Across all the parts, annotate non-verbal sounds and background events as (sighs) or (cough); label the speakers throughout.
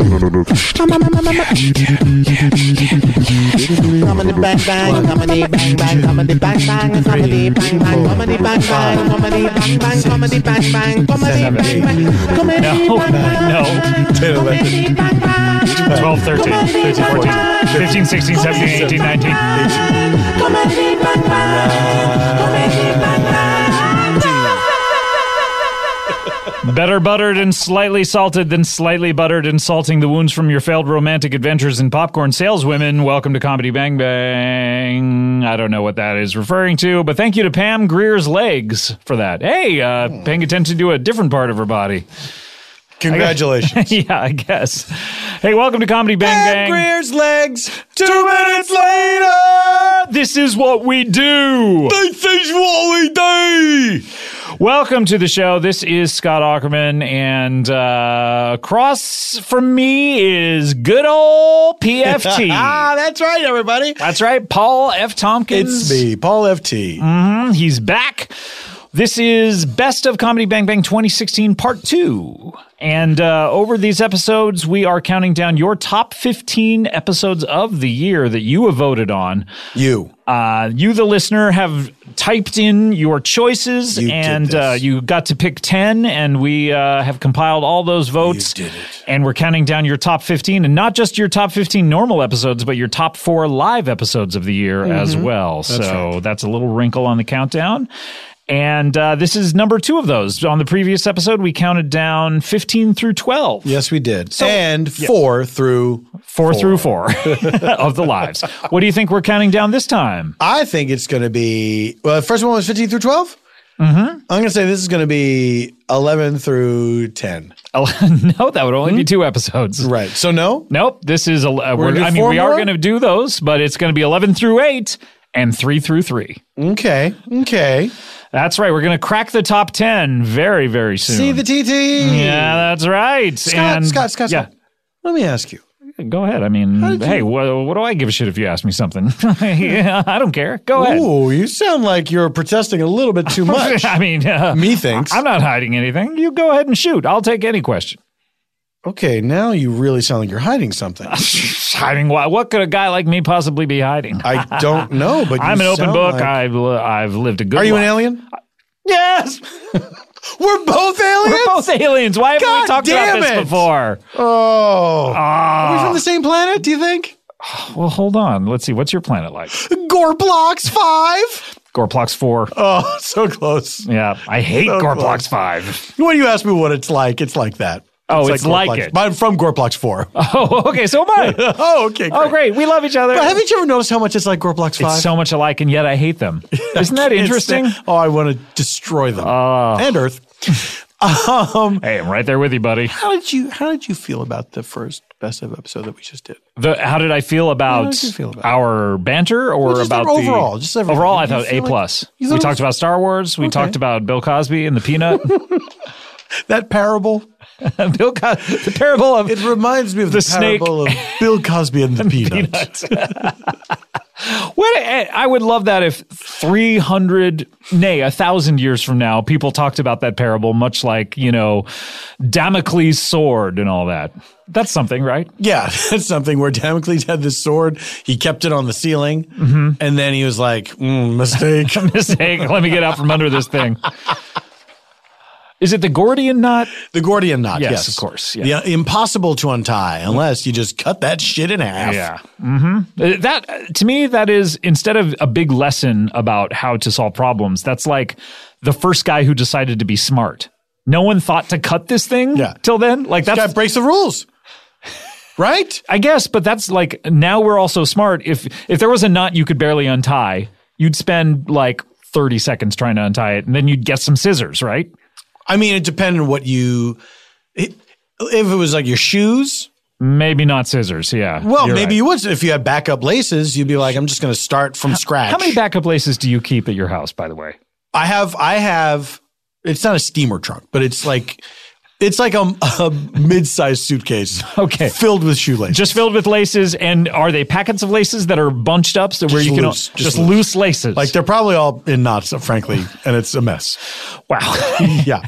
Speaker 1: I'm in the bang bang, comedy bang bang, comedy bang bang, comedy bang bang, comedy bang bang, comedy bang bang, comedy bang bang, comedy bang bang, comedy bang bang,
Speaker 2: No.
Speaker 1: 10, 11,
Speaker 2: 12, 13, 13, 14, 15, 16, 17, 18, 19.
Speaker 1: comedy bang bang, comedy bang
Speaker 2: Better buttered and slightly salted than slightly buttered and salting the wounds from your failed romantic adventures in popcorn saleswomen. Welcome to Comedy Bang Bang. I don't know what that is referring to, but thank you to Pam Greer's legs for that. Hey, uh, paying attention to a different part of her body.
Speaker 3: Congratulations.
Speaker 2: (laughs) yeah, I guess. Hey, welcome to Comedy Bang Bang.
Speaker 3: Greer's legs. Two minutes later.
Speaker 2: This is what we do.
Speaker 3: This is what we do.
Speaker 2: Welcome to the show. This is Scott Ackerman, and uh, across from me is good old PFT.
Speaker 3: (laughs) Ah, that's right, everybody.
Speaker 2: That's right, Paul F. Tompkins. Mm-hmm.
Speaker 3: It's me, Paul FT.
Speaker 2: He's back. This is Best of Comedy Bang Bang 2016 Part 2. And uh, over these episodes, we are counting down your top 15 episodes of the year that you have voted on.
Speaker 3: You.
Speaker 2: Uh, you, the listener, have typed in your choices,
Speaker 3: You did
Speaker 2: and uh,
Speaker 3: this.
Speaker 2: you got to pick ten, and we uh, have compiled all those votes.
Speaker 3: did it.
Speaker 2: And we're counting down your top fifteen, and not just your top fifteen normal episodes, but your top four live episodes of the year
Speaker 3: Mm-hmm.
Speaker 2: as well. so that's a little wrinkle on the countdown. And uh, this is number two of those. On the previous episode, we counted down fifteen through twelve.
Speaker 3: Yes, we did. and four through.
Speaker 2: Four, through four (laughs) of the lives. What do you think we're counting down this time?
Speaker 3: I think it's going to be. Well, the first one was 15 through 12. Mm-hmm. I'm going to say this is going to be 11 through 10.
Speaker 2: Oh, (laughs) no, that would only be two episodes.
Speaker 3: Right. So, no?
Speaker 2: Nope. This is a. Uh, we're,
Speaker 3: gonna do
Speaker 2: I mean,
Speaker 3: four
Speaker 2: we are
Speaker 3: more?
Speaker 2: going to do those, but it's going to be eleven through eight and three through three.
Speaker 3: Okay. Okay.
Speaker 2: That's right. We're going to crack the top ten very, very soon.
Speaker 3: See the TT.
Speaker 2: yeah, that's right.
Speaker 3: Scott,
Speaker 2: and,
Speaker 3: Scott, Scott,
Speaker 2: Yeah,
Speaker 3: Scott. Let me ask you.
Speaker 2: go ahead. I mean, hey, wha- what do I give a shit if you ask me something? (laughs) (laughs) yeah, I don't care. Go ahead.
Speaker 3: Ooh, you sound like you're protesting a little bit too much.
Speaker 2: (laughs) I mean, uh,
Speaker 3: Me thinks.
Speaker 2: I'm not hiding anything. You go ahead and shoot. I'll take any question.
Speaker 3: okay, now you really sound like you're hiding
Speaker 2: (laughs)
Speaker 3: something.
Speaker 2: Hiding what? What could a guy like me possibly be hiding?
Speaker 3: I
Speaker 2: (laughs)
Speaker 3: don't know, but you
Speaker 2: I'm an open
Speaker 3: sound
Speaker 2: book.
Speaker 3: like-
Speaker 2: I've li- I've lived a good.
Speaker 3: Are you an
Speaker 2: life.
Speaker 3: alien?
Speaker 2: Yes.
Speaker 3: (laughs) We're both aliens.
Speaker 2: We're both aliens. Why haven't
Speaker 3: God
Speaker 2: we talked
Speaker 3: damn
Speaker 2: about this
Speaker 3: it.
Speaker 2: before?
Speaker 3: oh, are we
Speaker 2: Ah.
Speaker 3: from the same planet? (laughs) Do you think?
Speaker 2: (sighs) well, hold on. Let's see. What's your planet like?
Speaker 3: Gorplox Five.
Speaker 2: Gorplox 4.
Speaker 3: Oh, (laughs) so close.
Speaker 2: Yeah. I hate
Speaker 3: so
Speaker 2: Gorplox
Speaker 3: close.
Speaker 2: 5.
Speaker 3: When you ask me what it's like, it's like that.
Speaker 2: Oh, it's like
Speaker 3: Gorplox-
Speaker 2: it.
Speaker 3: But I'm from Gorplox Four.
Speaker 2: (laughs) Oh, okay. So am I.
Speaker 3: (laughs) oh, okay. Great.
Speaker 2: Oh, great. We love each other.
Speaker 3: But haven't you ever noticed how much it's like Gorplox Five?
Speaker 2: It's so much alike, and yet I hate them. Isn't
Speaker 3: (laughs)
Speaker 2: that
Speaker 3: It's-
Speaker 2: interesting? Ah.
Speaker 3: oh, I want to destroy them and
Speaker 2: (laughs)
Speaker 3: Earth. um,
Speaker 2: Hey, I'm right there with you, buddy.
Speaker 3: how did you How did you feel about the first best of episode that we just did?
Speaker 2: The, how did I feel about,
Speaker 3: did you feel about it?
Speaker 2: our banter or
Speaker 3: Well, just
Speaker 2: about the
Speaker 3: overall, just everything.
Speaker 2: overall? I
Speaker 3: Did you
Speaker 2: thought
Speaker 3: feel
Speaker 2: A
Speaker 3: like-
Speaker 2: plus.
Speaker 3: You
Speaker 2: we
Speaker 3: thought it
Speaker 2: talked
Speaker 3: was-
Speaker 2: about Star Wars. We
Speaker 3: Okay.
Speaker 2: talked about Bill Cosby and the peanut.
Speaker 3: (laughs)
Speaker 2: (laughs)
Speaker 3: That parable.
Speaker 2: Bill Cosby, the parable of
Speaker 3: It reminds me of the,
Speaker 2: The snake
Speaker 3: parable of Bill
Speaker 2: (laughs)
Speaker 3: Cosby and the peanut.
Speaker 2: What eh, I I would love that if 300, nay, a thousand years from now, people talked about that parable, much like, you know, Damocles' sword and all that. That's something, right?
Speaker 3: Yeah, (laughs) that's something where Damocles had this sword. He kept it on the ceiling,
Speaker 2: Mm-hmm.
Speaker 3: and then he was like, mm, "Mistake."
Speaker 2: (laughs) Mistake. Let me get out from under this thing. Is it the Gordian knot?
Speaker 3: the Gordian knot.
Speaker 2: Yes,
Speaker 3: Yes,
Speaker 2: of course, yeah.
Speaker 3: Yeah. impossible to untie unless you just cut that shit in half.
Speaker 2: Mm-hmm. That to me, that is instead of a big lesson about how to solve problems, that's like the first guy who decided to be smart. No one thought to cut this thing
Speaker 3: Yeah.
Speaker 2: till then. Like that's
Speaker 3: Guy breaks the
Speaker 2: (laughs)
Speaker 3: rules, right?
Speaker 2: I guess, but that's like now we're all so smart. If if there was a knot you could barely untie, you'd spend like thirty seconds trying to untie it, and then you'd get some scissors, right?
Speaker 3: I mean, it depended on what you. It, if it was like your shoes,
Speaker 2: Maybe not scissors. Yeah.
Speaker 3: Well,
Speaker 2: You're
Speaker 3: maybe
Speaker 2: right.
Speaker 3: you would if you had backup laces. You'd be like, I'm just going to start from scratch.
Speaker 2: How many backup laces do you keep at your house, by the way? (laughs)
Speaker 3: I have. I have. It's not a steamer trunk, but it's like, it's like a, a mid-sized suitcase.
Speaker 2: (laughs) Okay.
Speaker 3: Filled with shoelaces.
Speaker 2: Just filled with laces, and are they packets of laces that are bunched up so where
Speaker 3: Just
Speaker 2: you can
Speaker 3: loose,
Speaker 2: just,
Speaker 3: just
Speaker 2: loose.
Speaker 3: loose.
Speaker 2: laces?
Speaker 3: like they're probably all in knots, frankly, and it's a mess.
Speaker 2: wow.
Speaker 3: (laughs) Yeah.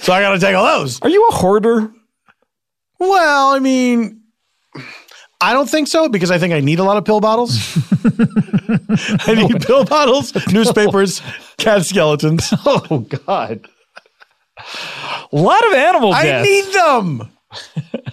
Speaker 3: so I got to take all those.
Speaker 2: are you a hoarder?
Speaker 3: Well, I mean, I don't think so because I think I need a lot of pill
Speaker 2: (laughs)
Speaker 3: bottles. (laughs) I
Speaker 2: Oh.
Speaker 3: need pill bottles,
Speaker 2: (laughs)
Speaker 3: newspapers, cat skeletons.
Speaker 2: Oh God. A lot of animal
Speaker 3: I
Speaker 2: death.
Speaker 3: need them.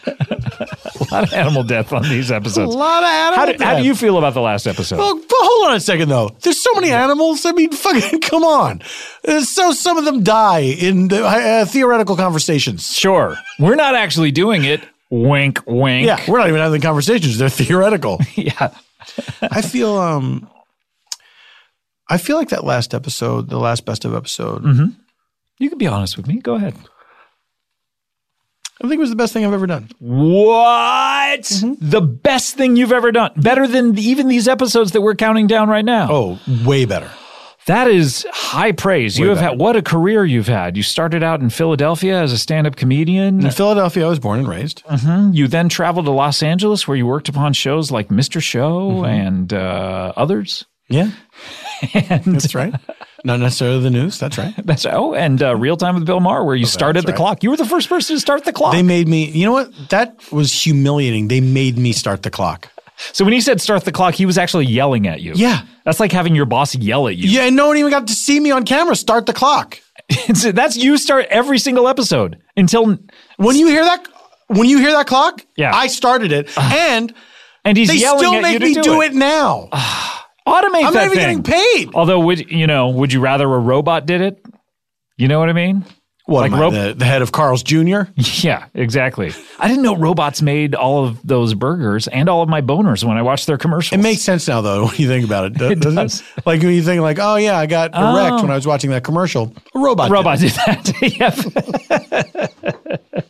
Speaker 2: a lot of animal death on these
Speaker 3: A
Speaker 2: episodes.
Speaker 3: lot of animals.
Speaker 2: How do, how do you feel about the last episode?
Speaker 3: Oh, but hold on a second though. There's so many animals. I mean, (laughs) fucking come on. There's So some of them die in the, uh, theoretical conversations.
Speaker 2: Sure. We're not actually doing it. Wink, wink.
Speaker 3: Yeah, we're not even having conversations. They're theoretical.
Speaker 2: (laughs) Yeah.
Speaker 3: I feel um I feel like that last episode, the last best of episode,
Speaker 2: Mm-hmm. You can be honest with me. Go ahead.
Speaker 3: I think it was the best thing I've ever done. Mm-hmm.
Speaker 2: What? The best thing you've ever done. Better than the- even these episodes that we're counting down right now.
Speaker 3: Oh, way better.
Speaker 2: That is high praise. You have
Speaker 3: better.
Speaker 2: had what a career you've had. You started out in Philadelphia as a stand-up comedian. Mm-hmm.
Speaker 3: In Philadelphia, I was born and raised.
Speaker 2: You then traveled to Los Angeles where you worked upon shows like Mr. Show and uh, others.
Speaker 3: Mm-hmm.
Speaker 2: (laughs)
Speaker 3: Yeah. that's right. Not necessarily the news. That's right.
Speaker 2: (laughs)
Speaker 3: Oh,
Speaker 2: That's oh, and uh, Real Time with Bill Maher where you started the
Speaker 3: right.
Speaker 2: clock. You were the first person to start the clock.
Speaker 3: They made me, you know what? That was humiliating. They made me start the clock.
Speaker 2: So when he said start the clock, he was actually yelling at you.
Speaker 3: Yeah.
Speaker 2: That's like having your boss yell at you.
Speaker 3: Yeah, and no one even got to see me on camera start the
Speaker 2: (laughs)
Speaker 3: clock.
Speaker 2: So That's you start every single episode until
Speaker 3: When you hear that, when you hear that
Speaker 2: (sighs)
Speaker 3: clock,
Speaker 2: Yeah.
Speaker 3: I started it,
Speaker 2: Ah.
Speaker 3: and
Speaker 2: and he's
Speaker 3: they
Speaker 2: yelling
Speaker 3: still
Speaker 2: at
Speaker 3: make
Speaker 2: you to
Speaker 3: me
Speaker 2: do, it. (sighs)
Speaker 3: now.
Speaker 2: Automate
Speaker 3: I'm
Speaker 2: that
Speaker 3: not even
Speaker 2: thing.
Speaker 3: getting paid.
Speaker 2: Although would you know, would you rather a robot did it? You know what I mean?
Speaker 3: What
Speaker 2: Like
Speaker 3: am I,
Speaker 2: rope-
Speaker 3: the, the head of Carl's Jr.
Speaker 2: (laughs) Yeah, exactly. I didn't know robots made all of those burgers and all of my boners when I watched their commercials.
Speaker 3: It makes sense now, though, (laughs) when you think about it. do-
Speaker 2: It
Speaker 3: doesn't
Speaker 2: does.
Speaker 3: Like when you think, like, oh yeah, I got
Speaker 2: Oh.
Speaker 3: erect when I was watching that commercial. A robot. did it.
Speaker 2: robot did that. (laughs) Yep.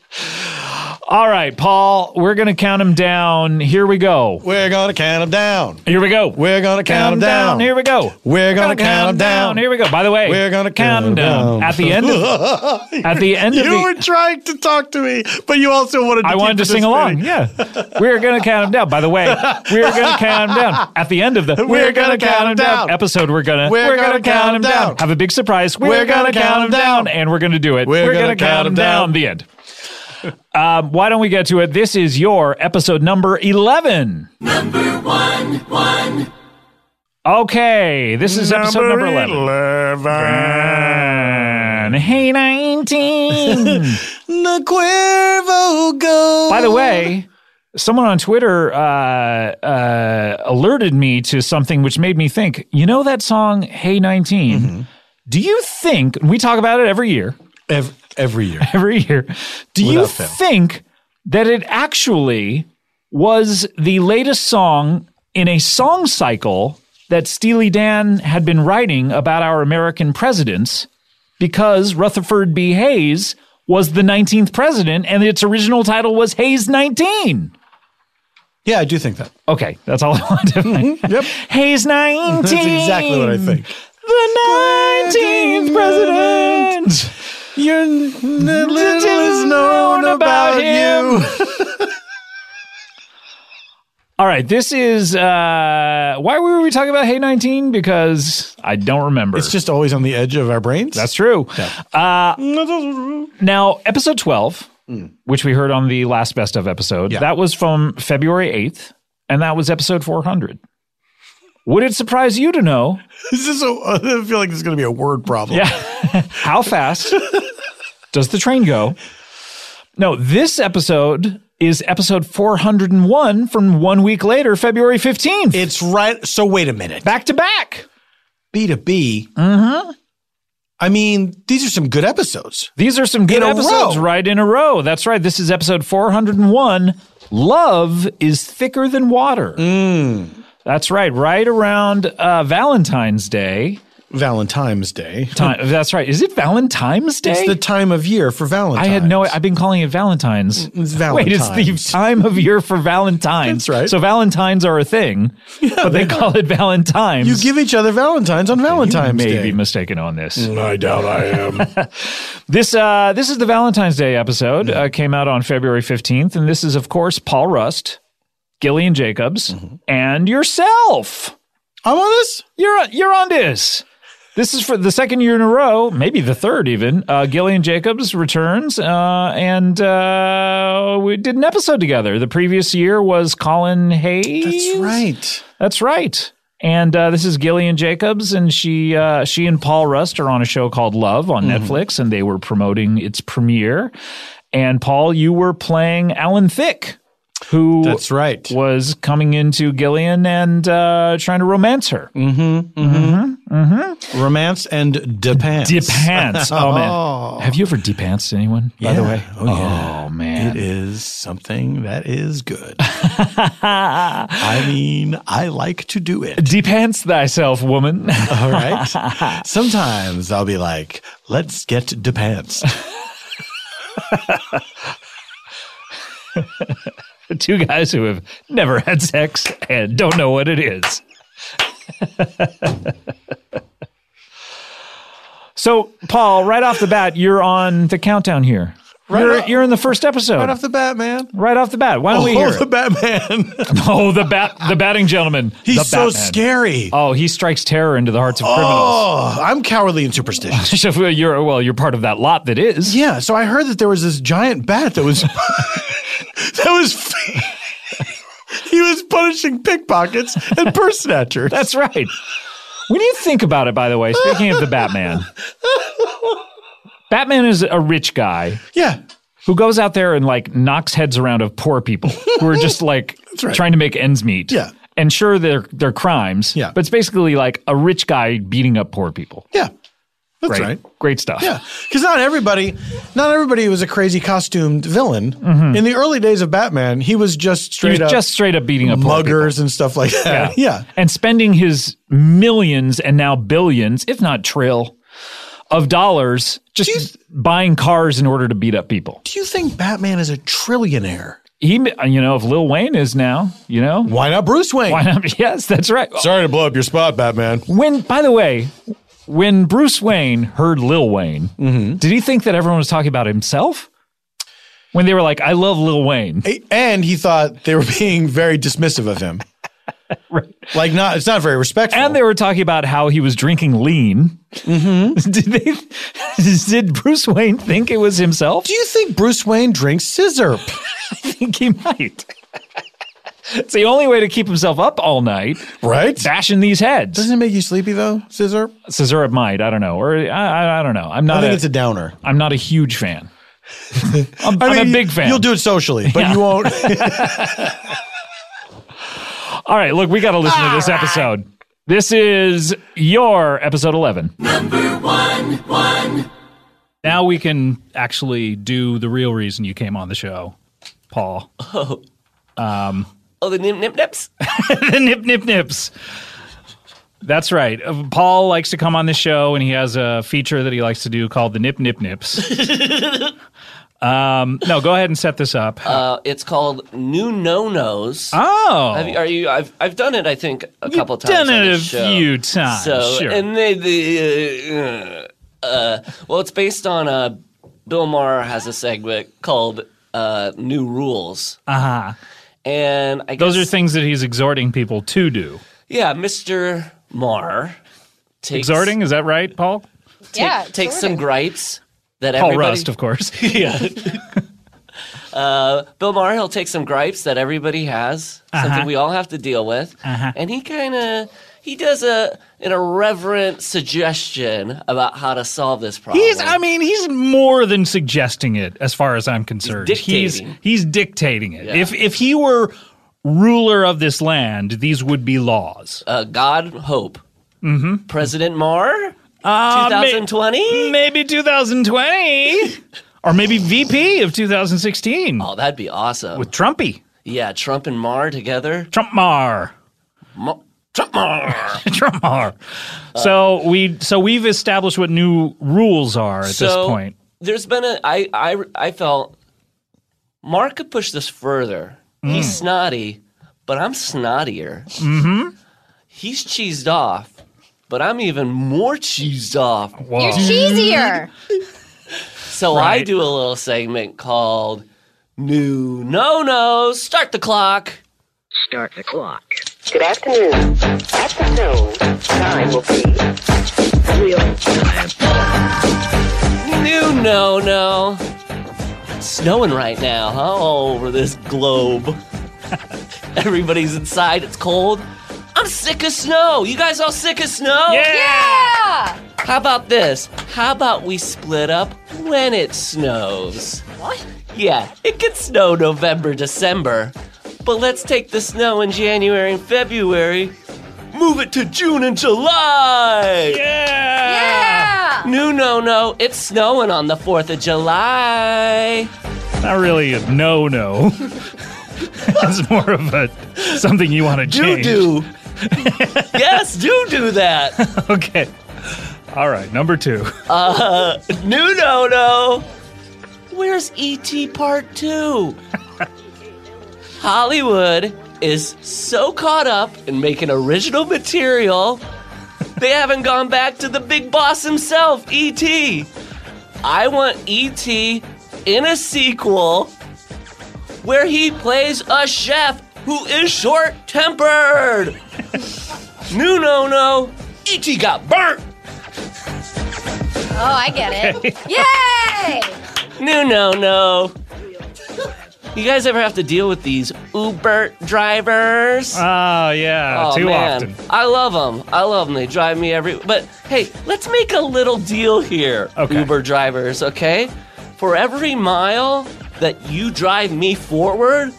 Speaker 2: all right, Paul, we're gonna count him down. Here we go.
Speaker 3: We're gonna count them down.
Speaker 2: Here we go.
Speaker 3: We're gonna count them down.
Speaker 2: Here we go.
Speaker 3: We're gonna count 'em down.
Speaker 2: Here we go. By the way,
Speaker 3: We're gonna count 'em down.
Speaker 2: At the end of
Speaker 3: (laughs)
Speaker 2: at the end of
Speaker 3: You were
Speaker 2: the,
Speaker 3: trying to talk to me, but you also wanted. to
Speaker 2: I
Speaker 3: keep
Speaker 2: wanted to sing along.
Speaker 3: participating.
Speaker 2: Yeah. We're gonna count 'em down. By the way, we're gonna count 'em down. At the
Speaker 3: (laughs)
Speaker 2: end of the We're,
Speaker 3: gonna count 'em down.
Speaker 2: episode, we're gonna
Speaker 3: We're gonna count 'em down.
Speaker 2: Have a big surprise. We're,
Speaker 3: We're gonna
Speaker 2: gonna, count 'em
Speaker 3: count 'em
Speaker 2: down.
Speaker 3: down.
Speaker 2: and we're gonna do it.
Speaker 3: We're gonna
Speaker 2: gonna,
Speaker 3: count
Speaker 2: 'em
Speaker 3: 'em
Speaker 2: down.
Speaker 3: down.
Speaker 2: The end. Um, why don't we get to it? This is your episode number eleven. Okay, this is episode number eleven. And
Speaker 3: (laughs)
Speaker 2: Hey 19.
Speaker 3: The Cuervo goes.
Speaker 2: By the way, someone on Twitter uh, uh, alerted me to something which made me think, you know that song Hey 19?
Speaker 3: Mm-hmm.
Speaker 2: Do you think, we talk about it every year,
Speaker 3: every, every year,
Speaker 2: (laughs) every year, do you
Speaker 3: Without fail.
Speaker 2: think that it actually was the latest song in a song cycle that Steely Dan had been writing about our American presidents because Rutherford B. Hayes was the 19th president and its original title was Hayes 19.
Speaker 3: yeah, I do think that. Mm-hmm.
Speaker 2: Okay, that's all I (laughs) wanted to
Speaker 3: Yep,
Speaker 2: Hayes 19.
Speaker 3: that's exactly what I think.
Speaker 2: The 19th president.
Speaker 3: You're n- little is known about you.
Speaker 2: All right, this is uh why were we talking about Hey 19? Because I don't remember.
Speaker 3: It's just always on the edge of our brains.
Speaker 2: that's true. Uh, Now, episode 12, which we heard on the last best of episode,
Speaker 3: Yeah.
Speaker 2: that was from February 8th, and that was episode 400. Would it surprise you to know
Speaker 3: (laughs) This is a, I feel like this is going to be a word problem.
Speaker 2: Yeah. (laughs) How fast does the train go? No, this episode is episode 401 from one week later, February 15th.
Speaker 3: It's right. So wait a minute.
Speaker 2: back to back.
Speaker 3: B to B. Mm-hmm. I mean, these are some good episodes.
Speaker 2: These are some good
Speaker 3: In a
Speaker 2: episodes
Speaker 3: row.
Speaker 2: right in a row. That's right. This is episode 401. Love is thicker
Speaker 3: Mm.
Speaker 2: than water. That's right. Right around uh, Valentine's Day
Speaker 3: Valentine's Day.
Speaker 2: Time, that's right. Is it Valentine's Day?
Speaker 3: It's the time of year for Valentine's.
Speaker 2: I had no. I've been calling it Valentine's.
Speaker 3: It's
Speaker 2: Wait, it's
Speaker 3: Valentine's.
Speaker 2: the time of year for Valentine's.
Speaker 3: That's right.
Speaker 2: So Valentines are a thing, but they call it Valentine's.
Speaker 3: You give each other Valentines on Valentine's
Speaker 2: may
Speaker 3: Day. Mm,
Speaker 2: be mistaken on this.
Speaker 3: I doubt I am.
Speaker 2: This uh, this is the Valentine's Day episode. Uh, came out on February fifteenth, and this is of course Paul Rust, Gillian Jacobs, and yourself.
Speaker 3: Mm-hmm. I'm on this.
Speaker 2: You're on, you're on this. This is for the second year in a row, maybe the third even. Uh, Gillian Jacobs returns, uh, and uh, we did an episode together. The previous year was Colin Hayes.
Speaker 3: That's right.
Speaker 2: That's right. And uh, this is Gillian Jacobs, and she uh, she and Paul Rust are on a show called Love on
Speaker 3: Mm-hmm.
Speaker 2: Netflix, and they were promoting its premiere. And Paul, you were playing Alan Thicke, who
Speaker 3: That's right.
Speaker 2: was coming into Gillian and uh, trying to romance her.
Speaker 3: Mm-hmm,
Speaker 2: Mm-hmm,
Speaker 3: Romance and depends.
Speaker 2: Depants. (laughs) Oh
Speaker 3: (laughs)
Speaker 2: man, have you ever depantsed anyone? By the
Speaker 3: Yeah.
Speaker 2: way,
Speaker 3: Oh, yeah.
Speaker 2: oh
Speaker 3: It
Speaker 2: man,
Speaker 3: is something that is
Speaker 2: (laughs)
Speaker 3: good. I mean, I like to do it.
Speaker 2: depants thyself,
Speaker 3: (laughs)
Speaker 2: woman.
Speaker 3: All (laughs) right. Sometimes I'll be like, let's get depants.
Speaker 2: (laughs) Two guys who have never had sex and don't know what it is. (laughs) so, Paul, right off the bat, you're on the countdown here.
Speaker 3: Right
Speaker 2: you're,
Speaker 3: off-
Speaker 2: you're in the first episode.
Speaker 3: Right off the bat, man.
Speaker 2: Right off the bat. Why don't we hear?
Speaker 3: Oh, (laughs) the Batman.
Speaker 2: it? (laughs) oh, the bat, the batting gentleman. The
Speaker 3: He's so
Speaker 2: Batman.
Speaker 3: scary.
Speaker 2: Oh, he strikes terror into the hearts of
Speaker 3: Oh, I'm cowardly and superstitious.
Speaker 2: (laughs) criminals. you're well, you're part of that lot that is.
Speaker 3: Yeah, so I heard that there was this giant bat that was (laughs) that was (laughs) he was punishing pickpockets and purse snatchers.
Speaker 2: That's right. When you think about it, by the way, speaking of the Batman, Batman is a rich guy
Speaker 3: yeah.
Speaker 2: who goes out there and like knocks heads around of poor people who are
Speaker 3: (laughs)
Speaker 2: just like
Speaker 3: right.
Speaker 2: trying to make ends meet.
Speaker 3: Yeah.
Speaker 2: And sure, they're, they're crimes,
Speaker 3: Yeah.
Speaker 2: but it's basically like a rich guy beating up poor people.
Speaker 3: Yeah. That's
Speaker 2: Great,
Speaker 3: right.
Speaker 2: Great stuff.
Speaker 3: Yeah, because not everybody, not everybody was a crazy costumed villain. In the early days of Batman, he was just
Speaker 2: Mm-hmm. He
Speaker 3: straight
Speaker 2: was
Speaker 3: up
Speaker 2: just straight up beating up poor people.
Speaker 3: muggers and stuff like (laughs) that. Yeah,
Speaker 2: And spending his millions and now billions, if not trill, of dollars just
Speaker 3: Do you th-
Speaker 2: buying cars in order to beat up people.
Speaker 3: Do you think Batman is a trillionaire?
Speaker 2: He, uh, you know, if Lil Wayne is now, you know,
Speaker 3: Why not Bruce Wayne?
Speaker 2: why not? (laughs) Yes, that's right.
Speaker 3: Sorry to blow up your spot, Batman.
Speaker 2: When, by the way, when Bruce Wayne heard Lil Wayne,
Speaker 3: Mm-hmm.
Speaker 2: did he think that everyone was talking about himself? When they were like, I love Lil Wayne.
Speaker 3: And he thought they were being very dismissive of him. Like not, it's not very respectful.
Speaker 2: And they were talking about how he was drinking lean.
Speaker 3: Mm-hmm.
Speaker 2: (laughs) did they? (laughs) Did Bruce Wayne think it was himself?
Speaker 3: Do you think Bruce Wayne drinks
Speaker 2: (laughs)
Speaker 3: scissor?
Speaker 2: think he might. it's the only way to keep himself up all night,
Speaker 3: right?
Speaker 2: bashing these heads.
Speaker 3: Doesn't it make you sleepy though, scissor?
Speaker 2: Caesura might, I don't know, or I, I, I don't know. I'm
Speaker 3: I
Speaker 2: not.
Speaker 3: think
Speaker 2: a,
Speaker 3: it's a downer.
Speaker 2: I'm not a
Speaker 3: (laughs)
Speaker 2: huge fan. I'm, I am a big fan.
Speaker 3: You'll do it socially, but you won't.
Speaker 2: (laughs)
Speaker 3: (laughs)
Speaker 2: All right, look, we got to listen to this episode. This is your episode 11.
Speaker 4: Now we can actually do the real reason you came on the show, Paul.
Speaker 5: Oh, the nip nip nips.
Speaker 4: Um, (laughs) the nip nip nips. That's right. Uh, Paul likes to come on the show, and he has a feature that he likes to do called the nip
Speaker 5: (laughs)
Speaker 4: nip nips. um, no, go ahead and set this up.
Speaker 5: Uh, it's called new no nos.
Speaker 4: oh,
Speaker 5: Have you, are you? I've I've done it. I think a couple times.
Speaker 4: done
Speaker 5: on
Speaker 4: it a
Speaker 5: this show.
Speaker 4: few times.
Speaker 5: So
Speaker 4: sure.
Speaker 5: and they the uh, uh, well, it's based on uh, Bill Maher has a segment called uh, New Rules. Uh huh. And I guess
Speaker 4: Uh-huh. Those are things that he's exhorting people to do.
Speaker 5: yeah, Mr. Maher takes
Speaker 4: Exhorting, is that right, Paul?
Speaker 5: take,
Speaker 6: Yeah,
Speaker 5: takes
Speaker 6: sort
Speaker 5: some
Speaker 6: of.
Speaker 5: gripes that
Speaker 4: Paul
Speaker 5: everybody
Speaker 4: Rust, of course.
Speaker 5: (laughs) yeah. uh, Bill Maher, he'll take some gripes that everybody has,
Speaker 4: Uh-huh.
Speaker 5: something we all have to deal with, and he kind of he does a an irreverent suggestion about how to solve this problem.
Speaker 4: He's, I mean, he's more than suggesting it, as far as I'm concerned. He's
Speaker 5: dictating.
Speaker 4: he's dictating it.
Speaker 5: Yeah.
Speaker 4: If if he were ruler of this land, these would be laws.
Speaker 5: uh, God, hope, mm-hmm. President Maher,
Speaker 4: Uh, (laughs) may-
Speaker 5: 2020.
Speaker 4: maybe 2020, or maybe VP of 2016
Speaker 5: Oh, that'd be awesome.
Speaker 4: with Trumpy,
Speaker 5: yeah, Trump and Maher together.
Speaker 4: Trump Mar.
Speaker 5: Ma-
Speaker 4: (laughs)
Speaker 2: Drummer. so we so we've established what new rules are at this point.
Speaker 5: There's been a I I I felt Mark could push this further. He's
Speaker 2: Mm.
Speaker 5: snotty, but I'm snottier. Mm-hmm. He's cheesed off, but I'm even more cheesed off.
Speaker 7: You're cheesier.
Speaker 5: So I do a little segment called New No No. Start the clock.
Speaker 8: Start the clock. Good afternoon. At the tone, time will be real time.
Speaker 5: New No No. It's snowing right now, huh? All over this
Speaker 2: (laughs)
Speaker 5: globe. Everybody's inside. It's cold. I'm sick of snow. You guys all sick of snow?
Speaker 7: Yeah.
Speaker 5: How about this? How about we split up when it snows?
Speaker 7: What?
Speaker 5: Yeah, it can snow November, December, but let's take the snow in January and February, move it to June and July.
Speaker 2: (laughs)
Speaker 7: Yeah.
Speaker 5: No, no, no, it's snowing on the 4th of July.
Speaker 2: Not really a no
Speaker 5: (laughs)
Speaker 2: no. it's more of a something you want to
Speaker 5: Do
Speaker 2: change.
Speaker 5: do. yes, do do that.
Speaker 2: (laughs) Okay. All right, number two.
Speaker 5: (laughs) Uh, No, no, no. Where's E.T. Part 2? Hollywood is so caught up in making original material, they haven't gone back to the big boss himself, E.T. I want E.T. in a sequel where he plays a chef who is short tempered. no, no, no. E.T. got burnt.
Speaker 7: Oh, I get
Speaker 5: (laughs)
Speaker 7: it. (laughs) Yay.
Speaker 5: No, no, no. You guys ever have to deal with these Uber drivers?
Speaker 2: Oh yeah,
Speaker 5: Oh,
Speaker 2: too
Speaker 5: man.
Speaker 2: often.
Speaker 5: I love them. I love them. They drive me every. But hey, let's make a little deal here,
Speaker 2: Okay.
Speaker 5: Uber drivers. Okay, for every mile that you drive me forward,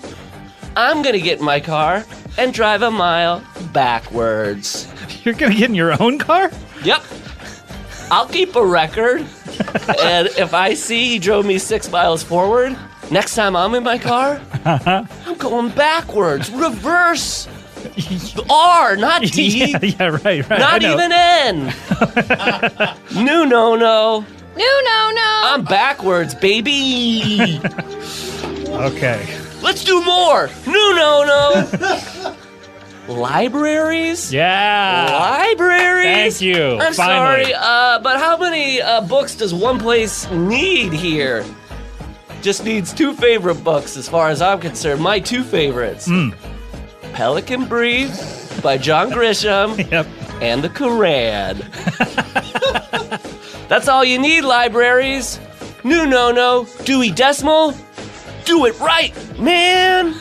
Speaker 5: I'm gonna get in my car and drive a mile backwards.
Speaker 2: You're gonna get in your own car?
Speaker 5: Yep. I'll keep a record. and if I see he drove me six miles forward, next time I'm in my car, I'm going backwards, reverse. R, not D,
Speaker 2: (laughs) yeah, yeah, right, right. I
Speaker 5: not
Speaker 2: know.
Speaker 5: even N. no, no, no.
Speaker 7: No, no, no.
Speaker 5: I'm backwards,
Speaker 2: (laughs)
Speaker 5: baby.
Speaker 2: Okay.
Speaker 5: Let's do more. No, no, no.
Speaker 2: (laughs)
Speaker 5: Libraries?
Speaker 2: Yeah.
Speaker 5: Libraries.
Speaker 2: Thank you.
Speaker 5: I'm
Speaker 2: Finally.
Speaker 5: sorry, uh, but how many uh, books does one place need here? Just needs two favorite books, as far as I'm concerned. My two favorites:
Speaker 2: Hmm.
Speaker 5: Pelican Brief by John Grisham
Speaker 2: (laughs) Yep.
Speaker 5: and The Koran. (laughs) That's all you need, libraries. No, no, no. Dewey Decimal. Do it right,
Speaker 2: (laughs)
Speaker 5: man.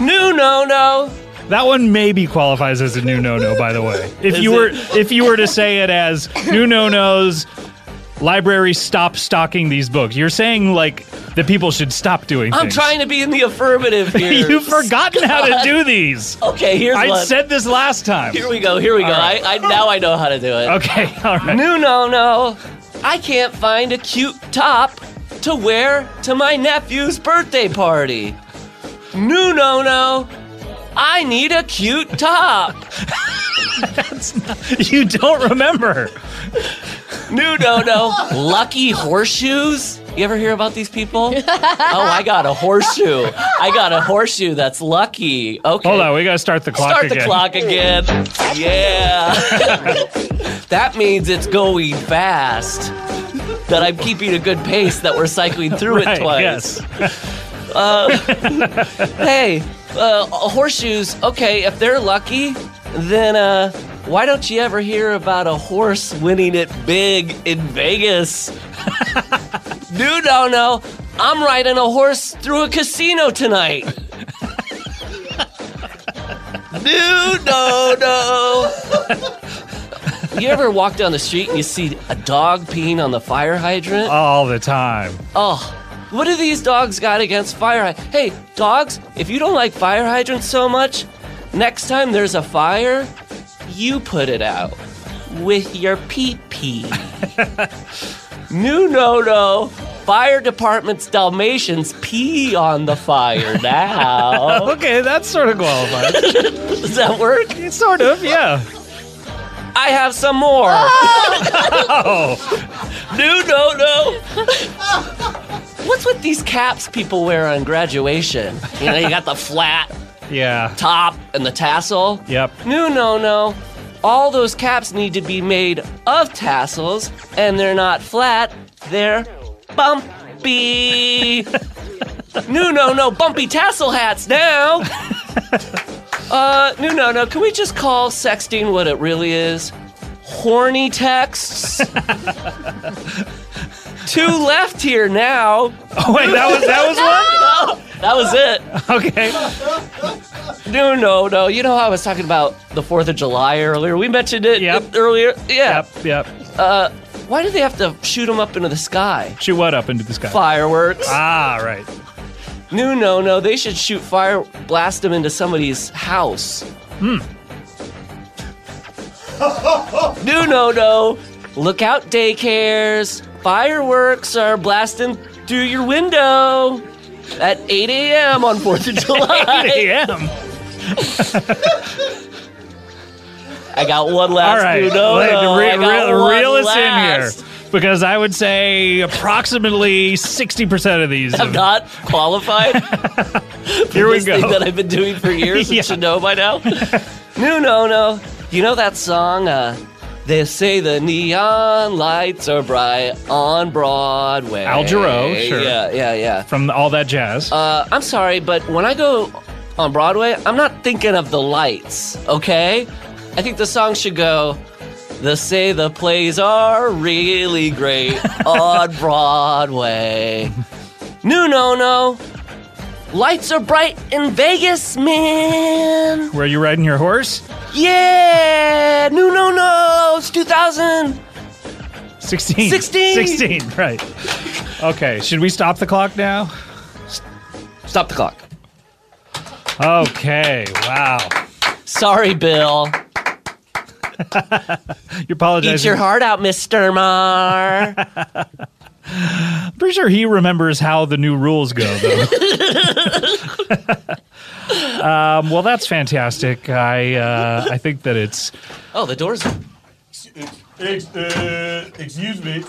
Speaker 5: no, no, no.
Speaker 2: That one maybe qualifies as a new no-no, by the way. If
Speaker 5: Is
Speaker 2: you were
Speaker 5: it?
Speaker 2: if you were to say it as new no-nos, libraries stop stocking these books. You're saying like that people should stop doing
Speaker 5: I'm
Speaker 2: things.
Speaker 5: trying to be in the
Speaker 2: (laughs)
Speaker 5: affirmative here.
Speaker 2: You've forgotten how to
Speaker 5: (laughs)
Speaker 2: do these.
Speaker 5: Okay, here's
Speaker 2: I
Speaker 5: one.
Speaker 2: said this last time.
Speaker 5: here we go. Here we go.
Speaker 2: right.
Speaker 5: I, I now I know how to do it.
Speaker 2: Okay, all right.
Speaker 5: No, no, no. I can't find a cute top to wear to my nephew's birthday party. No, no, no. I need a cute top.
Speaker 2: (laughs)
Speaker 5: (laughs)
Speaker 2: You don't remember.
Speaker 5: No, no, no. Lucky horseshoes. You ever hear about these people? Oh, I got a horseshoe. I got a horseshoe that's lucky. Okay.
Speaker 2: Hold on, we gotta start the clock
Speaker 5: Start
Speaker 2: again.
Speaker 5: the clock again. Yeah. (laughs) that means it's going fast. That I'm keeping a good pace, that we're cycling through
Speaker 2: Right,
Speaker 5: it twice. Uh, (laughs)
Speaker 2: yes.
Speaker 5: Hey, uh, horseshoes, okay, if they're lucky, then uh, why don't you ever hear about a horse winning it big in Vegas? (laughs) Dude, no, no. I'm riding a horse through a casino tonight. Dude, no, no. You ever walk down the street and you see a dog peeing on the fire hydrant?
Speaker 2: All the time.
Speaker 5: Oh, what do these dogs got against fire? hy- Hey, dogs, if you don't like fire hydrants so much, next time there's a fire, you put it out (laughs) with your pee pee. no, no, no. Fire department's Dalmatians pee on the fire now.
Speaker 2: (laughs) Okay, that's sort of
Speaker 5: (laughs)
Speaker 2: qualified.
Speaker 5: Does that work?
Speaker 2: sort of, yeah.
Speaker 5: I have some more.
Speaker 2: Oh!
Speaker 5: (laughs) no, no, no. What's with these caps people wear on graduation? You know, you got the flat
Speaker 2: Yeah.
Speaker 5: top and the tassel.
Speaker 2: Yep.
Speaker 5: No, no, no. All those caps need to be made of tassels, and they're not flat, they're
Speaker 2: (laughs)
Speaker 5: bumpy. no, no, no, bumpy tassel hats
Speaker 2: (laughs)
Speaker 5: now. Uh, no, no, no. Can we just call sexting what it really is? Horny
Speaker 2: (laughs)
Speaker 5: texts. Two left here now.
Speaker 2: Oh, wait, that was
Speaker 5: (laughs)
Speaker 2: that was
Speaker 5: That was it.
Speaker 2: one. Okay.
Speaker 5: No, no, no. You know how I was talking about the 4th of July earlier? We mentioned it
Speaker 2: Yep.
Speaker 5: earlier. Yeah. Uh,
Speaker 2: Yep. Yep.
Speaker 5: Why do they have to shoot them up into the sky?
Speaker 2: Shoot what up into the sky?
Speaker 5: Fireworks.
Speaker 2: Ah, right.
Speaker 5: No, no, no. They should shoot fire, blast them into somebody's house. Hmm. (laughs) no, no, no. Look out, daycares. Fireworks are blasting through your window at 8 a.m. on
Speaker 2: (laughs)
Speaker 5: 4th of July.
Speaker 2: Damn.
Speaker 5: (laughs) I got one last.
Speaker 2: All right.
Speaker 5: No, no,
Speaker 2: Let-
Speaker 5: no.
Speaker 2: re-
Speaker 5: I got
Speaker 2: re-
Speaker 5: one
Speaker 2: reel us
Speaker 5: last.
Speaker 2: in here. Because I would say approximately 60% of these.
Speaker 5: I'm
Speaker 2: have-
Speaker 5: not
Speaker 2: (laughs)
Speaker 5: qualified.
Speaker 2: here we
Speaker 5: this thing that
Speaker 2: go.
Speaker 5: I've been doing (laughs) for years
Speaker 2: (laughs) Yeah.
Speaker 5: and should know by now. no, no, no. You know that song? Uh, they say the neon lights are bright on Broadway.
Speaker 2: Al Jarreau, sure.
Speaker 5: Yeah, yeah, yeah.
Speaker 2: From all that jazz.
Speaker 5: Uh, I'm sorry, but when I go on Broadway, I'm not thinking of the lights, okay? I think the song should go. The say the plays are really
Speaker 2: (laughs)
Speaker 5: great on Broadway. No, no, no. Lights are bright in Vegas, man.
Speaker 2: Where you riding your horse?
Speaker 5: Yeah. No, no, no. It's 2000.
Speaker 2: 16.
Speaker 5: 16.
Speaker 2: 16, right. Okay, should we stop the clock now?
Speaker 5: Stop the clock.
Speaker 2: Okay, wow.
Speaker 5: Sorry, Bill.
Speaker 2: You apologize.
Speaker 5: Eat your heart out, Mr.
Speaker 2: (laughs)
Speaker 5: Mar.
Speaker 2: I'm pretty sure he remembers how the new rules
Speaker 5: (laughs)
Speaker 2: go, though. um, well, that's fantastic. I uh, I think that it's
Speaker 5: oh, the door's
Speaker 9: Ex- uh, excuse me.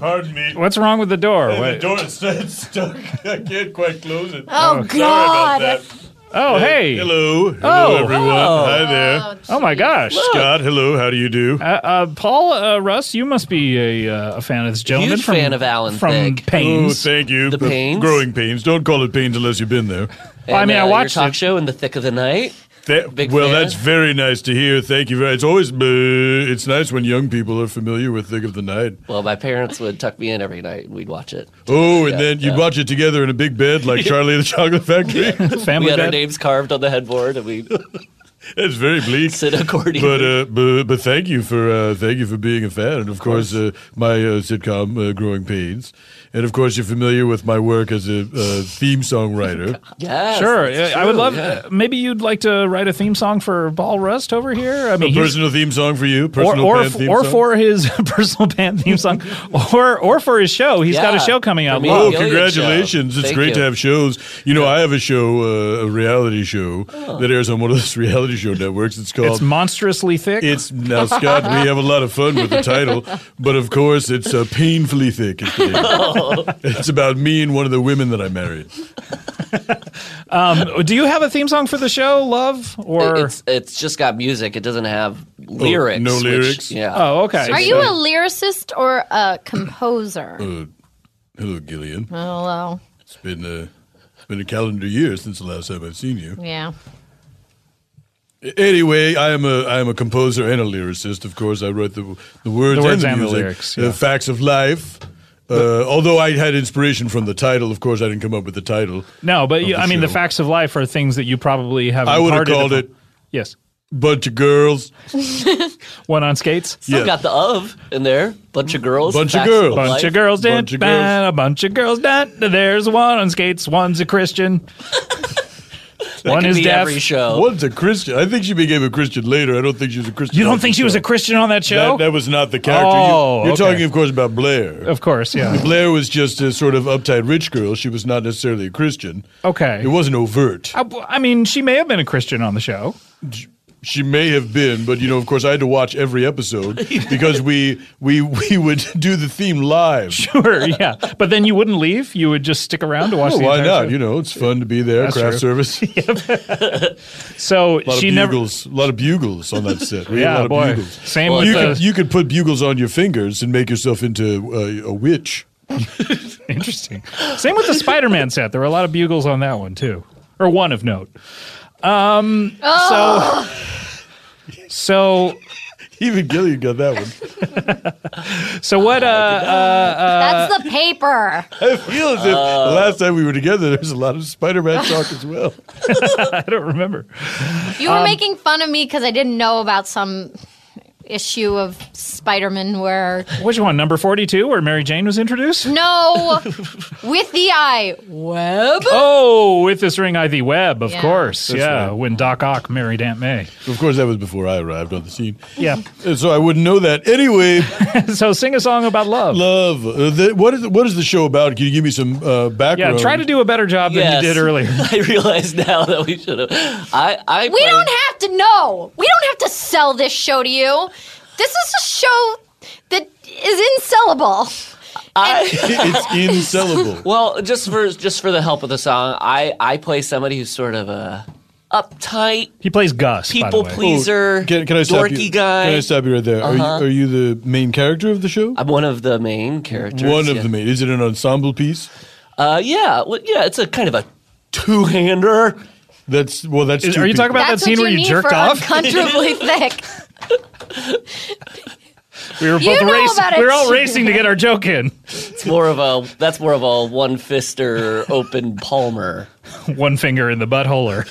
Speaker 9: Pardon me. Uh,
Speaker 2: what's wrong with the door?
Speaker 9: The
Speaker 2: What-
Speaker 9: door is (laughs) st- stuck. I can't quite close it.
Speaker 7: Oh,
Speaker 9: Sorry about
Speaker 7: God.
Speaker 9: that.
Speaker 2: Oh, hey.
Speaker 9: Hello.
Speaker 2: Oh.
Speaker 9: Hello, everyone. Hi there.
Speaker 2: Oh my gosh.
Speaker 9: Scott, hello. How do you do?
Speaker 2: Uh, uh, Paul uh, Russ, you must be a, uh, a fan of this gentleman.
Speaker 5: Huge fan of Alan
Speaker 2: from
Speaker 5: Thicke.
Speaker 9: Oh,
Speaker 2: Pains.
Speaker 9: thank you.
Speaker 5: The pains?
Speaker 9: Growing pains. Don't call it pains unless you've been there.
Speaker 2: I mean, I
Speaker 5: uh, your
Speaker 2: watched
Speaker 5: talk
Speaker 2: it.
Speaker 5: show in the thick of the night.
Speaker 9: Tha-
Speaker 5: Big
Speaker 9: well,
Speaker 5: fan.
Speaker 9: that's very nice to hear. Thank you very. It's always uh, it's nice when young people are familiar with Thick of the Night.
Speaker 5: Well, my parents would tuck me in every night and we'd watch it.
Speaker 9: Oh, and then you'd
Speaker 5: yeah.
Speaker 9: watch it together in a big bed
Speaker 5: (laughs)
Speaker 9: like Charlie and the Chocolate Factory.
Speaker 5: We
Speaker 2: Family
Speaker 5: had our
Speaker 2: Guy.
Speaker 5: names carved on the headboard and we
Speaker 9: it's very bleak.
Speaker 5: sit according.
Speaker 9: But, uh, but but thank you for uh, thank you for being a fan, and of course, uh, my uh, sitcom uh, Growing Pains, and of course you're familiar with my work as a uh, theme songwriter.
Speaker 5: yes,
Speaker 2: Sure.
Speaker 5: that's
Speaker 2: I would
Speaker 5: true,
Speaker 2: love.
Speaker 5: yeah.
Speaker 2: Uh, maybe you'd like to write a theme song for Paul Rust over here. I mean,
Speaker 9: A
Speaker 2: he's-
Speaker 9: personal theme song for you,
Speaker 2: or
Speaker 9: personal
Speaker 2: or,
Speaker 9: band theme
Speaker 2: or
Speaker 9: song.
Speaker 2: for his (laughs) personal band theme song, or or for his show. He's got a
Speaker 5: Yeah.
Speaker 2: show coming out.
Speaker 5: For me.
Speaker 9: Oh,
Speaker 2: live.
Speaker 5: Gillian
Speaker 9: congratulations!
Speaker 5: show.
Speaker 9: It's
Speaker 5: Thank
Speaker 9: great
Speaker 5: you.
Speaker 9: to have shows. You know, I have a show, uh, a reality show that airs on one of those (laughs) reality show networks. It's called
Speaker 2: It's monstrously thick.
Speaker 9: It's now, Scott. we have a lot of fun with the title, but of course, it's uh, painfully thick. is the name. (laughs) It's about me and one of the women that I married.
Speaker 2: um, Do you have a theme song for the show, Love? (laughs) Or
Speaker 5: It's it's just got music. It doesn't have lyrics.
Speaker 9: Oh, no
Speaker 5: which-
Speaker 9: lyrics?
Speaker 5: yeah.
Speaker 2: oh, okay.
Speaker 7: Are you a lyricist or a composer?
Speaker 9: Uh, Hello, Gillian.
Speaker 7: Oh, well,
Speaker 9: It's been a it's been a calendar year since the last time I've seen you.
Speaker 7: yeah.
Speaker 9: Anyway, I am a I am a composer and a lyricist. Of course, I wrote the the words,
Speaker 2: The
Speaker 9: and
Speaker 2: words and
Speaker 9: the,
Speaker 2: the
Speaker 9: music.
Speaker 2: lyrics,
Speaker 9: Uh,
Speaker 2: yeah.
Speaker 9: facts of life. Uh, although I had inspiration from the title, of course, I didn't come up with the title.
Speaker 2: no, but you,
Speaker 9: the
Speaker 2: I mean, the
Speaker 9: show.
Speaker 2: facts of life are things that you probably have.
Speaker 9: I would have
Speaker 2: imparted
Speaker 9: called
Speaker 2: upon-
Speaker 9: it
Speaker 2: Yes.
Speaker 9: "Bunch of
Speaker 2: (laughs)
Speaker 9: Girls."
Speaker 2: One on skates.
Speaker 5: Still
Speaker 9: yeah.
Speaker 5: got the of in there. Bunch of girls.
Speaker 9: Bunch of
Speaker 5: facts
Speaker 9: girls.
Speaker 2: Bunch
Speaker 5: life.
Speaker 2: of girls did
Speaker 9: Bunch of
Speaker 5: (laughs)
Speaker 9: girls.
Speaker 2: a bunch of girls did. There's one on skates, one's a Christian. One
Speaker 5: could
Speaker 2: is
Speaker 5: be
Speaker 2: deaf.
Speaker 5: every show.
Speaker 9: One's a Christian. I think she became a Christian later. I don't think she was a Christian.
Speaker 2: You
Speaker 9: on
Speaker 2: don't
Speaker 9: the
Speaker 2: think she was
Speaker 9: show.
Speaker 2: a Christian on that show?
Speaker 9: That, that was not the character. You-
Speaker 2: Oh,
Speaker 9: you're
Speaker 2: okay.
Speaker 9: talking, of course, about Blair.
Speaker 2: of course, yeah.
Speaker 9: Blair was just a sort of uptight rich girl. She was not necessarily a Christian.
Speaker 2: Okay.
Speaker 9: It wasn't overt.
Speaker 2: I, I mean, she may have been a Christian on the show. (laughs)
Speaker 9: She may have been, but you know, of course, I had to watch every
Speaker 5: (laughs)
Speaker 9: episode because we we we would (laughs) do the theme live.
Speaker 2: Sure, yeah. But then you wouldn't leave. You would just stick around to watch.
Speaker 9: Well,
Speaker 2: the
Speaker 9: Oh, why
Speaker 2: entire
Speaker 9: not?
Speaker 2: show.
Speaker 9: You know, it's fun to be there.
Speaker 2: That's
Speaker 9: craft
Speaker 2: true. (laughs)
Speaker 9: service. A
Speaker 2: So
Speaker 9: lot
Speaker 2: she
Speaker 9: of
Speaker 2: never.
Speaker 9: bugles. A lot of bugles on that set. We had a
Speaker 2: Yeah,
Speaker 9: lot
Speaker 2: boy.
Speaker 9: of bugles.
Speaker 2: Same
Speaker 9: you
Speaker 2: with the,
Speaker 9: could you could put bugles on your fingers and make yourself into uh, a witch.
Speaker 2: Interesting. Same with the Spider-Man set. There were a lot of bugles on that one too, or one of note. Um, so, so,
Speaker 9: Oh. Even Gillian got that one.
Speaker 2: so what? Uh,
Speaker 7: (laughs) That's the paper.
Speaker 9: I feel as if the last time we were together, there was a lot of Spider-Man talk as well.
Speaker 2: (laughs) I don't remember.
Speaker 7: You
Speaker 5: um,
Speaker 7: were making fun of me because I didn't know about some issue of Spider-Man where
Speaker 2: Which one? Number forty-two, where Mary Jane was introduced.
Speaker 5: (laughs)
Speaker 7: no, with the eye web.
Speaker 2: Oh, with this ring, I the web, of
Speaker 7: Yeah.
Speaker 2: course. yeah,
Speaker 9: right.
Speaker 2: when Doc Ock married Aunt May.
Speaker 9: Of course, that was before I arrived on the scene.
Speaker 2: Yeah.
Speaker 9: And so I wouldn't know that. Anyway,
Speaker 2: (laughs) so sing a song about love.
Speaker 9: love. Uh, the, what is what is the show about? Can you give me some uh,
Speaker 2: yeah,
Speaker 9: background?
Speaker 2: try to do a better job
Speaker 5: Yes.
Speaker 2: than you did earlier.
Speaker 5: (laughs) I realize now that we should have. I, I
Speaker 7: We
Speaker 5: played-
Speaker 7: don't have to know. We don't have to sell this show to you. This is a show that is insellable.
Speaker 5: I, (laughs)
Speaker 9: It's insellable.
Speaker 5: well, just for just for the help of the song, I I play somebody who's sort of a uptight
Speaker 2: He plays Gus. by the
Speaker 5: people
Speaker 2: way.
Speaker 5: pleaser,
Speaker 9: Oh, Can, can I stop
Speaker 5: dorky
Speaker 9: you?
Speaker 5: guy. Uh-huh.
Speaker 9: Can I stop you right there? Are, you, are you the main character of the show?
Speaker 5: I'm one of the main characters.
Speaker 9: One
Speaker 5: yeah.
Speaker 9: of the main. Is it an ensemble piece?
Speaker 5: Uh, yeah, well, yeah. It's a kind of a two-hander.
Speaker 9: That's well. That's
Speaker 2: Is-
Speaker 9: two
Speaker 2: are you
Speaker 9: people.
Speaker 2: talking about
Speaker 7: That's
Speaker 2: that scene
Speaker 7: what
Speaker 2: where
Speaker 7: you
Speaker 2: you
Speaker 7: need
Speaker 2: jerked
Speaker 7: for
Speaker 2: off? (laughs)
Speaker 7: uncomfortably thick.
Speaker 2: We were both
Speaker 7: You know
Speaker 2: racing.
Speaker 7: about it,
Speaker 2: We were all
Speaker 7: too.
Speaker 2: racing to get our joke in.
Speaker 5: It's more of a that's more of a one-fister, open palmer.
Speaker 2: (laughs) One finger in the buttholer.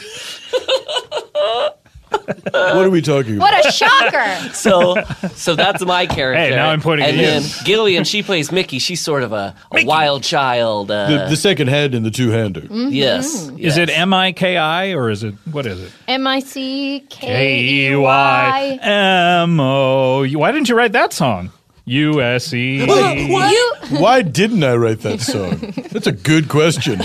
Speaker 9: What are we talking about?
Speaker 7: What a shocker!
Speaker 5: So, so that's my character.
Speaker 2: Hey, now I'm pointing
Speaker 5: And
Speaker 2: at you.
Speaker 5: then Gillian, she plays Mickey. She's sort of a, a wild child. Uh,
Speaker 9: The, the second head and the two-hander.
Speaker 7: Mm-hmm.
Speaker 5: yes,
Speaker 7: Mm.
Speaker 2: Is it
Speaker 5: yes.
Speaker 2: M I K I or is it what is it?
Speaker 7: M I C K
Speaker 2: K
Speaker 7: E
Speaker 2: E Y
Speaker 7: Y.
Speaker 2: M O. Why didn't you write that song? U S E.
Speaker 7: You
Speaker 9: Why didn't I write that song? That's a
Speaker 5: (laughs)
Speaker 9: good question.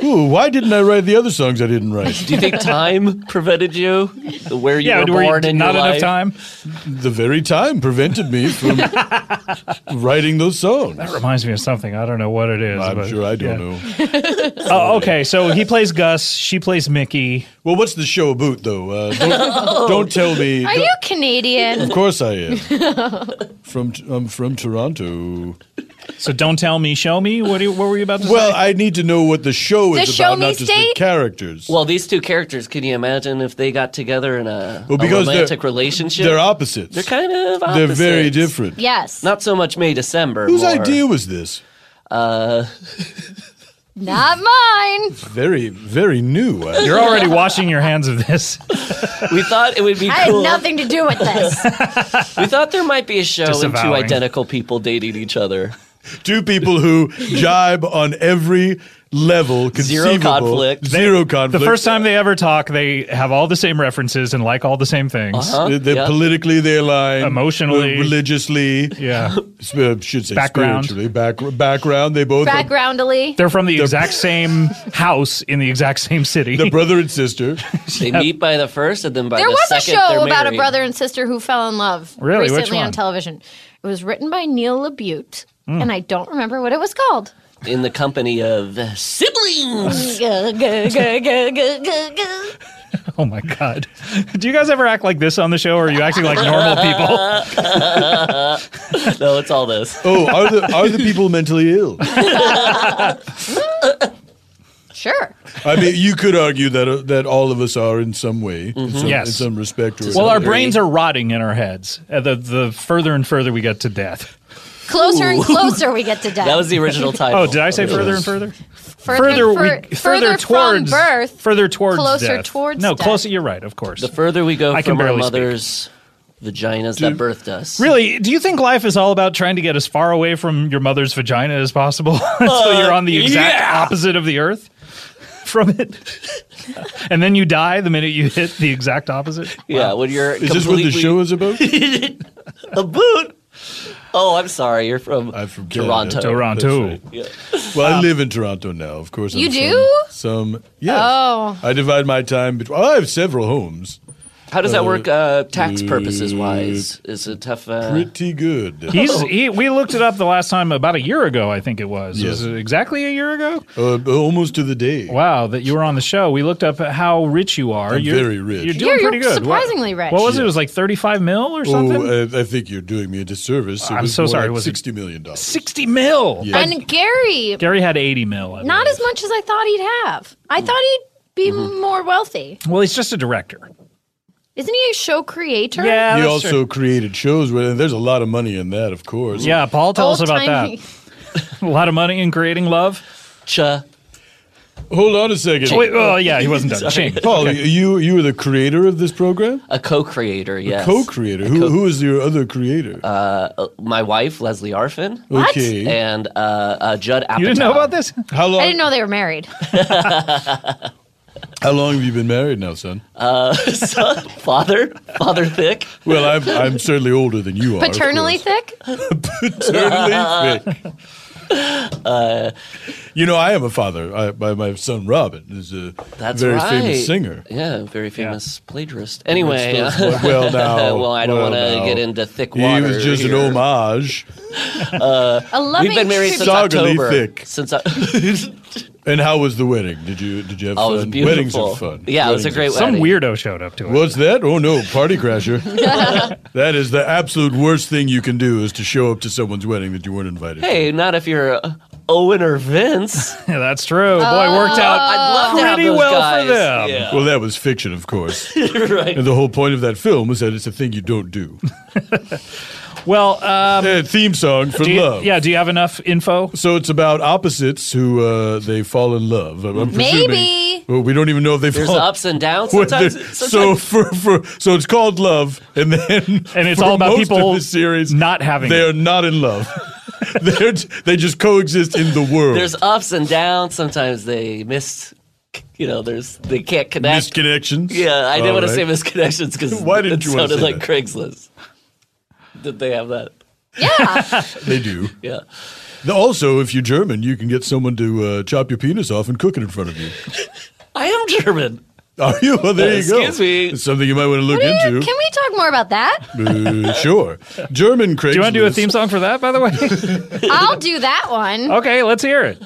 Speaker 9: Ooh, why didn't I write the other songs I didn't write?
Speaker 5: Do you think time prevented you? Where you
Speaker 2: Yeah,
Speaker 5: were
Speaker 2: were
Speaker 5: born
Speaker 2: you
Speaker 5: in
Speaker 2: not
Speaker 5: your life?
Speaker 2: enough time?
Speaker 9: The very time prevented
Speaker 5: (laughs)
Speaker 9: me from writing those songs.
Speaker 2: That reminds me of something. I don't know what it is.
Speaker 9: I'm
Speaker 2: but-
Speaker 9: sure I don't
Speaker 2: yeah.
Speaker 9: know.
Speaker 2: Oh, okay. (laughs) So he plays Gus. She plays Mickey. Oh.
Speaker 9: Well, what's the show about, though? Uh,
Speaker 2: (laughs)
Speaker 7: (laughs)
Speaker 9: don't, don't tell me.
Speaker 7: are
Speaker 9: don't-
Speaker 7: you Canadian?
Speaker 9: Of course I
Speaker 3: (laughs)
Speaker 9: am. from I'm from Toronto.
Speaker 2: So don't tell me, show me. What, do you, what were you about to
Speaker 9: Well,
Speaker 2: say?
Speaker 9: I need to know what the show
Speaker 7: The
Speaker 9: is
Speaker 7: show
Speaker 9: about,
Speaker 7: me
Speaker 9: not just the
Speaker 7: state?
Speaker 9: characters.
Speaker 5: Well, these two characters, can you imagine if they got together in a,
Speaker 9: Well,
Speaker 5: a
Speaker 9: because they're-
Speaker 5: romantic relationship?
Speaker 9: they're opposites.
Speaker 5: They're kind of
Speaker 9: They're
Speaker 5: opposites.
Speaker 9: very different.
Speaker 7: Yes.
Speaker 5: Not so much May December.
Speaker 9: Whose
Speaker 5: more- uh,
Speaker 9: idea was this?
Speaker 7: Not mine.
Speaker 9: Very, very new. I-
Speaker 2: You're already washing your hands of this.
Speaker 5: We thought it would be
Speaker 7: I had
Speaker 5: cool.
Speaker 7: nothing to do with this.
Speaker 5: (laughs) We (laughs) thought there might be a show with two
Speaker 2: Disavowing.
Speaker 5: identical people dating each other.
Speaker 9: Two people who jibe on every level conceivable.
Speaker 5: conflict.
Speaker 9: Zero conflict.
Speaker 2: The first time they ever talk, they have all the same references and like all the same things.
Speaker 5: Huh?
Speaker 9: They- They're
Speaker 5: Uh-huh. Yeah.
Speaker 9: politically they align,
Speaker 2: Emotionally.
Speaker 9: re- religiously.
Speaker 2: Yeah.
Speaker 9: sp- uh, should say
Speaker 2: Background.
Speaker 9: spiritually. Back, background. They both are
Speaker 7: Backgroundily.
Speaker 2: They're from
Speaker 9: (laughs)
Speaker 2: the exact same house in the exact same city.
Speaker 9: the brother and
Speaker 2: (laughs)
Speaker 9: sister.
Speaker 5: They meet by the first, and then by
Speaker 7: There
Speaker 5: the
Speaker 7: was a
Speaker 5: second,
Speaker 7: show
Speaker 5: they're
Speaker 7: about a
Speaker 5: married.
Speaker 7: brother and sister who fell in love
Speaker 2: Really? Which
Speaker 7: recently
Speaker 2: one? Hmm.
Speaker 7: on television. It was written by Neil LaBute, and I don't remember what it was called.
Speaker 5: in the company of siblings.
Speaker 7: (laughs) Guh, guh, guh, guh, guh, guh, guh.
Speaker 2: oh my god! (laughs) Do you guys ever act like this on the show, or are you acting like normal (laughs) people?
Speaker 5: (laughs) No, it's all this.
Speaker 9: Oh, are the are the people mentally
Speaker 2: (laughs)
Speaker 9: ill?
Speaker 7: Sure.
Speaker 9: I mean, you could argue that uh, that all of us are in some way, in, some,
Speaker 2: Mm-hmm. Yes.
Speaker 9: in some respect. Or
Speaker 2: Well, our
Speaker 9: another. (laughs)
Speaker 2: brains are rotting in our heads. uh, The the further and further we get to death.
Speaker 7: Closer and closer we get to death.
Speaker 5: That was the original title.
Speaker 2: (laughs) Oh, did I say further and further?
Speaker 7: further,
Speaker 2: we-
Speaker 7: fur- further
Speaker 2: towards
Speaker 7: from birth.
Speaker 2: Further towards
Speaker 7: (laughs) closer
Speaker 2: death.
Speaker 7: towards
Speaker 2: No,
Speaker 7: death.
Speaker 2: closer. You're right. Of course.
Speaker 5: The further we go
Speaker 2: I can
Speaker 5: from our
Speaker 2: barely speak.
Speaker 5: mother's vaginas that birthed us.
Speaker 2: Really, do you think life is all about trying to get as far away (laughs)
Speaker 7: Uh,
Speaker 2: from your mother's vagina as possible? so you're on the exact opposite of the earth? from it, and then you die the minute you hit the exact opposite.
Speaker 5: Yeah, when you're
Speaker 9: Is this what the
Speaker 5: (laughs)
Speaker 9: show is about?
Speaker 5: a boot. Oh, I'm sorry. You're from,
Speaker 9: I'm from
Speaker 5: Toronto.
Speaker 9: Canada.
Speaker 2: Toronto. Um,
Speaker 9: That's right. Well, I live in Toronto now, of course.
Speaker 7: You
Speaker 9: I'm
Speaker 7: do?
Speaker 9: from Some, yes.
Speaker 7: Oh.
Speaker 9: I divide my time between. Well, I have several homes.
Speaker 5: How does that work uh, tax purposes
Speaker 9: uh,
Speaker 5: wise? Is it tough? Uh,
Speaker 9: Pretty good.
Speaker 5: Oh.
Speaker 2: He's, he, we looked it up the last time about a year ago, I think it was.
Speaker 9: Yes.
Speaker 2: Was it exactly a year ago?
Speaker 9: Uh, almost to the day.
Speaker 2: Wow, that you were on the show. We looked up how rich you are.
Speaker 9: I'm
Speaker 2: you're
Speaker 9: very rich.
Speaker 2: You're doing
Speaker 7: Yeah, you're
Speaker 2: pretty good. What-
Speaker 7: surprisingly rich.
Speaker 2: What was it? It was like 35 mil or something?
Speaker 9: Oh, I, I think you're doing me a disservice. It
Speaker 2: I'm
Speaker 9: was
Speaker 2: so
Speaker 9: more
Speaker 2: sorry,
Speaker 9: Like
Speaker 2: was it-
Speaker 9: Sixty million dollars.
Speaker 2: 60 mil.
Speaker 9: Yeah.
Speaker 7: And Gary,
Speaker 2: Gary had 80 mil. I
Speaker 7: not as much as I thought he'd have.
Speaker 9: Mm.
Speaker 7: I thought he'd be
Speaker 9: Mm-hmm.
Speaker 7: more wealthy.
Speaker 2: believe. well, he's just a director.
Speaker 7: Isn't he a show creator?
Speaker 2: Yeah,
Speaker 9: he
Speaker 2: that's
Speaker 9: also
Speaker 2: true.
Speaker 9: created shows, with, and there's a lot of money in that, of course.
Speaker 2: Yeah, Paul, tell us about
Speaker 7: Old-timey.
Speaker 2: that. (laughs) A lot of money in creating love.
Speaker 5: cha.
Speaker 9: Hold on a second.
Speaker 2: Wait, oh, yeah, he
Speaker 9: (laughs)
Speaker 2: wasn't done. Shane.
Speaker 9: Paul, you you were the creator of this program,
Speaker 5: A co-creator, Uh, yes. Uh,
Speaker 9: co-creator. Who, who is your other creator?
Speaker 5: My wife, Leslie Arfin,
Speaker 9: okay.
Speaker 5: and uh, uh, Judd Apatow.
Speaker 2: You didn't know about this?
Speaker 9: How
Speaker 7: I
Speaker 9: long?
Speaker 7: didn't know they
Speaker 9: (laughs)
Speaker 7: were married.
Speaker 9: How long have you been married now, son?
Speaker 5: Uh, (laughs) Son, father, father thick.
Speaker 9: Well, I'm I'm certainly older than you are. of
Speaker 7: Paternally
Speaker 9: course.
Speaker 7: thick?
Speaker 5: (laughs)
Speaker 9: (laughs)
Speaker 2: (laughs)
Speaker 9: paternally thick.
Speaker 5: Uh,
Speaker 9: you know, I am a father. I, my my son Robin is a
Speaker 5: That's
Speaker 9: very
Speaker 5: right.
Speaker 9: famous singer.
Speaker 5: Yeah, very famous plagiarist. Anyway, uh,
Speaker 9: Which does- well, now,
Speaker 5: (laughs) well, I don't
Speaker 9: well,
Speaker 5: want to
Speaker 9: now.
Speaker 5: get into thick
Speaker 9: He
Speaker 5: water.
Speaker 9: was just
Speaker 5: here.
Speaker 9: an homage.
Speaker 7: A loving
Speaker 5: Uh, We've been married since
Speaker 7: tribute.
Speaker 9: Soggily
Speaker 5: October.
Speaker 9: thick. (laughs)
Speaker 5: Since I-
Speaker 9: And how was the wedding? Did you did you have
Speaker 5: oh,
Speaker 9: fun?
Speaker 5: it was beautiful.
Speaker 9: Weddings are fun.
Speaker 5: Yeah, it was a
Speaker 9: Weddings
Speaker 5: great
Speaker 9: are-
Speaker 2: Some
Speaker 5: wedding.
Speaker 2: weirdo showed up to it.
Speaker 9: What's that? Oh no, party
Speaker 5: (laughs)
Speaker 9: crasher. that is the absolute worst thing you can do is to show up to someone's wedding that you weren't invited. to.
Speaker 5: Hey, not if you're uh, Owen or
Speaker 9: (laughs)
Speaker 5: Vince.
Speaker 2: Yeah, that's true. Boy, worked out
Speaker 5: I'd love to have
Speaker 2: pretty
Speaker 5: those
Speaker 2: well
Speaker 5: guys.
Speaker 2: for them.
Speaker 5: Yeah.
Speaker 9: Well, that was fiction, of course.
Speaker 5: (laughs) right.
Speaker 9: and the whole point of that film was that it's a thing you don't do.
Speaker 2: Well, um,
Speaker 9: Uh, theme song for
Speaker 2: do you-
Speaker 9: love.
Speaker 2: yeah, do you have enough info?
Speaker 9: So it's about opposites who uh, they fall in love. I'm, I'm presuming-
Speaker 7: Maybe.
Speaker 9: Well, we don't even know if they
Speaker 5: There's
Speaker 9: fall.
Speaker 5: ups and downs.
Speaker 9: whether-
Speaker 5: Sometimes,
Speaker 9: so
Speaker 5: sometimes
Speaker 9: for, for so it's called love, and then
Speaker 2: (laughs) And it's
Speaker 9: for
Speaker 2: all about
Speaker 9: most
Speaker 2: people
Speaker 9: of the series
Speaker 2: not having
Speaker 9: They
Speaker 2: it.
Speaker 9: are not in love. (laughs) They're j- they just coexist in the world.
Speaker 5: there's ups and downs. Sometimes they miss. You know, there's they can't connect.
Speaker 9: misconnections.
Speaker 5: yeah, I didn't
Speaker 9: All
Speaker 5: want to say
Speaker 9: right.
Speaker 5: misconnections because
Speaker 9: Why didn't
Speaker 5: it
Speaker 9: you wanna
Speaker 5: sounded
Speaker 9: say
Speaker 5: like
Speaker 9: that?
Speaker 5: Craigslist. Did they have that?
Speaker 7: Yeah.
Speaker 9: They do.
Speaker 5: (laughs) Yeah.
Speaker 9: The- Also, if you're German, you can get someone to uh, chop your penis off and cook it in front of you.
Speaker 5: I am German.
Speaker 9: Are you? Well, there you go.
Speaker 5: Excuse me.
Speaker 9: It's something you might want to look
Speaker 7: What are you-
Speaker 9: into.
Speaker 7: Can we talk more about
Speaker 9: (laughs)
Speaker 7: that?
Speaker 9: Uh, sure. German Craigslist.
Speaker 2: Do you want to do a theme song for that, by the way?
Speaker 7: I'll do that one.
Speaker 2: okay, let's hear it.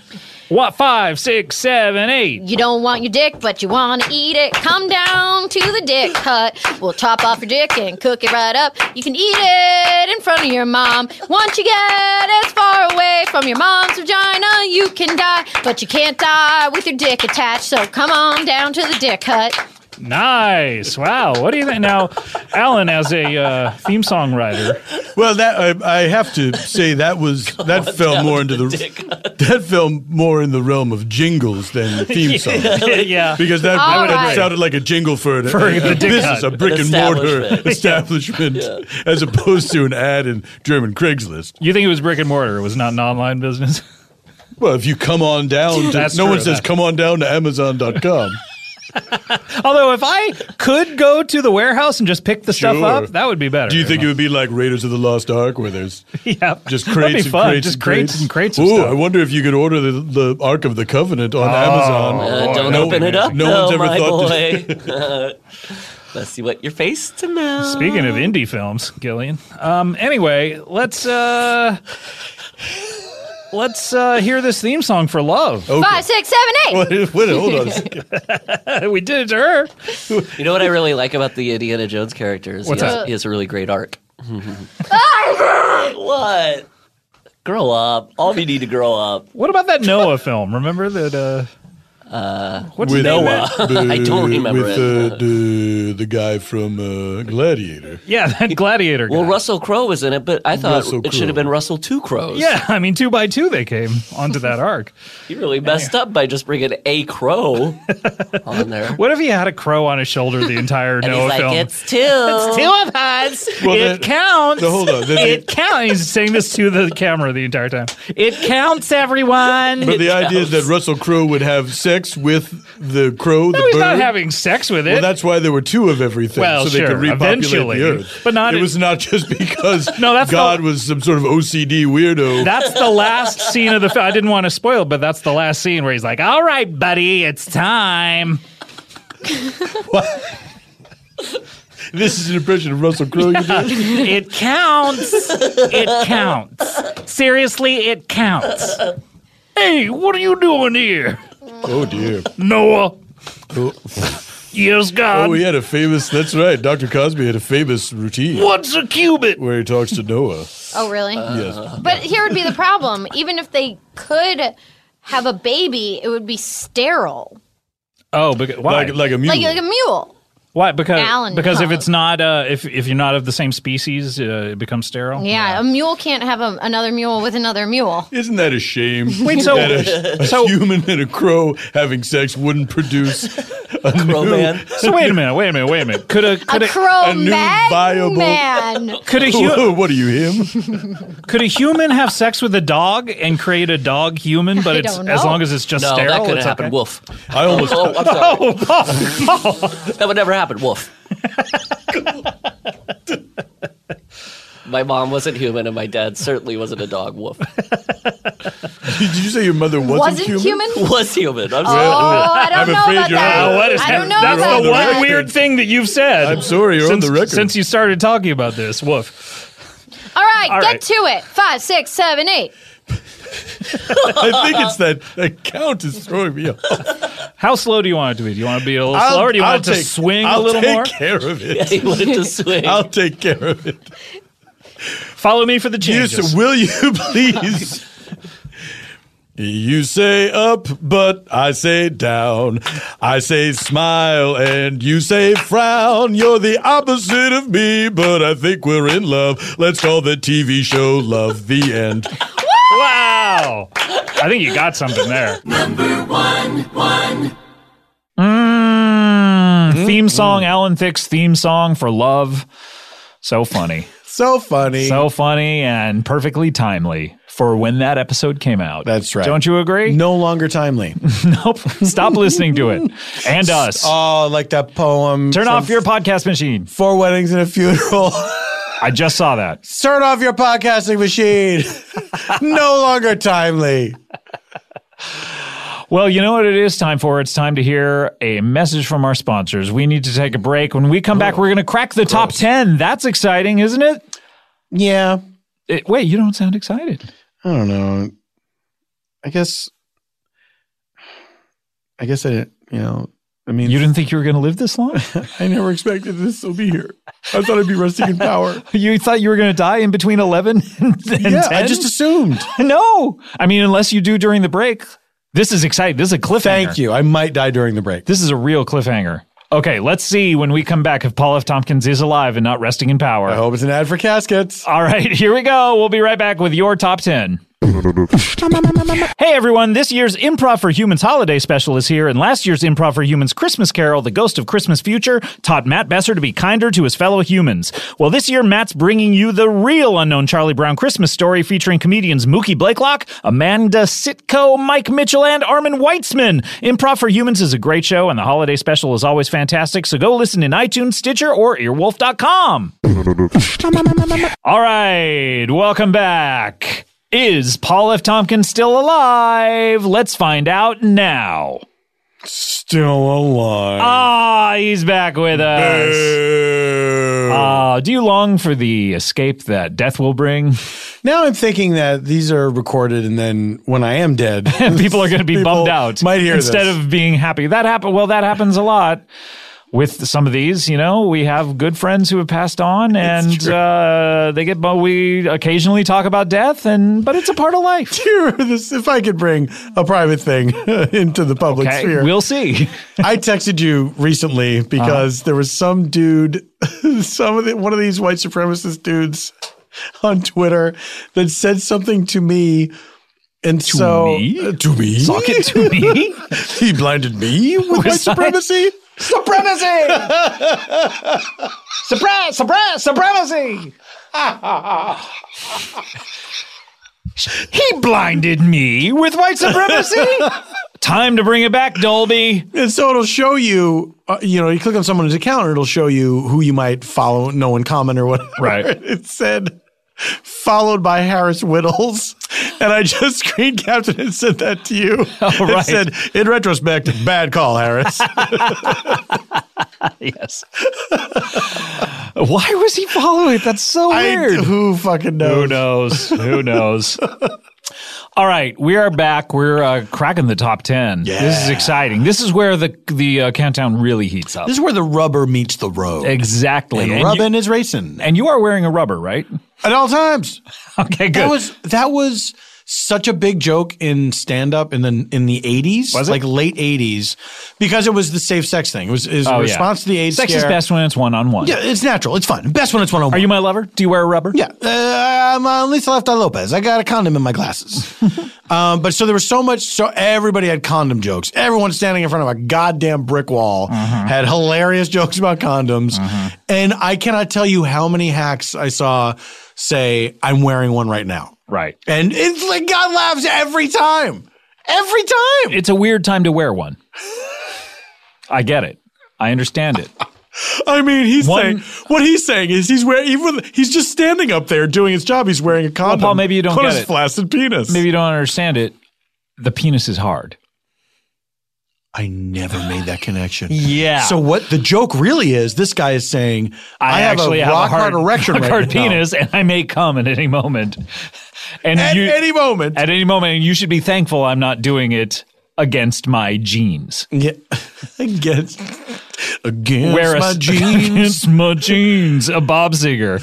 Speaker 2: What? Five, six, seven, eight.
Speaker 7: You don't want your dick, but you want to eat it. Come down to the dick hut. We'll chop off your dick and cook it right up. You can eat it in front of your mom. Once you get as far away from your mom's vagina, you can die, but you can't die with your dick attached. So come on down to the dick hut.
Speaker 2: Nice. Wow. What do you think? Now, Alan, as a uh, theme song writer,
Speaker 9: (laughs) Well, that I, I have to say that was that fell more into the, (laughs) that fell more in the realm of jingles than
Speaker 2: (laughs)
Speaker 9: the theme song
Speaker 2: yeah.
Speaker 9: because that,
Speaker 7: All
Speaker 9: that
Speaker 7: right.
Speaker 9: sounded like a jingle for, an,
Speaker 2: For
Speaker 9: a,
Speaker 2: the
Speaker 9: a
Speaker 2: dick
Speaker 9: business,
Speaker 2: hut.
Speaker 9: a brick and (laughs) mortar establishment, as opposed to an ad in German Craigslist.
Speaker 2: You think it was brick and mortar? It was not an online business?
Speaker 9: Well, if you come on down, to,
Speaker 2: That's
Speaker 9: no one
Speaker 2: true,
Speaker 9: says
Speaker 2: that-
Speaker 9: come on down to Amazon.com.
Speaker 2: Although, if I could go to the warehouse and just pick the stuff
Speaker 9: Sure.
Speaker 2: up, that would be better.
Speaker 9: Do you think it would be like Raiders of the Lost Ark, where there's
Speaker 2: (laughs) Yeah.
Speaker 9: just
Speaker 2: That'd be
Speaker 9: crates and
Speaker 2: fun.
Speaker 9: crates
Speaker 2: Just
Speaker 9: and
Speaker 2: crates
Speaker 9: crates
Speaker 2: and crates of
Speaker 9: Ooh,
Speaker 2: stuff. Oh,
Speaker 9: I wonder if you could order the, the Ark of the Covenant on Amazon. Oh,
Speaker 5: Uh, don't
Speaker 9: No-
Speaker 5: open it up,
Speaker 9: no
Speaker 5: though,
Speaker 9: one's ever
Speaker 5: my
Speaker 9: thought to-
Speaker 5: boy. (laughs) Let's see what your face to now.
Speaker 2: Speaking of indie films, Gillian. Um, anyway, let's uh, let's uh, hear this theme song for love.
Speaker 7: Five, six, seven, eight.
Speaker 9: Wait, wait, (laughs) hold on. a second. (laughs)
Speaker 2: we did (laughs) it (laughs) to her.
Speaker 5: You know what I really like about the Indiana Jones character is
Speaker 2: What's
Speaker 5: he, has,
Speaker 7: that?
Speaker 5: he has a really great arc. (laughs) (laughs) what? Grow up. All of you need to grow up.
Speaker 2: What about that Noah (laughs) film? Remember that? Uh, what's his
Speaker 9: With
Speaker 2: name?
Speaker 9: Noah.
Speaker 5: (laughs) I don't remember
Speaker 9: with,
Speaker 5: it. (laughs)
Speaker 9: uh, the, the guy from uh, Gladiator.
Speaker 2: Yeah, that Gladiator. Guy.
Speaker 5: Well, Russell Crowe was in it, but I thought
Speaker 9: Russell
Speaker 5: it should have
Speaker 9: Crowe.
Speaker 5: been Russell Two Crows.
Speaker 2: Yeah, I mean, two by two, they came onto that arc.
Speaker 5: He really messed up by just bringing a
Speaker 2: (laughs)
Speaker 5: crow on there.
Speaker 2: What if he had a crow on his shoulder the entire
Speaker 5: (laughs) And
Speaker 2: Noah
Speaker 5: he's like,
Speaker 2: film?
Speaker 5: it's two. It's
Speaker 2: two of us.
Speaker 9: Well,
Speaker 2: it
Speaker 9: that-
Speaker 2: counts.
Speaker 9: No, hold on. The- the-
Speaker 2: it counts. He's saying this to the camera the entire time. It counts, everyone. (laughs)
Speaker 9: But the idea is that Russell Crowe would have sex sex with the crow? the
Speaker 2: No, he's
Speaker 9: bird?
Speaker 2: not having sex with it.
Speaker 9: Well, that's why there were two of everything,
Speaker 2: Well,
Speaker 9: so they
Speaker 2: sure,
Speaker 9: could repopulate
Speaker 2: eventually,
Speaker 9: the earth.
Speaker 2: but not
Speaker 9: It
Speaker 2: in-
Speaker 9: was not just (laughs) because
Speaker 2: No, that's
Speaker 9: God
Speaker 2: not-
Speaker 9: was some sort of OCD weirdo.
Speaker 2: That's the last scene of the film. I didn't want to spoil, but that's the last scene where he's like, "All right, buddy, it's time."
Speaker 9: (laughs) this is an impression of Russell Crowe.
Speaker 2: (laughs)
Speaker 9: you did?
Speaker 2: It counts. It counts. Seriously, it counts. Hey, what are you doing here,
Speaker 9: Oh dear.
Speaker 2: Noah?
Speaker 9: Oh.
Speaker 2: Yes, God.
Speaker 9: Oh, he had a famous. That's right. Dr. Cosby had a famous routine
Speaker 2: What's a cubit?
Speaker 9: where he talks to Noah.
Speaker 7: (laughs) Oh, really?
Speaker 9: yes.
Speaker 7: But here would be the problem. Even if they could have a baby, it would be sterile,
Speaker 2: Oh, because, why?
Speaker 9: Like, like a mule.
Speaker 7: like like a mule.
Speaker 2: why? Because
Speaker 7: Alan
Speaker 2: because if
Speaker 7: Cobb.
Speaker 2: it's not uh, if if you're not of the same species, uh, it becomes sterile.
Speaker 7: Yeah, a mule can't have a, another mule with another mule.
Speaker 9: Isn't that a shame? Wait,
Speaker 2: so-
Speaker 9: that a, a
Speaker 2: so-
Speaker 9: human and a crow having sex wouldn't produce a
Speaker 5: Crow
Speaker 9: new, (laughs)
Speaker 5: man.
Speaker 2: So wait a minute. Wait a minute. Wait a minute. Could a
Speaker 7: A
Speaker 2: could a,
Speaker 7: crow
Speaker 9: new viable-
Speaker 7: man.
Speaker 2: could a hu-
Speaker 9: what are you him?
Speaker 2: could a human have sex with a dog and create a dog human? But
Speaker 7: I
Speaker 2: it's
Speaker 7: don't know.
Speaker 2: as long as it's just
Speaker 5: No,
Speaker 2: sterile.
Speaker 5: that couldn't
Speaker 2: it's
Speaker 5: happen.
Speaker 2: okay.
Speaker 5: Woof.
Speaker 9: I almost
Speaker 5: Oh, I'm sorry.
Speaker 2: (laughs) Oh.
Speaker 5: that would never happen. Woof. my mom wasn't human, and my dad certainly wasn't a dog. Woof
Speaker 9: did you say your mother wasn't,
Speaker 7: Wasn't human?
Speaker 4: (laughs)
Speaker 5: was human. I'm
Speaker 7: Oh,
Speaker 5: sorry.
Speaker 7: I don't
Speaker 9: I'm
Speaker 7: know
Speaker 9: afraid
Speaker 7: about
Speaker 9: you're
Speaker 7: that.
Speaker 9: right.
Speaker 2: Oh, what is
Speaker 7: I
Speaker 2: that?
Speaker 7: don't know
Speaker 2: That's
Speaker 7: about
Speaker 2: the one
Speaker 7: that.
Speaker 2: weird thing that you've said.
Speaker 9: I'm sorry, you're on
Speaker 2: since,
Speaker 9: the record.
Speaker 2: Since you started talking about this, woof.
Speaker 7: All right,
Speaker 2: All
Speaker 7: get
Speaker 2: right.
Speaker 7: to it. Five, six, seven, eight.
Speaker 9: (laughs) I think it's that that count is throwing me off.
Speaker 2: How slow do you want it to be? Do you want to be a little slower? Do you want it to swing
Speaker 9: I'll
Speaker 2: a little
Speaker 9: take
Speaker 2: more?
Speaker 9: care of it.
Speaker 5: He wanted
Speaker 9: (laughs)
Speaker 5: to swing.
Speaker 9: I'll take care of it.
Speaker 2: Follow me for the
Speaker 9: You
Speaker 2: changes.
Speaker 9: s- will you (laughs)
Speaker 3: (laughs)
Speaker 9: please? You say up, but I say down. I say smile, and you say frown. You're the opposite of me, but I think we're in love. Let's call the TV show Love the End.
Speaker 2: Wow. I think you got something there. Number
Speaker 3: Hmm?
Speaker 2: one, one. Mm, theme song, Alan Thicke's theme song for love. So funny.
Speaker 3: (laughs) So funny.
Speaker 2: So funny and perfectly timely for when that episode came out.
Speaker 3: That's right.
Speaker 2: Don't you agree?
Speaker 3: no longer timely. (laughs)
Speaker 2: Nope. (laughs) Stop listening to it. And us.
Speaker 3: Oh, like that poem.
Speaker 2: Turn
Speaker 3: from
Speaker 2: off your podcast machine.
Speaker 3: four weddings and a funeral.
Speaker 2: I just saw that.
Speaker 3: Turn off your podcasting
Speaker 2: (laughs)
Speaker 3: machine. no longer timely.
Speaker 2: Well, you know what it is time for? It's time to hear a message from our sponsors. We need to take a break. When we come back, we're going to crack the top 10. That's exciting, isn't it?
Speaker 3: Yeah.
Speaker 2: It- Wait, you don't sound excited.
Speaker 3: I don't know. I guess. I guess I didn't. You know. I mean,
Speaker 2: You didn't think you were going to live this long?
Speaker 3: (laughs) I never expected this to be here. I thought I'd be resting in power.
Speaker 2: (laughs) you thought you were going to die in between 11 and, and
Speaker 3: yeah,
Speaker 2: 10?
Speaker 3: I
Speaker 2: (laughs)
Speaker 3: just assumed.
Speaker 2: No. I mean, unless you do during the break. This is exciting. This is a cliffhanger.
Speaker 3: Thank you. I might die during the break.
Speaker 2: This is a real cliffhanger. Okay, let's see when we come back if Paul F. Tompkins is alive and not resting in power.
Speaker 3: I hope it's an ad for caskets.
Speaker 2: All right, (laughs) here we go. We'll be right back with your top 10. Hey everyone, this year's Improv for Humans holiday special is here, and last year's Improv for Humans Christmas Carol, The Ghost of Christmas Future, taught Matt Besser to be kinder to his fellow humans. Well, this year, Matt's bringing you the real unknown Charlie Brown Christmas story featuring comedians Mookie Blakelock, Amanda Sitko, Mike Mitchell, and Armin Weitzman. Improv for Humans is a great show, and the holiday special is always fantastic, so go listen in iTunes, Stitcher, or earwolf.com. All right, welcome back. Is Paul F. Tompkins still alive? Let's find out now.
Speaker 3: Still alive.
Speaker 2: Ah, he's back with us. Ah, do you long (laughs) for the escape that death will bring?
Speaker 3: Now I'm thinking that these are recorded, and then when I am dead,
Speaker 2: (laughs) People are going to be
Speaker 3: people
Speaker 2: bummed out.
Speaker 3: Might hear (laughs)
Speaker 2: instead
Speaker 3: this.
Speaker 2: of being happy. That happen. Well, that happens a lot with some of these. You know, we have good friends who have passed on, and uh, they get. But we occasionally talk about death, and but it's a part
Speaker 3: (laughs)
Speaker 2: of life.
Speaker 3: Here, this, if I could bring a private thing (laughs) into the public
Speaker 2: Okay,
Speaker 3: sphere.
Speaker 2: we'll see.
Speaker 3: (laughs)
Speaker 2: Uh-huh.
Speaker 3: I texted you recently because there was some dude, (laughs) some of the, one of these white supremacist dudes on Twitter that said something to me, and so
Speaker 2: me?
Speaker 3: Uh, to me,
Speaker 2: Talk it to me.
Speaker 3: he blinded me
Speaker 2: (laughs)
Speaker 3: with white
Speaker 2: Was I-
Speaker 3: supremacy.
Speaker 2: (laughs) supremacy.
Speaker 9: (laughs)
Speaker 2: surprise, surprise, (laughs) supremacy. he blinded me with white supremacy. (laughs) Time to bring it back, Dolby.
Speaker 3: And so it'll show you, uh, you know, you click on someone's account and it'll show you who you might follow, no and comment or whatever. (laughs)
Speaker 2: Right.
Speaker 3: It said, followed by Harris Whittles. And I just (laughs) screen captured and sent that to you. All
Speaker 2: Oh, right.
Speaker 3: It said, in retrospect, bad call,
Speaker 2: (laughs)
Speaker 3: Harris.
Speaker 2: Yes. Why was he following? it? That's so
Speaker 3: I,
Speaker 2: weird.
Speaker 3: who fucking
Speaker 2: Who
Speaker 3: knows?
Speaker 2: knows? Who knows? (laughs) All right, we are back. We're uh, cracking the top ten. This is exciting. This is where the the uh, countdown really heats up.
Speaker 3: This is where the rubber meets the road.
Speaker 2: exactly.
Speaker 3: And,
Speaker 2: And you,
Speaker 3: rubbing is racing
Speaker 2: and you are wearing a rubber, right?
Speaker 3: at all times.
Speaker 2: (laughs) Okay, good.
Speaker 3: That was that was such a big joke in stand up in the in the 80s,
Speaker 2: Was it?
Speaker 3: like late 80s, because it was the safe sex thing. It was, it was
Speaker 2: Oh,
Speaker 3: a
Speaker 2: yeah.
Speaker 3: response to the AIDS
Speaker 2: Sex is
Speaker 3: scare.
Speaker 2: best when it's one on one.
Speaker 3: Yeah, it's natural. It's fun. Best when it's one on
Speaker 2: Are
Speaker 3: one.
Speaker 2: you my lover? Do you wear a rubber?
Speaker 3: Yeah, uh, I'm uh, Lisa Lefty Lopez. I got a condom in my
Speaker 2: (laughs)
Speaker 3: glasses. um, but so there was so much, so everybody had condom jokes. Everyone standing in front of a goddamn brick wall
Speaker 2: Uh-huh.
Speaker 3: had hilarious jokes about condoms. And I cannot tell you how many hacks I saw say, I'm wearing one right now.
Speaker 2: Right.
Speaker 3: And it's like God laughs every time. Every time.
Speaker 2: It's a weird time to wear one. I get it. I understand it.
Speaker 3: I mean, he's
Speaker 2: One-
Speaker 3: saying what he's saying is he's wearing even he's just standing up there doing his job. He's wearing a condom.
Speaker 2: Paul, maybe you don't
Speaker 3: on
Speaker 2: get
Speaker 3: his
Speaker 2: it.
Speaker 3: flaccid penis.
Speaker 2: Maybe you don't understand it. The penis is hard.
Speaker 3: I never made that connection.
Speaker 2: Yeah.
Speaker 3: So what the joke really is, this guy is saying, I, have
Speaker 2: actually
Speaker 3: a
Speaker 2: have
Speaker 3: rock
Speaker 2: a hard,
Speaker 3: erection
Speaker 2: (laughs) rock
Speaker 3: right
Speaker 2: hard
Speaker 3: now.
Speaker 2: penis, and I may come at any moment. And
Speaker 3: At
Speaker 2: you,
Speaker 3: any moment.
Speaker 2: at any moment, and you should be thankful I'm not doing it against my genes.
Speaker 3: yeah. (laughs) against against
Speaker 2: Wear a- (laughs)
Speaker 3: my jeans.
Speaker 2: against my
Speaker 3: (laughs)
Speaker 2: jeans, a Bob Ziger.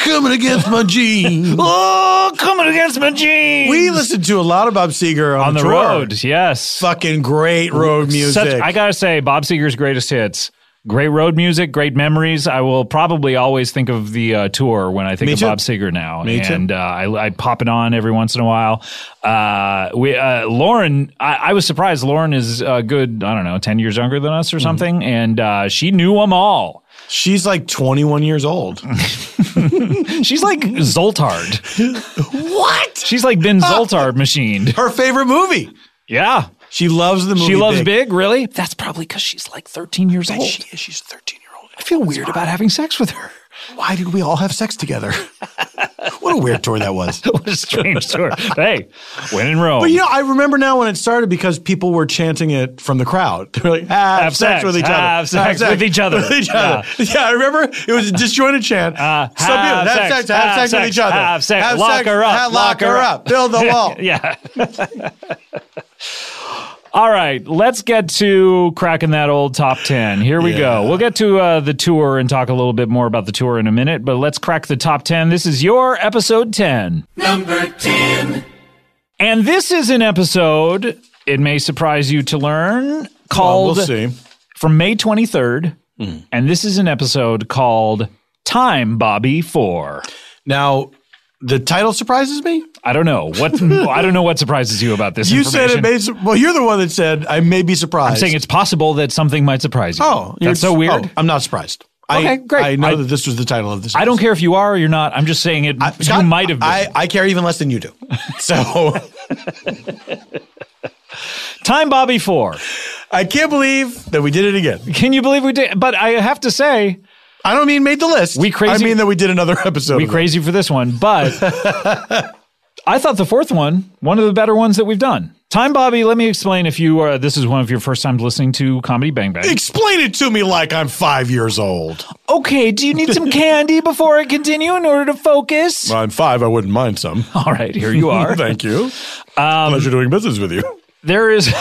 Speaker 3: coming against my
Speaker 2: (laughs)
Speaker 3: jeans.
Speaker 2: Oh, coming against my jeans.
Speaker 3: we listened to a lot of Bob Seger on,
Speaker 2: on the
Speaker 3: tour.
Speaker 2: road, yes.
Speaker 3: Fucking great road music.
Speaker 2: Such, I gotta say, Bob Seger's greatest hits. Great road music, great memories. I will probably always think of the uh, tour when I think
Speaker 3: Me
Speaker 2: of
Speaker 3: too.
Speaker 2: Bob Seger now,
Speaker 3: Me too.
Speaker 2: and uh, I, I pop it on every once in a while. Uh, we, uh, Lauren, I, I was surprised. Lauren is uh, good. I don't know, ten years younger than us or something, and uh, she knew them all.
Speaker 3: Mm-hmm. She's like 21 years old. (laughs)
Speaker 2: She's like (laughs) Zoltard.
Speaker 3: what?
Speaker 2: She's
Speaker 3: (laughs)
Speaker 2: like been Zoltard machined.
Speaker 3: Her favorite movie.
Speaker 2: Yeah,
Speaker 3: She loves the movie.
Speaker 2: she loves big. Really, that's probably because she's like thirteen years old.
Speaker 3: She is. She's a 13 year old.
Speaker 2: I feel weird about having sex with her.
Speaker 3: Why did we all have sex
Speaker 2: (laughs)
Speaker 3: together? what a weird tour that was.
Speaker 2: what a strange tour. Hey, when in Rome.
Speaker 3: But you know, I remember now when it started because people were chanting it from the crowd. (laughs) They were like, have,
Speaker 2: Have
Speaker 3: sex,
Speaker 2: sex,
Speaker 3: with each other.
Speaker 2: have sex with each other."
Speaker 3: (laughs) With each other. Yeah. I remember it was a disjointed chant.
Speaker 2: Uh,
Speaker 3: Some people,
Speaker 2: have sex, have
Speaker 3: have sex with
Speaker 2: sex,
Speaker 3: each other.
Speaker 2: have sex, lock her up,
Speaker 3: have- lock, her up. Build
Speaker 2: (laughs)
Speaker 3: the wall.
Speaker 2: yeah. All right, let's get to cracking that old top 10. Here we go. We'll get to uh, the tour and talk a little bit more about the tour in a minute, but let's crack the top 10. This is your episode 10.
Speaker 10: Number 10.
Speaker 2: And this is an episode, it may surprise you to learn,
Speaker 3: Well,
Speaker 2: called
Speaker 3: we'll see. Hmm.
Speaker 2: from May 23rd. And this is an episode called Time Bobby 4.
Speaker 3: Now, the title surprises me.
Speaker 2: I don't
Speaker 3: (laughs)
Speaker 2: know what I don't know what surprises you about this.
Speaker 3: You said it
Speaker 2: information.
Speaker 3: made. Well, you're the one that said I may be surprised.
Speaker 2: I'm
Speaker 3: (laughs)
Speaker 2: saying it's possible that something might surprise you.
Speaker 3: Oh, you're-
Speaker 2: that's so weird.
Speaker 3: oh, I'm not surprised. I,
Speaker 2: Okay, great.
Speaker 3: I know
Speaker 2: I-
Speaker 3: that this was the title of this.
Speaker 2: I don't care if you are or you're not. I'm just saying it. you
Speaker 3: Scott,
Speaker 2: might have been.
Speaker 3: I, I care even less than
Speaker 2: (laughs)
Speaker 3: you do. So
Speaker 2: Time Bobby Four.
Speaker 3: I can't believe that we did it again.
Speaker 2: Can you believe we did? But I have to say,
Speaker 3: I don't mean made the list.
Speaker 2: We crazy-
Speaker 3: I mean that we did another (laughs) episode.
Speaker 2: we
Speaker 3: of it.
Speaker 2: crazy for this one.
Speaker 3: (laughs)
Speaker 2: But I thought the fourth one, one of the better ones that we've done. Time Bobby. Let me explain. If you are, this is one of your first times listening to Comedy Bang Bang.
Speaker 3: Explain it to me like I'm five years old.
Speaker 2: Okay. Do you need (laughs) some candy before I continue in order to focus?
Speaker 3: I'm five. I wouldn't mind some.
Speaker 2: (laughs) All right.
Speaker 3: (laughs)
Speaker 2: Here you are. Um,
Speaker 3: Thank you. Pleasure doing business with you. (laughs)
Speaker 2: There is.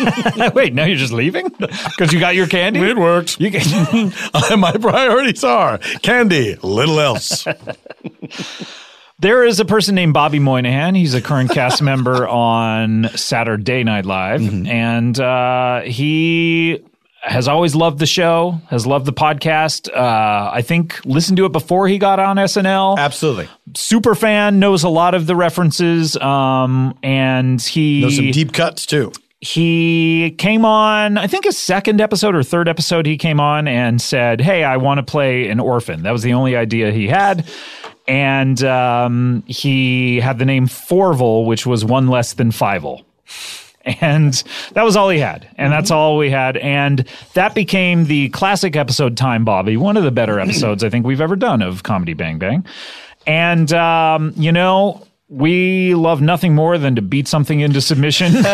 Speaker 2: (laughs) Wait, now you're just leaving because you got your candy.
Speaker 3: It worked.
Speaker 2: You can-
Speaker 3: (laughs) My priorities are candy, little
Speaker 2: (laughs)
Speaker 3: else.
Speaker 2: there is a person named Bobby Moynihan. He's a current cast (laughs) member on Saturday Night Live,
Speaker 3: Mm-hmm.
Speaker 2: and uh, he has always loved the show, has loved the podcast. Uh, I think listened to it before he got on SNL.
Speaker 3: Absolutely.
Speaker 2: Super fan knows a lot of the references, um, and he
Speaker 3: There's some deep cuts too.
Speaker 2: he came on i think his second episode or third episode he came on and said hey i want to play an orphan that was the only idea he had and um, he had the name forval which was one less than fival And that was all he had. And that's all we had. And that became the classic episode Time Bobby, one of the better episodes I think we've ever done of Comedy Bang Bang. And, um, you know, we love nothing more than to beat something into submission. (laughs)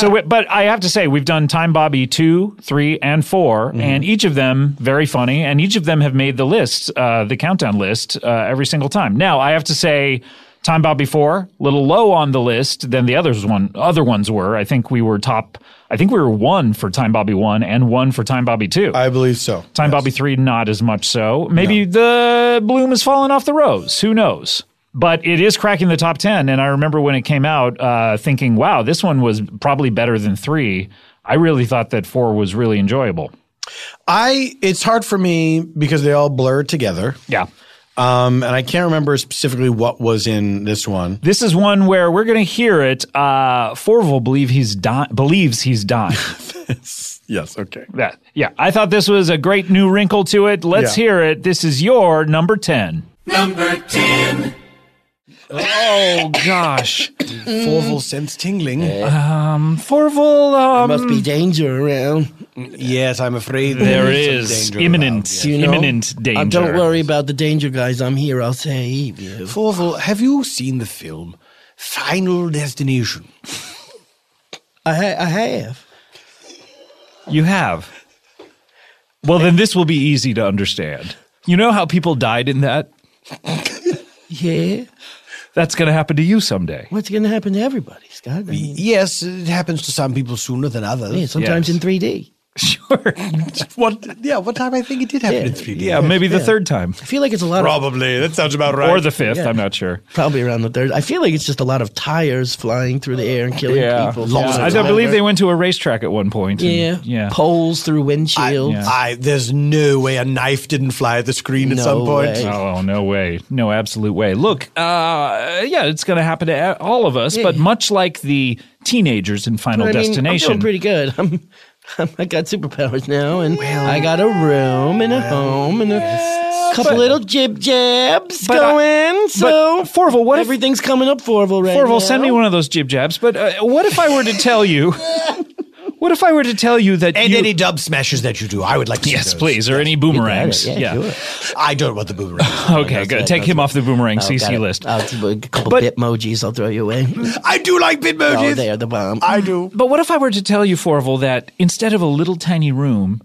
Speaker 2: So, we- but I have to say, we've done Time Bobby two, three, and 4 and each of them very funny, and each of them have made the list, uh, the countdown list, uh, every single time. Now, I have to say, Time Bobby four, little low on the list than the others one, other ones were. I think we were top. I think we were one for Time Bobby one and one for Time Bobby two.
Speaker 3: I believe so.
Speaker 2: Time Bobby 3, not as much so. Maybe the bloom has fallen off the rose. Who knows? But it is cracking the top 10. And I remember when it came out uh, thinking, wow, this one was probably better than 3. I really thought that 4 was really enjoyable.
Speaker 3: I it's hard for me because they all blur together.
Speaker 2: Yeah.
Speaker 3: Um, and I can't remember specifically what was in this one.
Speaker 2: This is one where we're going to hear it. Uh, Forval believe he's di- believes
Speaker 3: (laughs)
Speaker 2: he's dying.
Speaker 3: Yes, okay.
Speaker 2: that, yeah. I thought this was a great new wrinkle to it. Let's
Speaker 3: Yeah.
Speaker 2: hear it. This is your number 10. Number 10. Oh, gosh.
Speaker 11: Forval sense tingling.
Speaker 2: Forval, um,
Speaker 11: Must be danger around.
Speaker 10: Mm,
Speaker 11: Yes, I'm afraid
Speaker 2: there
Speaker 11: some
Speaker 2: is
Speaker 11: danger
Speaker 2: imminent,
Speaker 11: You know?
Speaker 2: imminent danger.
Speaker 11: Uh, don't worry about the danger, guys. I'm here. I'll save you.
Speaker 10: Forval, have you seen the film Final Destination?
Speaker 11: I, ha- I have.
Speaker 2: You have. Well, then this will be easy to understand. You know how people died in that?
Speaker 11: (laughs) Yeah.
Speaker 2: That's going to happen to you someday.
Speaker 11: What's going to happen to everybody, Scott? I mean,
Speaker 10: Yes, it happens to some people sooner than others.
Speaker 11: yeah, sometimes
Speaker 2: yes.
Speaker 11: in 3D.
Speaker 2: (laughs) Sure.
Speaker 10: What? Yeah, one time I think it did happen
Speaker 11: Yeah.
Speaker 10: in 3D.
Speaker 2: Yeah, maybe the third time
Speaker 11: I feel like it's a lot of
Speaker 9: Probably. That sounds about right.
Speaker 2: or the fifth.
Speaker 11: Yeah.
Speaker 2: I'm not sure.
Speaker 11: probably around the third. I feel like it's just a lot of tires flying through the air and killing people.
Speaker 10: Lots
Speaker 2: I
Speaker 10: of
Speaker 2: don't believe they went to a racetrack at one point. and-
Speaker 11: Yeah.
Speaker 2: yeah.
Speaker 11: Poles through
Speaker 10: I,
Speaker 11: windshields.
Speaker 10: I, there's no way a knife didn't fly at the screen at
Speaker 11: No
Speaker 10: some point.
Speaker 11: way.
Speaker 2: Oh no way, no absolute way. Look, uh, yeah, it's going to happen to a- all of us. But much like the teenagers in Final
Speaker 11: I mean, I'm
Speaker 2: Destination,
Speaker 11: doing pretty good. (laughs) I'm, I'm, I got superpowers now, and I got a room and a home and a couple little jib jabs
Speaker 2: but I-
Speaker 11: going. so
Speaker 2: but Forval, what if
Speaker 11: everything's coming up Forval right now.
Speaker 2: Forval, send me one of those jib jabs. But uh, what if I were to tell you? (laughs) what if I were to tell you that
Speaker 10: And
Speaker 2: you?
Speaker 10: any dub smashes that you do, I would like to see
Speaker 2: yes,
Speaker 10: those.
Speaker 2: please, or any boomerangs?
Speaker 11: Yeah,
Speaker 2: yeah.
Speaker 11: sure.
Speaker 10: I don't want the boomerang.
Speaker 2: (laughs) Okay, good. Take him off the boomerang CC list.
Speaker 11: Oh, I'll do a couple
Speaker 2: But-
Speaker 11: bit bitmojis I'll throw you away.
Speaker 10: I do like
Speaker 11: oh,
Speaker 10: Bitmojis.
Speaker 11: they are the bomb.
Speaker 10: I do.
Speaker 2: But what if I were to tell you, Forval, that instead of a little tiny room,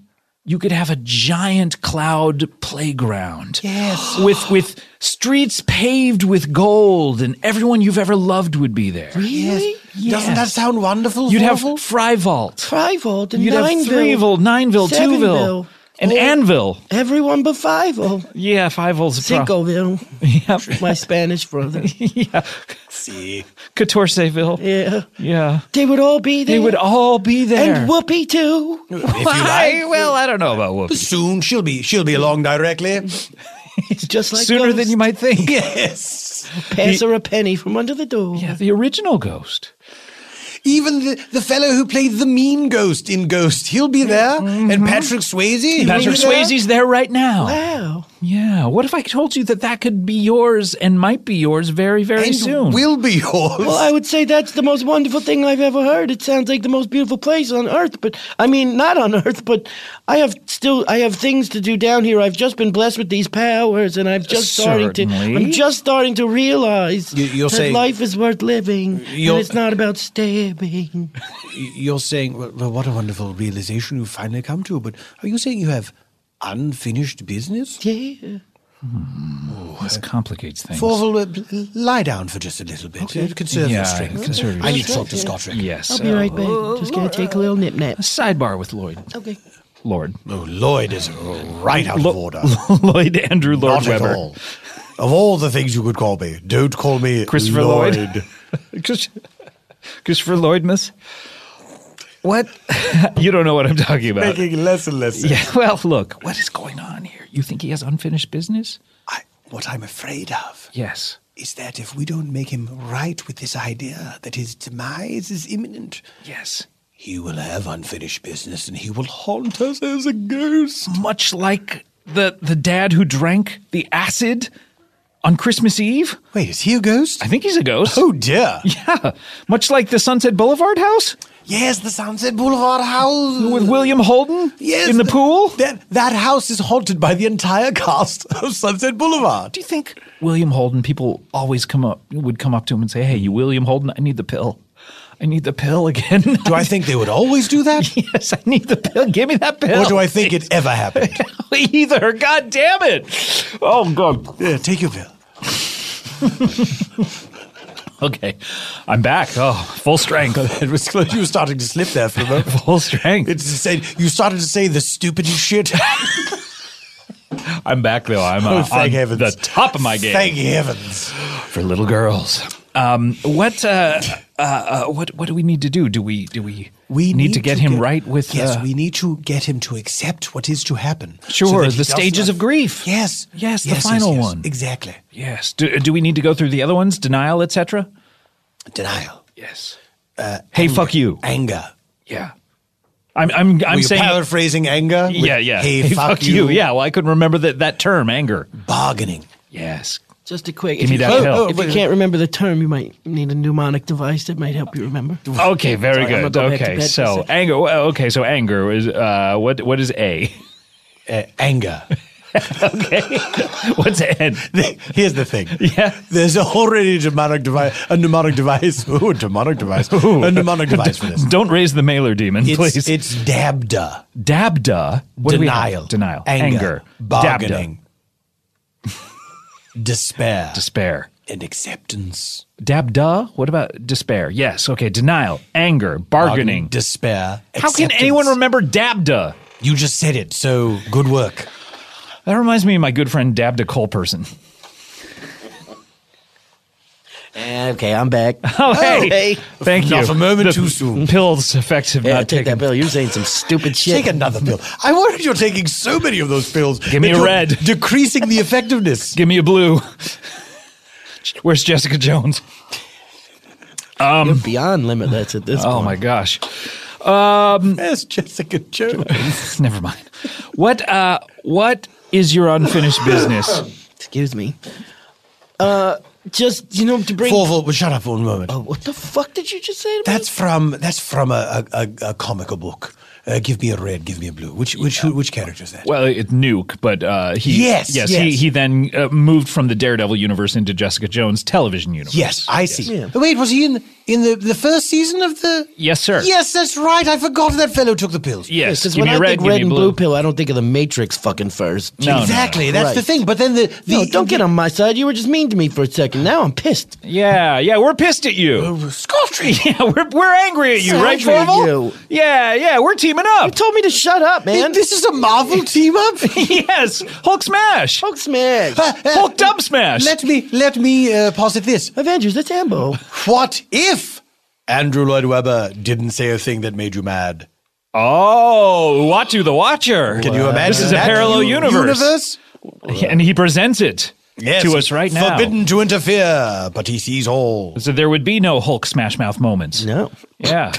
Speaker 2: you could have a giant cloud playground. Yes. (gasps) With with streets paved with gold and everyone you've ever loved would be there.
Speaker 10: Yes. Doesn't
Speaker 2: Yeah.
Speaker 10: that sound wonderful?
Speaker 2: You'd have
Speaker 10: Forval?
Speaker 2: Fryvault.
Speaker 11: Frivold and
Speaker 2: You'd have
Speaker 11: Nineville.
Speaker 2: Threeville, Nineville, Twoville,
Speaker 11: Sevenville.
Speaker 2: and
Speaker 11: Oh.
Speaker 2: Anvil.
Speaker 11: Everyone but Fivel.
Speaker 2: Yeah, Fivevil's a pro- (laughs)
Speaker 11: Cincoville,
Speaker 2: Yeah,
Speaker 11: my Spanish
Speaker 2: (laughs)
Speaker 11: brother.
Speaker 2: Catorseville.
Speaker 11: Yeah.
Speaker 2: Yeah.
Speaker 11: They would all be there.
Speaker 2: They would all be there.
Speaker 11: And Whoopi, too.
Speaker 2: (laughs)
Speaker 10: If you
Speaker 2: I-
Speaker 10: like. uh,
Speaker 2: well, I don't know about Whoopi.
Speaker 10: Soon she'll be she'll be along directly.
Speaker 11: It's just like
Speaker 2: Sooner
Speaker 11: those
Speaker 2: than you might
Speaker 10: (laughs)
Speaker 2: think.
Speaker 10: Yes.
Speaker 11: Pass her a penny from under the door.
Speaker 2: Yeah, the original ghost.
Speaker 10: Even the, the fellow who played the mean ghost in Ghost, he'll be there. And Patrick Swayze. he'll
Speaker 2: Mm-hmm. Patrick
Speaker 10: be there.
Speaker 2: Swayze's there right now.
Speaker 11: Wow.
Speaker 2: Yeah. What if I told you that that could be yours and might be yours very, very
Speaker 10: And
Speaker 2: soon?
Speaker 10: will be yours.
Speaker 11: Well, I would say that's the most wonderful thing I've ever heard. It sounds like the most beautiful place on earth, but I mean, not on (laughs) earth, but I have still I have things to do down here. I've just been blessed with these powers, and I've just starting
Speaker 2: Certainly.
Speaker 11: to I'm just starting to realize
Speaker 10: You- you're
Speaker 11: that
Speaker 10: saying-
Speaker 11: life is worth living,
Speaker 10: You're-
Speaker 11: and it's not about stabbing.
Speaker 10: You're saying, well, well, what a wonderful realization you finally come to. But are you saying you have unfinished business? Oh,
Speaker 11: Yeah.
Speaker 2: Hmm. this complicates things.
Speaker 10: Forval, uh, l- lie down for just a little bit. Uh, Conserve
Speaker 2: Yeah,
Speaker 10: your strength.
Speaker 2: conserve your
Speaker 10: I need to talk to Scott Rick.
Speaker 2: yes.
Speaker 11: I'll be
Speaker 2: uh, oh,
Speaker 11: right back. Just gonna take a little nip nap.
Speaker 2: Sidebar with Lloyd.
Speaker 11: Okay.
Speaker 2: Lord.
Speaker 10: Oh, Lloyd is right out of order.
Speaker 2: (laughs) Lloyd Andrew Lord
Speaker 10: Not at
Speaker 2: Webber.
Speaker 10: all. Of all the things you could call me, don't call me
Speaker 2: Christopher Lloyd. (laughs)
Speaker 10: (laughs)
Speaker 2: Chris- Christopher Lloyd, miss? What? (laughs) you don't know what I'm talking about.
Speaker 3: Making less and less.
Speaker 2: Yeah, well, look, what is going on here? You think he has unfinished business?
Speaker 10: I, what I'm afraid of
Speaker 2: Yes.
Speaker 10: is that if we don't make him right with this idea that his demise is imminent,
Speaker 2: Yes.
Speaker 10: he will have unfinished business and he will haunt us as a ghost.
Speaker 2: much like the the dad who drank the acid on Christmas Eve.
Speaker 10: Wait, is he a ghost?
Speaker 2: I think he's a ghost.
Speaker 10: Oh dear.
Speaker 2: (laughs) Yeah, much like the Sunset Boulevard house
Speaker 10: Yes, the Sunset Boulevard house.
Speaker 2: with William Holden
Speaker 10: Yes.
Speaker 2: in the pool.
Speaker 10: That that house is haunted by the entire cast of Sunset Boulevard.
Speaker 2: Do you think William Holden? People always come up would come up to him and say, "Hey, you William Holden? I need the pill. I need the pill again.
Speaker 10: (laughs) Do I think they would always do that?
Speaker 2: (laughs) yes, I need the pill. Give me that pill."
Speaker 10: Or do I think it ever
Speaker 2: (laughs)
Speaker 10: happened?
Speaker 2: either? God damn it! Oh God.
Speaker 10: Yeah, take your pill.
Speaker 2: (laughs) Okay, I'm back. Oh, full strength.
Speaker 10: (laughs) It was close. You were starting to slip there for a moment.
Speaker 2: (laughs) full strength.
Speaker 10: It's the same. You started to say the stupidest
Speaker 2: (laughs)
Speaker 10: shit.
Speaker 2: I'm back though. I'm uh,
Speaker 10: Oh, thank
Speaker 2: on
Speaker 10: heavens.
Speaker 2: the top of my game
Speaker 10: Thank heavens.
Speaker 2: for little girls. Um, what uh, uh, uh, what what do we need to do? Do we do we
Speaker 10: We
Speaker 2: need, to get him right with
Speaker 10: Yes,
Speaker 2: uh,
Speaker 10: we need to get him to accept what is to happen. so
Speaker 2: sure
Speaker 10: that he
Speaker 2: the
Speaker 10: does
Speaker 2: stages
Speaker 10: not-
Speaker 2: of grief?
Speaker 10: Yes.
Speaker 2: Yes, the final one.
Speaker 10: Exactly.
Speaker 2: Yes. Do, do we need to go through the other ones? Denial, etc.
Speaker 10: Denial. Uh,
Speaker 2: Yes. hey, fuck you.
Speaker 10: Anger.
Speaker 2: Yeah. I'm I'm I'm
Speaker 10: Were you
Speaker 2: saying.
Speaker 10: paraphrasing anger? with,
Speaker 2: yeah, yeah.
Speaker 10: Hey, fuck, you.
Speaker 2: Yeah, well, I couldn't remember that, that term, anger.
Speaker 10: Bargaining.
Speaker 2: Yes.
Speaker 11: Just a quick.
Speaker 2: Give me
Speaker 11: if you
Speaker 2: that
Speaker 11: can't-
Speaker 2: pill.
Speaker 11: If you can't remember the term, you might need a mnemonic device that might help you remember.
Speaker 2: Okay, very
Speaker 11: Sorry, I'm gonna
Speaker 2: good.
Speaker 11: go back to
Speaker 2: okay,
Speaker 11: bed for a
Speaker 2: so
Speaker 11: second.
Speaker 2: anger. well, Okay, so anger is uh, what? What is A?
Speaker 10: Uh,
Speaker 2: (laughs)
Speaker 10: anger.
Speaker 2: What's N?
Speaker 10: Here's the thing.
Speaker 2: Yeah.
Speaker 10: There's already a mnemonic device. A mnemonic device. (laughs) Ooh, a mnemonic device. A
Speaker 2: (laughs)
Speaker 10: mnemonic device for this.
Speaker 2: Don't raise the mailer demon,
Speaker 10: It's,
Speaker 2: please.
Speaker 10: it's dabda.
Speaker 2: Dabda. What do we
Speaker 10: denial.
Speaker 2: have? Denial.
Speaker 10: Anger.
Speaker 2: Dabda.
Speaker 10: bargaining. despair.
Speaker 2: Despair.
Speaker 10: and acceptance.
Speaker 2: Dabda. What about despair? Yes. Okay. Denial. Anger. Bargaining.
Speaker 10: Despair.
Speaker 2: How can
Speaker 10: acceptance.
Speaker 2: anyone remember Dabda?
Speaker 10: You just said it, so good work.
Speaker 2: That reminds me of my good friend Dabda Coleperson.
Speaker 11: Okay, I'm back.
Speaker 2: Oh, hey.
Speaker 11: hey.
Speaker 2: Thank you.
Speaker 10: Not a moment
Speaker 2: The
Speaker 10: too soon.
Speaker 2: Pills effects have
Speaker 11: Yeah,
Speaker 2: not
Speaker 11: take
Speaker 2: taken.
Speaker 11: that pill. You're saying some
Speaker 10: (laughs)
Speaker 11: stupid shit.
Speaker 10: Take another pill. I worry you're taking so many of those pills.
Speaker 2: Give me
Speaker 10: that
Speaker 2: a
Speaker 10: you're
Speaker 2: red.
Speaker 10: Decreasing the effectiveness.
Speaker 2: (laughs) Give me a blue. Where's Jessica Jones? Um,
Speaker 11: You're beyond limitless at this
Speaker 2: Oh
Speaker 11: point.
Speaker 2: my gosh.
Speaker 10: Yes, Jessica Jones.
Speaker 2: Um, (laughs) Never mind. What uh what is your unfinished business?
Speaker 11: Excuse me. Uh, just you know to bring. Oh,
Speaker 10: Four, four, well, shut up for a moment.
Speaker 11: What the fuck did you just say to
Speaker 10: That's from that's from a a, a, a comical book. Uh, give me a red. Give me a blue. Which which who, which character is that?
Speaker 2: Well, it's Nuke, but uh he
Speaker 10: Yes,
Speaker 2: yes,
Speaker 10: yes.
Speaker 2: he he then uh, moved from the Daredevil universe into Jessica Jones television universe.
Speaker 10: Yes, I see.
Speaker 11: Yeah.
Speaker 10: Wait, was he in in the, the first season of the?
Speaker 2: Yes, sir.
Speaker 10: Yes, that's right. I forgot that fellow took the pills.
Speaker 2: Yes.
Speaker 11: Because
Speaker 2: give
Speaker 11: when
Speaker 2: me
Speaker 11: I
Speaker 2: red,
Speaker 11: think
Speaker 2: give
Speaker 11: red
Speaker 2: me
Speaker 11: and
Speaker 2: blue.
Speaker 11: blue pill, I don't think of the Matrix fucking first.
Speaker 2: No, no, no.
Speaker 10: exactly. That's the
Speaker 11: Right.
Speaker 10: thing. But then the, the
Speaker 11: No, don't get on my side. You were just mean to me for a second. Now I'm pissed.
Speaker 2: Yeah, yeah, we're pissed at you.
Speaker 10: Scottry.
Speaker 2: (laughs) Yeah, we're we're angry at you,
Speaker 11: So
Speaker 2: right,
Speaker 11: angry at
Speaker 2: Forval?
Speaker 11: you.
Speaker 2: Yeah, yeah, we're teaming up.
Speaker 11: You told me to shut up, man.
Speaker 10: This is a
Speaker 2: (laughs)
Speaker 10: Marvel team up.
Speaker 2: yes, Hulk smash,
Speaker 11: Hulk smash.
Speaker 2: (laughs) Hulk dub smash.
Speaker 10: Let me let me uh, posit this.
Speaker 11: Avengers, that's Ambo.
Speaker 10: What if Andrew Lloyd Webber didn't say a thing that made you mad?
Speaker 2: Oh, Watu the Watcher.
Speaker 10: Can you imagine?
Speaker 2: This is a
Speaker 10: that
Speaker 2: parallel
Speaker 10: u-
Speaker 2: universe.
Speaker 10: universe?
Speaker 2: And he presents it
Speaker 10: Yes,
Speaker 2: to us right now.
Speaker 10: Forbidden to interfere, but he sees all.
Speaker 2: So there would be no Hulk smash mouth moments.
Speaker 11: No.
Speaker 10: (laughs)
Speaker 2: Yeah.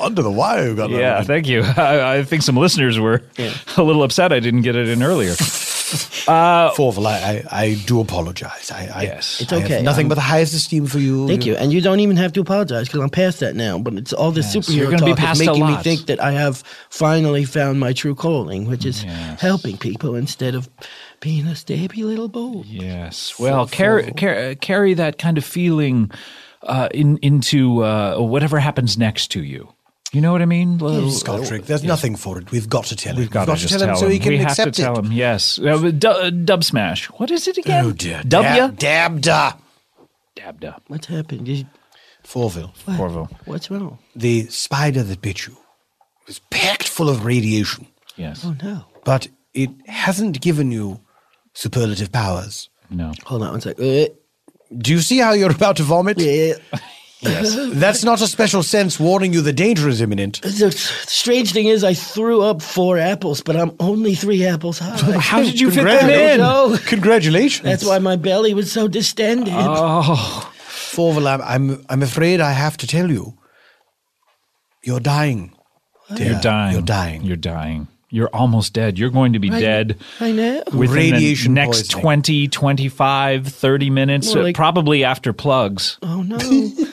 Speaker 10: Under the wire, you got that
Speaker 2: Yeah,
Speaker 10: one.
Speaker 2: thank you. (laughs) I, I think some listeners were (laughs) a little upset I didn't get it
Speaker 10: (laughs)
Speaker 2: in earlier. Uh,
Speaker 10: Forval, I, I, I do apologize. I, I,
Speaker 2: Yes.
Speaker 10: it's
Speaker 11: okay.
Speaker 10: nothing but the highest esteem for you.
Speaker 11: Thank you. And you don't even have to apologize because I'm past that now. But it's all this
Speaker 2: you're
Speaker 11: superhero
Speaker 2: gonna be
Speaker 11: talk
Speaker 2: past
Speaker 11: is
Speaker 2: a
Speaker 11: making me
Speaker 2: lot.
Speaker 11: think that I have finally found my true calling, which is helping people instead of being a stabby little bull.
Speaker 2: Yes. Well, car- car- carry that kind of feeling uh, in, into uh, whatever happens next to you. You know what I mean? Little-
Speaker 10: Scottrick, there's nothing for it. We've got to tell him. We've
Speaker 2: Gotta just
Speaker 10: tell him so he can
Speaker 2: we
Speaker 10: accept
Speaker 2: have to tell
Speaker 10: it.
Speaker 2: him. Yes, uh, du- uh, dub smash. What is it again?
Speaker 10: Oh dear.
Speaker 2: W.
Speaker 10: Dab, dabda.
Speaker 2: Dab dab.
Speaker 11: What's happened? You-
Speaker 10: Forville,
Speaker 2: Corvo.
Speaker 11: What's wrong?
Speaker 10: the spider that bit you was packed full of radiation,
Speaker 2: Yes.
Speaker 11: Oh, no.
Speaker 10: but it hasn't given you superlative powers.
Speaker 2: No.
Speaker 11: Hold on one sec. Uh,
Speaker 10: Do you see how you're about to vomit?
Speaker 11: yeah.
Speaker 10: That's not a special sense warning you the danger is imminent.
Speaker 11: The strange thing is, I threw up four apples, but I'm only three apples
Speaker 2: (laughs)
Speaker 11: high.
Speaker 2: How did you fit that in?
Speaker 11: No.
Speaker 10: Congratulations.
Speaker 11: That's why my belly was so distended.
Speaker 2: Oh.
Speaker 10: Forval, I'm, I'm, I'm afraid I have to tell you. You're dying. dear.
Speaker 2: You're dying.
Speaker 10: You're dying.
Speaker 2: You're dying. You're almost dead. You're going to be dead
Speaker 11: I know.
Speaker 2: within
Speaker 10: Radiation
Speaker 2: the next
Speaker 10: poisoning.
Speaker 2: 20, 25, 30 minutes,
Speaker 11: More
Speaker 2: uh,
Speaker 11: like-
Speaker 2: probably after plugs.
Speaker 11: Oh no. Do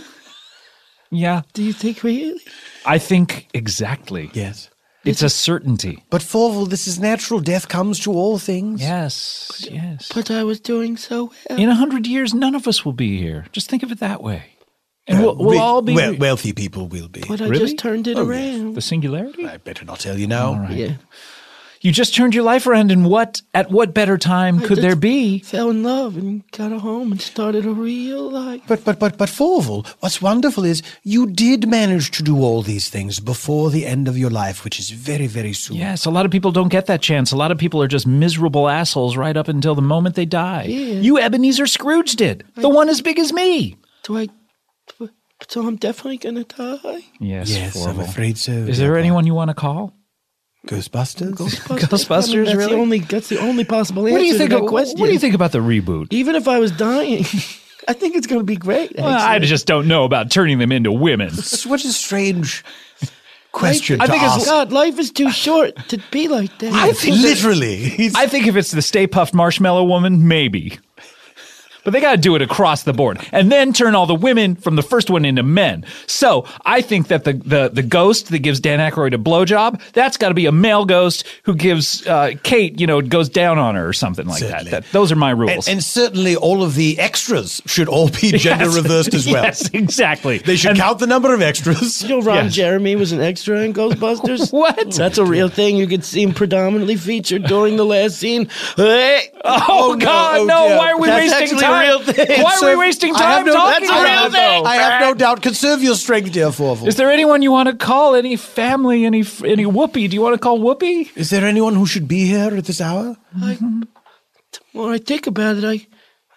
Speaker 2: Yeah.
Speaker 11: you think we?
Speaker 2: I think exactly.
Speaker 10: Yes.
Speaker 2: It's a certainty.
Speaker 10: But Forval, this is natural. Death comes to all things.
Speaker 2: Yes. Yes.
Speaker 11: But I was doing so well.
Speaker 2: In a hundred years, none of us will be here. Just think of it that way. And we'll, we'll
Speaker 10: Uh, We-
Speaker 2: all be
Speaker 10: well, wealthy people will be. Oh,
Speaker 11: But I
Speaker 2: Really?
Speaker 11: just turned it around.
Speaker 2: the singularity.
Speaker 10: I better not tell you now.
Speaker 11: Yeah.
Speaker 2: You just turned your life around, and what? At what better
Speaker 10: (laughs)
Speaker 2: time could
Speaker 11: just-
Speaker 2: there be?
Speaker 11: Fell in love and got a home and started a real life.
Speaker 10: But but but but Forval, what's wonderful is you did manage to do all these things before the end of your life, which is very very soon.
Speaker 2: Yes, a lot of people don't get that chance. A lot of people are just miserable assholes right up until the moment they die. You Ebenezer Scrooge did. The one as big as me.
Speaker 11: Do I? do I- So I'm definitely gonna die.
Speaker 2: Yes,
Speaker 10: Yes, I'm
Speaker 2: Forval.
Speaker 10: afraid so.
Speaker 2: Is there anyone you want to call?
Speaker 10: Ghostbusters?
Speaker 2: (laughs) Ghostbusters,
Speaker 11: I mean, that's
Speaker 2: really?
Speaker 11: The only, that's the only possible answer
Speaker 2: What do you
Speaker 11: to
Speaker 2: think?
Speaker 11: that
Speaker 2: Of, what
Speaker 11: question.
Speaker 2: do you think about the reboot?
Speaker 11: Even if I was dying, (laughs) I think it's gonna be great.
Speaker 2: Well, I
Speaker 11: actually.
Speaker 2: just don't know about turning them into women.
Speaker 10: what a strange question.
Speaker 2: I
Speaker 10: to
Speaker 2: think it's-
Speaker 10: ask.
Speaker 11: God, life is too short to be like that.
Speaker 2: I think that-
Speaker 10: literally.
Speaker 2: I think if it's the Stay Puffed Marshmallow Woman, maybe. But they got to do it across the board, and then turn all the women from the first one into men. So I think that the the, the ghost that gives Dan Aykroyd a blowjob, that's got to be a male ghost who gives uh, Kate, you know, goes down on her or something like that.
Speaker 10: Certainly.
Speaker 2: that. Those are my
Speaker 10: And,
Speaker 2: rules.
Speaker 10: and certainly, all of the extras should all be gender
Speaker 2: (laughs) Yes.
Speaker 10: reversed as well.
Speaker 2: (laughs) Yes, exactly.
Speaker 10: They should
Speaker 2: And-
Speaker 10: count the number of extras.
Speaker 11: You know, Ron
Speaker 2: Yes.
Speaker 11: Jeremy was an extra in
Speaker 2: (laughs)
Speaker 11: Ghostbusters.
Speaker 2: What?
Speaker 11: That's a real thing. You could see him predominantly featured during the last scene. Hey!
Speaker 2: Oh, God, no!
Speaker 10: dear.
Speaker 2: Why are we
Speaker 11: That's
Speaker 2: wasting
Speaker 11: actually a
Speaker 2: time?
Speaker 11: real
Speaker 2: Why
Speaker 11: thing.
Speaker 2: are we
Speaker 10: Serve-
Speaker 2: wasting
Speaker 10: I have
Speaker 2: time
Speaker 10: no-
Speaker 2: talking
Speaker 10: that's a real
Speaker 2: about
Speaker 10: thing.
Speaker 2: it?
Speaker 10: I have no doubt. Conserve your strength, dear Forval.
Speaker 2: Is there anyone you want to call? Any family? Any any Whoopi? Do you want to call Whoopi?
Speaker 10: Is there anyone who should be here at this hour?
Speaker 11: The more I think about it, I,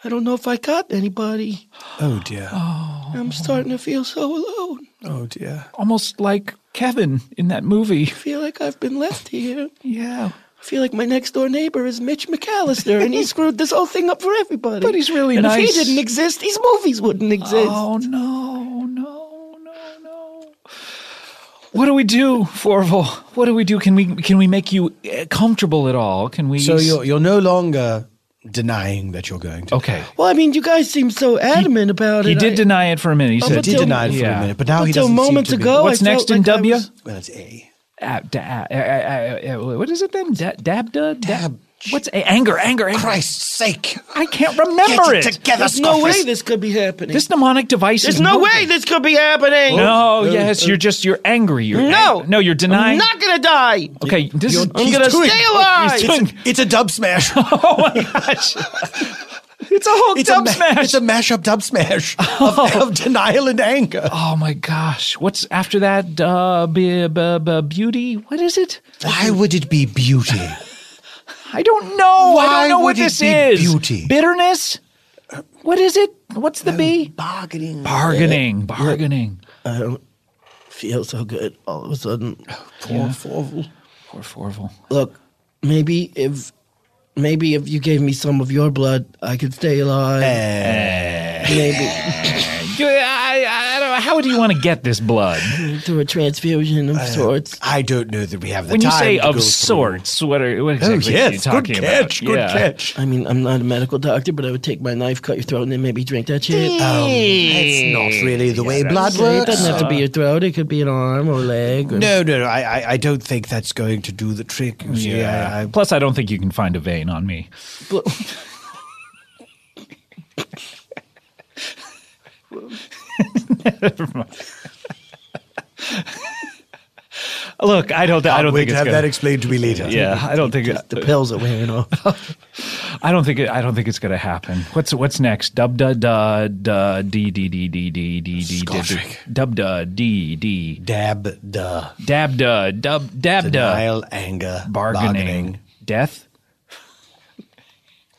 Speaker 11: I don't know if I got anybody.
Speaker 10: Oh dear.
Speaker 11: I'm starting to feel so alone.
Speaker 10: Oh dear.
Speaker 2: Almost like Kevin in that movie.
Speaker 11: I feel like I've been left here.
Speaker 2: Yeah,
Speaker 11: I feel like my next door neighbor is Mitch McAllister,
Speaker 2: (laughs)
Speaker 11: and he screwed this whole thing up for everybody.
Speaker 2: but he's really
Speaker 11: and
Speaker 2: nice.
Speaker 11: if he didn't exist, these movies wouldn't exist.
Speaker 2: Oh no, no, no, no! What do we do, Forval? What do we do? Can we can we make you uh, comfortable at all? Can we?
Speaker 10: So you're you're no longer denying that you're going to.
Speaker 2: okay.
Speaker 11: Well, I mean, you guys seem so adamant about it.
Speaker 2: He did
Speaker 11: I-
Speaker 2: deny it for a minute. He
Speaker 11: Oh,
Speaker 2: said
Speaker 11: but
Speaker 10: He
Speaker 11: till-
Speaker 10: denied for
Speaker 2: Yeah.
Speaker 10: a minute, but now he
Speaker 11: Until
Speaker 10: doesn't seem
Speaker 11: moments
Speaker 10: to be-
Speaker 11: ago,
Speaker 2: What's
Speaker 11: I
Speaker 2: next
Speaker 11: felt
Speaker 2: in
Speaker 11: like I
Speaker 2: W?
Speaker 11: was-
Speaker 10: Well, it's A.
Speaker 2: Ah, da- ah, ah, ah, ah, what is it then? Da- dab da
Speaker 10: Dab.
Speaker 2: What's a- anger? Anger? Anger?
Speaker 10: Christ's sake!
Speaker 2: I can't remember
Speaker 10: Get it together,
Speaker 11: There's no way
Speaker 10: Scoffers.
Speaker 11: this could be happening.
Speaker 2: This mnemonic device.
Speaker 11: There's
Speaker 2: is
Speaker 11: no
Speaker 2: working.
Speaker 11: way this could be happening.
Speaker 10: Uh,
Speaker 2: No, yes, you're just you're angry. You're
Speaker 11: No.
Speaker 2: ang- no, you're denying.
Speaker 11: I'm not gonna die.
Speaker 2: okay, this is.
Speaker 11: I'm gonna
Speaker 10: doing-
Speaker 11: stay alive.
Speaker 2: He's
Speaker 10: It's,
Speaker 2: doing-
Speaker 10: it's a dub smash.
Speaker 2: Oh my gosh! it's a whole
Speaker 10: It's
Speaker 2: dub
Speaker 10: a ma-
Speaker 2: smash.
Speaker 10: It's a mashup dub
Speaker 2: (laughs)
Speaker 10: smash of, (laughs) of denial and anger.
Speaker 2: oh my gosh! What's after that? Uh, be, be, be- beauty. What is it?
Speaker 10: Why would it be beauty?
Speaker 2: (laughs) I don't know. I
Speaker 10: Why
Speaker 2: don't know what
Speaker 10: would it
Speaker 2: this
Speaker 10: be
Speaker 2: is.
Speaker 10: beauty?
Speaker 2: Bitterness. What is it? What's the B?
Speaker 10: Bargaining.
Speaker 2: Bargaining. Bargaining.
Speaker 11: Mm. I don't feel so good all of a sudden.
Speaker 10: Poor Forval.
Speaker 2: Oh, Poor Forval.
Speaker 11: Look, maybe if maybe if you gave me some of your blood, I could stay alive.
Speaker 2: (laughs)
Speaker 11: Maybe
Speaker 2: Do- Eh. I, I, I don't know. How do you want to get this blood?
Speaker 11: through a transfusion of sorts.
Speaker 10: I don't know that we have the
Speaker 2: When you
Speaker 10: time.
Speaker 2: say
Speaker 10: to go
Speaker 2: of
Speaker 10: through-
Speaker 2: sorts, what are what
Speaker 10: Oh
Speaker 2: exactly are you
Speaker 10: yes, good
Speaker 2: talking
Speaker 10: catch,
Speaker 2: about?
Speaker 10: good
Speaker 2: Yeah.
Speaker 10: catch.
Speaker 11: I mean, I'm not a medical doctor, but I would take my knife, cut your throat, and then maybe drink that shit.
Speaker 10: Um, That's not really the way blood
Speaker 11: it
Speaker 10: works.
Speaker 11: doesn't have to be your throat; it could be an arm or leg. Or
Speaker 10: No, no, no I, I, I don't think that's going to do the trick. You see, I, I,
Speaker 2: Plus, I don't think you can find a vein on me. Look, I don't. I don't
Speaker 10: wait
Speaker 2: think
Speaker 10: to
Speaker 2: it's
Speaker 10: have
Speaker 2: gonna,
Speaker 10: that explained to me later.
Speaker 2: Yeah, I don't think.
Speaker 11: The pills are wearing off.
Speaker 2: (laughs) I don't think. It, I don't think it's going to happen. What's what's next? Dub da da da d d d d d d d d
Speaker 10: Scottrick.
Speaker 2: dub da d d
Speaker 10: Dab, duh,
Speaker 2: dab da dub dab da
Speaker 10: denial, anger, bargaining.
Speaker 2: bargaining death.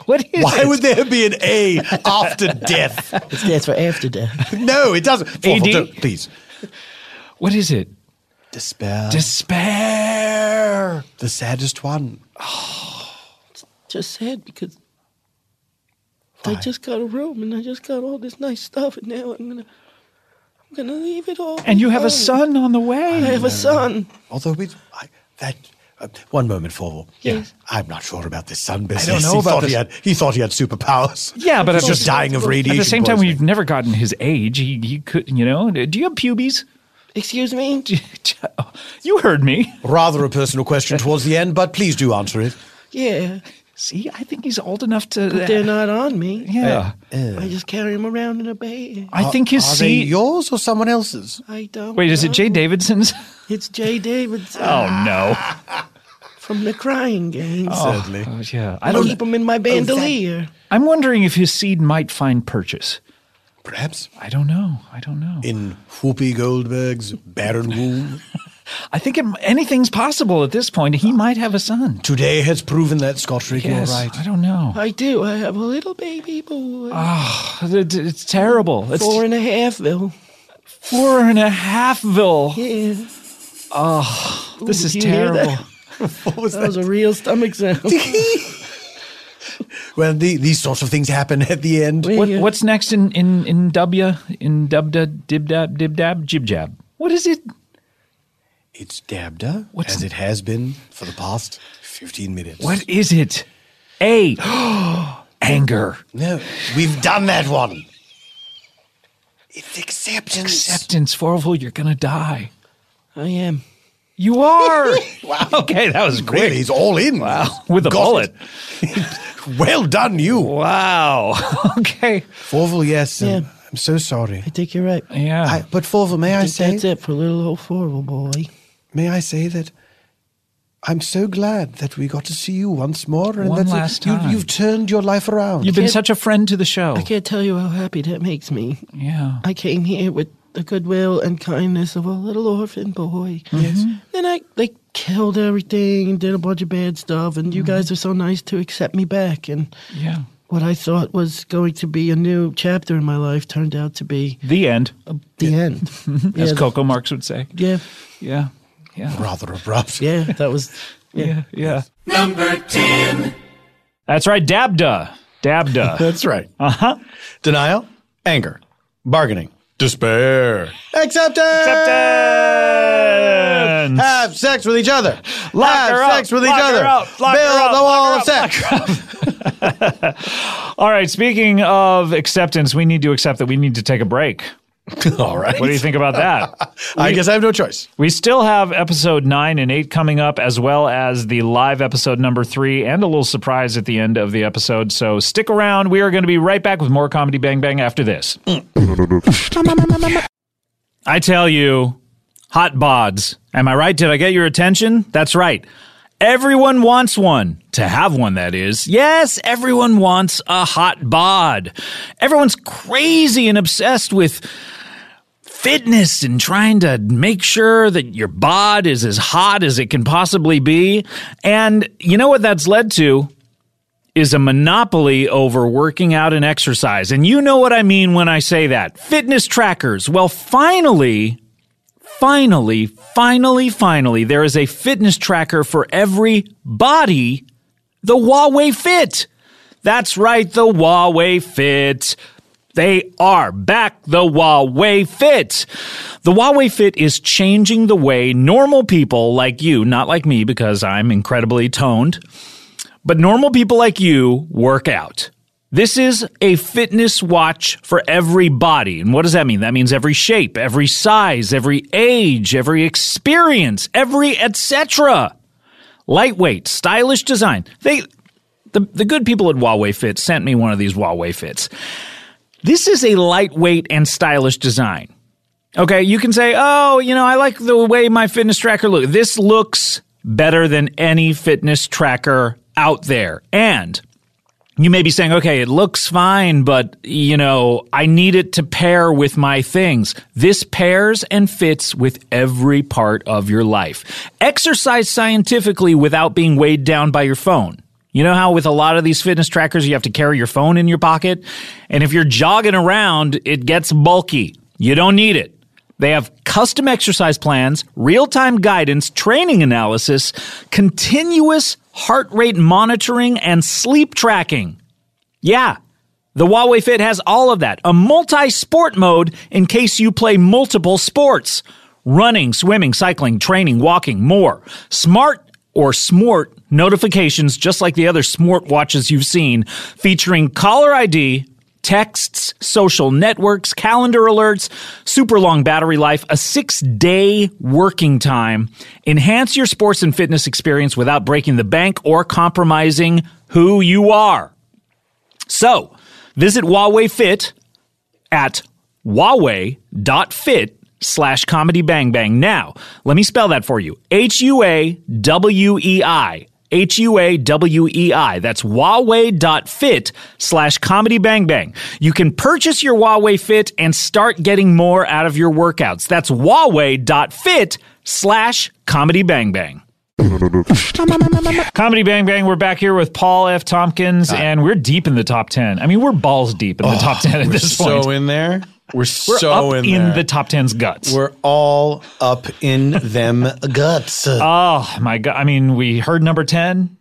Speaker 2: What is
Speaker 10: Why
Speaker 2: it?
Speaker 10: would there be an A
Speaker 2: (laughs)
Speaker 10: after death?
Speaker 11: It stands for
Speaker 10: (sighs)
Speaker 11: after death.
Speaker 10: No, it doesn't. Forval,
Speaker 2: AD?
Speaker 10: don't- please.
Speaker 2: what is it?
Speaker 10: Despair.
Speaker 2: Despair.
Speaker 10: the saddest one.
Speaker 11: Just sad because I just got a room and I just got all this nice stuff, and now I'm gonna, I'm gonna leave it all.
Speaker 2: And you have a
Speaker 11: behind.
Speaker 2: son on the
Speaker 11: I
Speaker 2: way.
Speaker 11: have a son.
Speaker 10: Although we, I, that Uh, one moment, Forval.
Speaker 11: Yes.
Speaker 10: I'm not sure about this sun I business.
Speaker 2: don't know
Speaker 10: he
Speaker 2: about
Speaker 10: thought
Speaker 2: this.
Speaker 10: He, had, he thought he had superpowers.
Speaker 2: Yeah, but
Speaker 10: he's
Speaker 2: at
Speaker 10: just
Speaker 2: the-
Speaker 10: dying of radiation.
Speaker 2: At the same time,
Speaker 10: poisoning.
Speaker 2: we've never gotten his age. He, he could, you know. Do you have Oh, pubes?
Speaker 11: Excuse
Speaker 2: (laughs)
Speaker 11: me?
Speaker 10: (laughs)
Speaker 2: You heard me.
Speaker 10: rather a personal question towards the end, but please do answer it.
Speaker 11: Yeah.
Speaker 2: See, I think he's old enough to.
Speaker 11: They're not on me.
Speaker 2: yeah,
Speaker 11: I just carry them around in a bag.
Speaker 2: I think his
Speaker 10: Are they
Speaker 2: seat.
Speaker 10: yours or someone else's?
Speaker 11: I don't.
Speaker 2: Wait, is it Jay
Speaker 10: (laughs)
Speaker 2: Davidson's?
Speaker 11: It's Jay Davidson
Speaker 2: Oh no.
Speaker 11: from the Crying Games.
Speaker 10: Certainly.
Speaker 2: Oh, yeah, I
Speaker 11: I
Speaker 2: don't. Oh,
Speaker 11: keep them in my bandolier.
Speaker 2: I'm wondering if his seed might find purchase.
Speaker 10: Perhaps
Speaker 2: I don't know. I don't know.
Speaker 10: in Whoopi Goldberg's barren womb.
Speaker 2: I think it, anything's possible at this point. He might have a son.
Speaker 10: Today has proven that Scott Rick
Speaker 2: Yes,
Speaker 10: you're right.
Speaker 2: I don't know.
Speaker 11: I do. I have a little baby boy.
Speaker 2: Ah. Oh, It- It's terrible. It's
Speaker 11: Four and a halfville.
Speaker 2: four and a halfville.
Speaker 11: Yeah.
Speaker 2: Oh, this is
Speaker 11: did you hear that?
Speaker 2: terrible.
Speaker 11: That was a real stomach sound.
Speaker 10: Well, the, these sorts of things happen at the end.
Speaker 11: Wait.
Speaker 2: What,
Speaker 11: Yeah.
Speaker 2: what's next in in in W in dubda dibdab dibdab jibjab? What is it?
Speaker 10: It's Dabda,
Speaker 2: What's-
Speaker 10: as it has been for the past 15 minutes.
Speaker 2: What is it? A (gasps) anger,
Speaker 10: No, we've done that one. It's acceptance.
Speaker 2: acceptance, Forville. You're gonna die.
Speaker 11: I am.
Speaker 2: You
Speaker 11: (laughs)
Speaker 2: are. Okay, that was great.
Speaker 10: Really, he's all in. Wow.
Speaker 2: With a bullet.
Speaker 10: (laughs) Well done, you.
Speaker 2: Wow. (laughs) okay.
Speaker 10: Forval, yes.
Speaker 11: Yeah.
Speaker 10: um, I'm so sorry.
Speaker 11: I think you're right. I
Speaker 2: Yeah.
Speaker 10: I, but Forval, may I,
Speaker 11: think
Speaker 10: say
Speaker 11: that's it for little old Forval boy.
Speaker 10: may I say that I'm so glad that we got to see you once more and
Speaker 2: One
Speaker 10: that
Speaker 2: last
Speaker 10: you,
Speaker 2: time.
Speaker 10: you've turned your life around.
Speaker 2: You've been such a friend to the show.
Speaker 11: Oh, I can't tell you how happy that makes me.
Speaker 2: Yeah.
Speaker 11: I came here with the goodwill and kindness of a little orphan boy. Yes. Then I like killed everything and did a bunch of bad stuff and you guys are so nice to accept me back and
Speaker 2: Mm-hmm. Yeah.
Speaker 11: what I thought was going to be a new chapter in my life turned out to be
Speaker 2: The end,
Speaker 11: Oh, the end. yeah,
Speaker 2: (laughs) as Coco Marx would say.
Speaker 11: yeah,
Speaker 2: Yeah. Yeah.
Speaker 10: rather abrupt.
Speaker 11: yeah, that was
Speaker 2: Yeah. Yeah. Number 10. That's right. Dabda. Dabda. Uh-huh.
Speaker 3: That's right. Uh huh. Denial, anger, bargaining,
Speaker 9: Despair.
Speaker 3: acceptance.
Speaker 2: Acceptance.
Speaker 3: Have sex with each other.
Speaker 2: Lock
Speaker 3: Have
Speaker 2: her up.
Speaker 3: sex with each
Speaker 2: Lock her
Speaker 3: other.
Speaker 2: up. Lock her
Speaker 3: Build
Speaker 2: up.
Speaker 3: the
Speaker 2: Lock
Speaker 3: wall
Speaker 2: her
Speaker 3: of
Speaker 2: up.
Speaker 3: sex.
Speaker 2: (laughs) All right. Speaking of acceptance, we need to accept that we need to take a break.
Speaker 3: (laughs) All right.
Speaker 2: What do you think about that?
Speaker 3: I guess I have no choice.
Speaker 2: We still have episode nine and eight coming up, as well as the live episode number three, and a little surprise at the end of the episode. So stick around. We are going to be right back with more Comedy Bang Bang after this. I tell you, hot bods. Am I right? Did I get your attention? That's right. Everyone wants one. To have one, that is. Yes, everyone wants a hot bod. Everyone's crazy and obsessed with fitness and trying to make sure that your bod is as hot as it can possibly be. And you know what that's led to? Is a monopoly over working out and exercise. And you know what I mean when I say that. Fitness trackers. Well, finally, finally, finally, finally, there is a fitness tracker for every body the Huawei Fit. That's right, the Huawei Fit. They are back, the Huawei Fit. The Huawei Fit is changing the way normal people like you, not like me because I'm incredibly toned, but normal people like you work out. This is a fitness watch for every body. And what does that mean? That means every shape, every size, every age, every experience, every etc. Lightweight, stylish design. They the, the good people at Huawei Fit sent me one of these Huawei Fits. This is a lightweight and stylish design. Okay, you can say, oh, you know, I like the way my fitness tracker looks. This looks better than any fitness tracker out there. And you may be saying, okay, it looks fine, but, you know, I need it to pair with my things. This pairs and fits with every part of your life. Exercise scientifically without being weighed down by your phone. You know how with a lot of these fitness trackers, you have to carry your phone in your pocket? And if you're jogging around, it gets bulky. You don't need it. They have custom exercise plans, real time guidance, training analysis, continuous heart rate monitoring, and sleep tracking. Yeah, the Huawei Fit has all of that. A multi sport mode in case you play multiple sports running, swimming, cycling, training, walking, more. Smart or SMORT notifications, just like the other SMORT watches you've seen, featuring caller ID, texts, social networks, calendar alerts, super long battery life, a six day working time. Enhance your sports and fitness experience without breaking the bank or compromising who you are. So visit Huawei Fit at huawei.fit slash comedy bang bang. Now, let me spell that for you. H U A W E I. H U A W E I. That's Huawei.fit slash comedy bang bang. You can purchase your Huawei Fit and start getting more out of your workouts. That's Huawei.fit slash comedy bang bang. Comedy Bang Bang, we're back here with Paul F. Tompkins, and we're deep in the top 10. I mean, we're balls deep in the top 10 at this point.
Speaker 3: Oh, So in there. We're
Speaker 2: (laughs) we're
Speaker 3: so
Speaker 2: up
Speaker 3: in,
Speaker 2: in,
Speaker 3: there.
Speaker 2: the top 10's guts.
Speaker 3: We're all up in them guts.
Speaker 2: oh, my God. I mean, we heard number 10.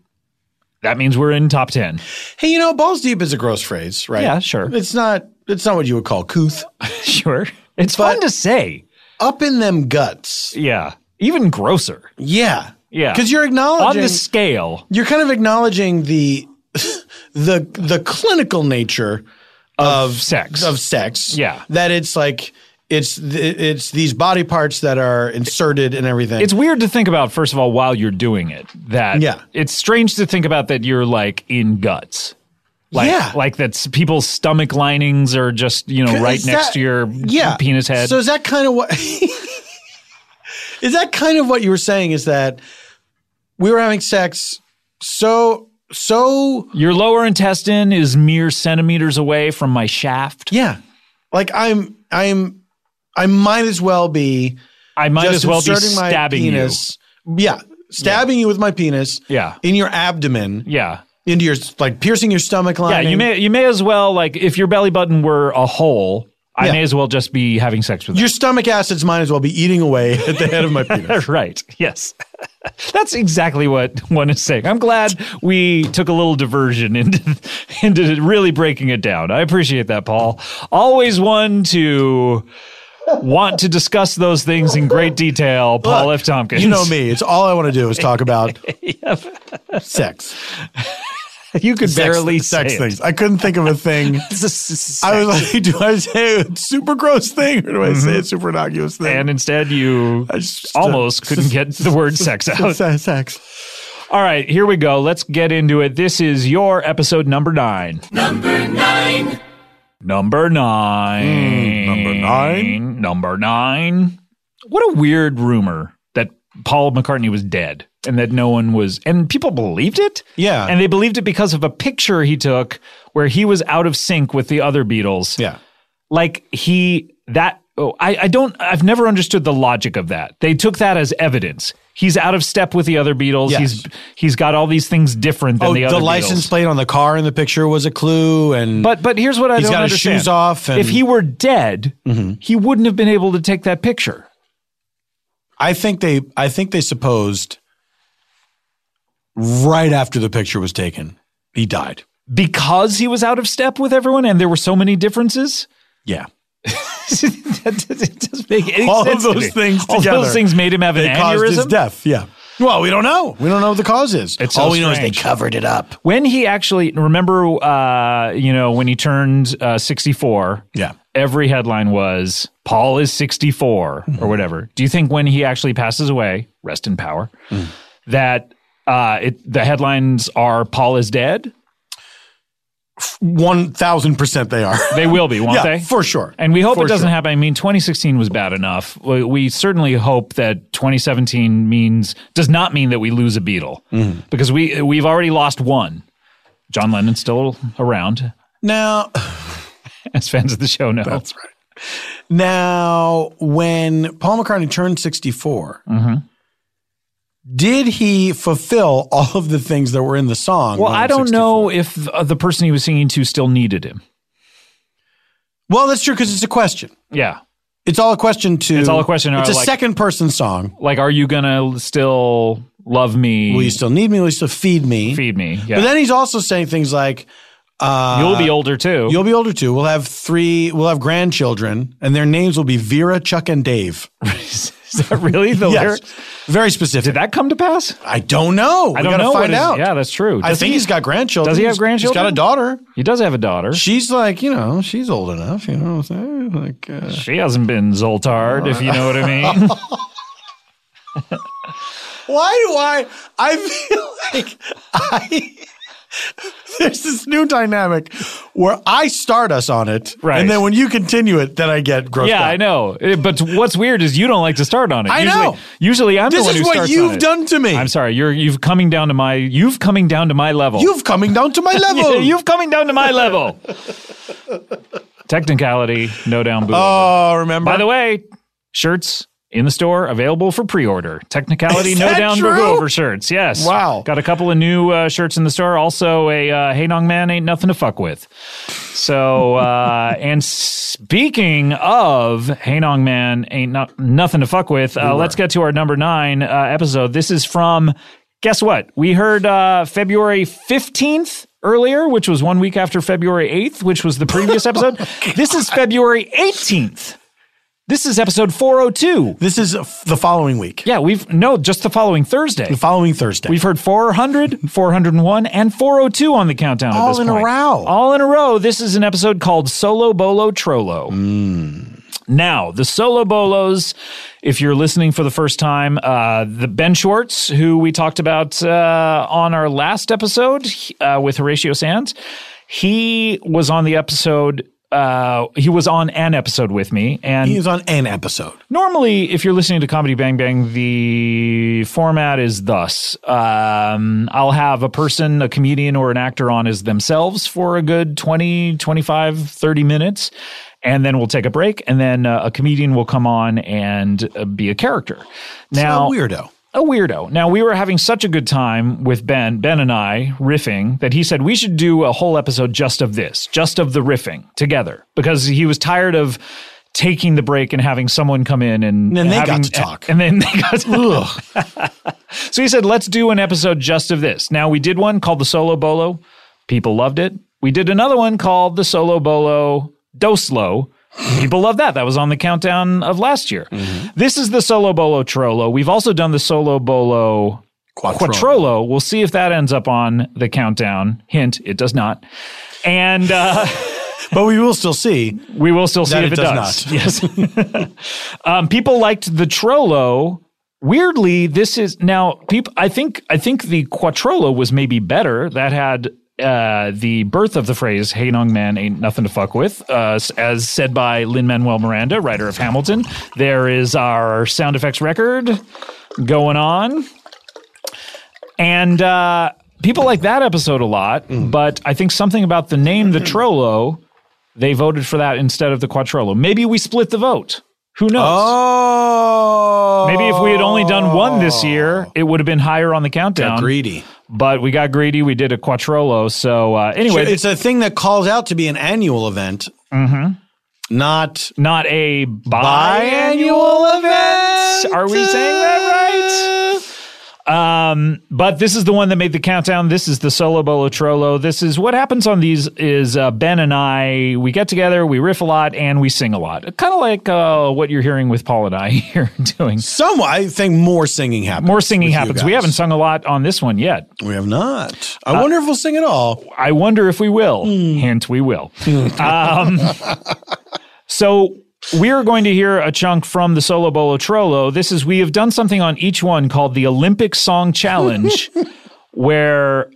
Speaker 2: That means we're in top 10.
Speaker 3: hey, you know, balls deep is a gross phrase, right?
Speaker 2: Yeah, sure.
Speaker 3: It's not. It's not what you would call couth.
Speaker 2: (laughs) Sure. It's fun to say.
Speaker 3: Up in them guts.
Speaker 2: Yeah. Even grosser.
Speaker 3: Yeah.
Speaker 2: Yeah.
Speaker 3: Because you're
Speaker 2: On
Speaker 3: acknowledging
Speaker 2: the scale.
Speaker 3: you're kind of acknowledging the (laughs) the the clinical nature of,
Speaker 2: sex.
Speaker 3: of sex.
Speaker 2: Yeah.
Speaker 3: that it's like it's th- it's these body parts that are inserted and everything.
Speaker 2: It's weird to think about, first of all, while you're doing it. That
Speaker 3: Yeah.
Speaker 2: it's strange to think about that you're like in guts. Like,
Speaker 3: Yeah.
Speaker 2: like that's people's stomach linings are just, you know, right
Speaker 3: Is
Speaker 2: next
Speaker 3: that-
Speaker 2: to your
Speaker 3: yeah.
Speaker 2: penis head.
Speaker 3: So is that kind of what (laughs) is that kind of what you were saying? Is that we were having sex so so
Speaker 2: Your lower intestine is mere centimeters away from my shaft.
Speaker 3: yeah, like I'm I'm I might as well be
Speaker 2: I might
Speaker 3: just
Speaker 2: as well be
Speaker 3: inserting my
Speaker 2: stabbing you.
Speaker 3: penis. Yeah, stabbing you with my penis.
Speaker 2: Yeah.
Speaker 3: in your abdomen,
Speaker 2: Yeah.
Speaker 3: into your like piercing your stomach
Speaker 2: Yeah,
Speaker 3: lining.
Speaker 2: you may you may as well like if your belly button were a hole, I
Speaker 3: Yeah.
Speaker 2: may as well just be having sex with
Speaker 3: Your stomach acids might as well be eating away (laughs) at the head
Speaker 2: (laughs)
Speaker 3: of my penis.
Speaker 2: it. Right. Yes. (laughs) That's exactly what one is saying. I'm glad we took a little diversion into (laughs) into really breaking it down. I appreciate that, Paul. Always one to want to discuss those things in great detail, Paul F. Tompkins.
Speaker 3: You know me. It's all I want to do is talk
Speaker 2: (laughs)
Speaker 3: about sex.
Speaker 2: You could
Speaker 3: Sex-
Speaker 2: barely
Speaker 3: sex
Speaker 2: say it.
Speaker 3: things. I couldn't think of a
Speaker 2: (laughs)
Speaker 3: thing. I was like, (laughs) do I say a super gross thing or do I
Speaker 2: Mm-hmm.
Speaker 3: say a super innocuous thing?
Speaker 2: and instead you
Speaker 3: just- uh,
Speaker 2: almost couldn't get the word sex
Speaker 3: (laughs)
Speaker 2: out.
Speaker 3: Se- sex.
Speaker 2: All right, here we go. Let's get into it. This is your episode number nine. Number
Speaker 3: Hmm,
Speaker 2: nine. Number nine. number nine. What a weird rumor that Paul McCartney was dead and that no one was, and people believed it?
Speaker 3: Yeah.
Speaker 2: And they believed it because of a picture he took where he was out of sync with the other Beatles
Speaker 3: Yeah.
Speaker 2: like he that oh, I, I don't i've never understood the logic of that they took that as evidence he's out of step with the other beatles
Speaker 3: Yes.
Speaker 2: he's he's got all these things different than
Speaker 3: Oh,
Speaker 2: the
Speaker 3: the,
Speaker 2: other
Speaker 3: license
Speaker 2: Beatles.
Speaker 3: plate on the car in the picture was a clue, and
Speaker 2: but but here's what i
Speaker 3: He's
Speaker 2: don't
Speaker 3: got his
Speaker 2: understand
Speaker 3: shoes off and-
Speaker 2: if he were dead
Speaker 3: Mm-hmm.
Speaker 2: he wouldn't have been able to take that picture
Speaker 3: I think they, I think they supposed right after the picture was taken, he died.
Speaker 2: because he was out of step with everyone and there were so many differences
Speaker 3: Yeah,
Speaker 2: (laughs) that doesn't make any
Speaker 3: All of
Speaker 2: sense to
Speaker 3: those
Speaker 2: me.
Speaker 3: things
Speaker 2: all
Speaker 3: together,
Speaker 2: those things made him have
Speaker 3: they
Speaker 2: an
Speaker 3: caused his
Speaker 2: aneurysm
Speaker 3: death. Yeah. Well, we don't know. We don't know what the cause is.
Speaker 2: It's so
Speaker 3: All we know is they
Speaker 2: strange.
Speaker 3: covered it up.
Speaker 2: when he actually remember uh you know when he turned uh 64
Speaker 3: Yeah.
Speaker 2: every headline was Paul is 64
Speaker 3: Mm-hmm.
Speaker 2: or whatever. Do you think when he actually passes away, rest in power,
Speaker 3: Mm.
Speaker 2: that uh, it, the headlines are Paul is dead?
Speaker 3: One thousand percent, they are.
Speaker 2: They will be,
Speaker 3: (laughs)
Speaker 2: won't
Speaker 3: yeah,
Speaker 2: they?
Speaker 3: for sure.
Speaker 2: and we hope
Speaker 3: for
Speaker 2: it doesn't
Speaker 3: sure.
Speaker 2: happen. I mean, 2016 was bad enough. We, we certainly hope that 2017 means does not mean that we lose a Beatle
Speaker 3: Mm-hmm.
Speaker 2: because we we've already lost one. John Lennon's still around, (laughs)
Speaker 3: now,
Speaker 2: as fans of the show know. That's right.
Speaker 3: now, when Paul McCartney turned 64
Speaker 2: Mm-hmm.
Speaker 3: did he fulfill all of the things that were in the song?
Speaker 2: Well,
Speaker 3: when
Speaker 2: I
Speaker 3: he was
Speaker 2: don't
Speaker 3: 64?
Speaker 2: know if uh, the person he was singing to still needed him.
Speaker 3: Well, that's true because it's a question.
Speaker 2: Yeah.
Speaker 3: It's all a question to.
Speaker 2: It's all a question,
Speaker 3: It's
Speaker 2: or
Speaker 3: a
Speaker 2: like-
Speaker 3: second person song.
Speaker 2: like are you gonna still love me
Speaker 3: Will you still need me? Will you still feed me?
Speaker 2: feed me yeah
Speaker 3: But then he's also saying things like, uh,
Speaker 2: you'll be older too
Speaker 3: You'll be older too. We'll have three. We'll have grandchildren, and their names will be Vera, Chuck, and Dave.
Speaker 2: (laughs) Is that really the
Speaker 10: (laughs) Yes.
Speaker 2: lyric?
Speaker 10: Very specific.
Speaker 2: Did that come to pass?
Speaker 10: I don't know.
Speaker 2: I
Speaker 10: we
Speaker 2: don't
Speaker 10: gotta
Speaker 2: know. what
Speaker 10: Find
Speaker 2: is-
Speaker 10: out.
Speaker 2: Yeah, that's true.
Speaker 10: I
Speaker 2: Does
Speaker 10: think
Speaker 2: he-
Speaker 10: he's got grandchildren.
Speaker 2: does he have
Speaker 10: He's- He's got
Speaker 2: grandchildren?
Speaker 10: a daughter.
Speaker 2: He does have a daughter. She,
Speaker 10: She's like, you know, she's old enough. You know what I'm saying? Like, uh,
Speaker 2: hasn't been Zoltard, if you know what I mean.
Speaker 3: (laughs) Why do I? I feel like I. (laughs) There's this new dynamic where I start us on it,
Speaker 2: Right.
Speaker 3: and then when you continue it, then I get grossed
Speaker 2: (laughs) yeah,
Speaker 3: out.
Speaker 2: I know. Eh, But what's weird is you don't like to start on it.
Speaker 3: I
Speaker 2: usually,
Speaker 3: know.
Speaker 2: Usually, I'm the
Speaker 3: This
Speaker 2: one
Speaker 3: is
Speaker 2: who
Speaker 3: what
Speaker 2: starts on
Speaker 3: you've
Speaker 2: it.
Speaker 3: done to me.
Speaker 2: I'm sorry. You're you've coming down to my you've coming down to my level.
Speaker 3: You've coming down
Speaker 2: (laughs)
Speaker 3: to my level.
Speaker 2: Yeah, you've coming down to my level. Technicality, no down boo.
Speaker 3: Oh, remember?
Speaker 2: By the way, shirts in the store available for pre-order. Technicality,
Speaker 3: Is
Speaker 2: no
Speaker 3: that
Speaker 2: down
Speaker 3: true?
Speaker 2: boo over shirts. Yes.
Speaker 3: Wow.
Speaker 2: Got a couple of new uh, shirts in the store. Also, a uh, Hey Dong Man ain't nothing to fuck with. So, uh, and speaking of Hey Dong Man ain't not nothing to fuck with, uh, let's get to our number nine uh, episode. This is from. Guess what? We heard uh, February 15th earlier, which was one week after February 8th, which was
Speaker 3: (laughs)
Speaker 2: the previous episode.
Speaker 3: Oh
Speaker 2: this is February 18th. This is episode 402.
Speaker 3: this is f- the following week,
Speaker 2: Yeah, we've no, just the following Thursday.
Speaker 3: the following Thursday.
Speaker 2: We've heard 400, 401, and 402 on the countdown. at
Speaker 3: All
Speaker 2: this
Speaker 3: in a
Speaker 2: point.
Speaker 3: row.
Speaker 2: All in a row. This is an episode called Solo Bolo Trollo. Now, the Solo Bolos, if you're listening for the first time, uh, the Ben Schwartz, who we talked about uh, on our last episode uh, with Horatio Sands, he was on the episode. Uh, he was on an episode with me, and
Speaker 3: he was on an episode.
Speaker 2: normally if you're listening to comedy bang bang the format is thus um, i'll have a person a comedian or an actor on as themselves for a good 20 25 30 minutes and then we'll take a break and then uh, a comedian will come on and uh, be a character now
Speaker 3: a weirdo.
Speaker 2: a weirdo. Now we were having such a good time with Ben, Ben and I riffing that he said we should do a whole episode just of this, just of the riffing together because he was tired of taking the break and having someone come in and,
Speaker 3: then they got
Speaker 2: having-
Speaker 3: to talk.
Speaker 2: (laughs) And then they (laughs) got to so he said, let's do an episode just of this. Now, we did one called The Solo Bolo. People loved it. We did another one called The Solo Bolo Doslo. People loved that. That was on the countdown of last year.
Speaker 3: Mm-hmm.
Speaker 2: This is the Solo Bolo Trollo. We've also done the Solo Bolo Quattrolo. We'll see if that ends up on the countdown. Hint, it does not. And uh,
Speaker 3: (laughs) But we will still see.
Speaker 2: we will still see
Speaker 3: That
Speaker 2: if
Speaker 3: it
Speaker 2: it
Speaker 3: does
Speaker 2: does.
Speaker 3: (laughs)
Speaker 2: Yes. um, people liked the Trollo. Weirdly, this is now people. I think I think the Quattrolo was maybe better. That had uh, the birth of the phrase "Hey, young man, ain't nothing to fuck with," uh, s- as said by Lin Manuel Miranda, writer of Hamilton. There is our sound effects record going on and uh, people like that episode a lot.
Speaker 3: Mm.
Speaker 2: But I think something about the name, the
Speaker 3: Mm-hmm.
Speaker 2: Trollo, they voted for that instead of the Quattrollo. Maybe we split the vote. Who knows?
Speaker 3: Oh,
Speaker 2: Maybe if we had only done one this year, it would have been higher on the countdown.
Speaker 3: greedy.
Speaker 2: But we got greedy. We did a Quattrollo. So uh, anyway,
Speaker 3: it's a thing that calls out to be an annual event, not
Speaker 2: Mm-hmm. not a biannual
Speaker 3: biannual event.
Speaker 2: Are we saying that right? Um, but this is the one that made the countdown. This is the solo bolo trollo. This is what happens on these is uh, Ben and I we get together, we riff a lot, and we sing a lot. Kind of like uh, what you're hearing with Paul and I (laughs) here doing.
Speaker 3: Some, I think more singing happens.
Speaker 2: More singing
Speaker 3: with you
Speaker 2: happens. We
Speaker 3: guys.
Speaker 2: haven't sung a lot on this one yet.
Speaker 3: We have not. I wonder if we'll sing at all.
Speaker 2: Uh,
Speaker 3: Hmm.
Speaker 2: I wonder if we will. Hint, we
Speaker 3: (laughs)
Speaker 2: will. um, so we're going to hear a chunk from the Solo Bolo Trollo. This is, we have done something on each one called the Olympic
Speaker 3: (laughs)
Speaker 2: Song Challenge, where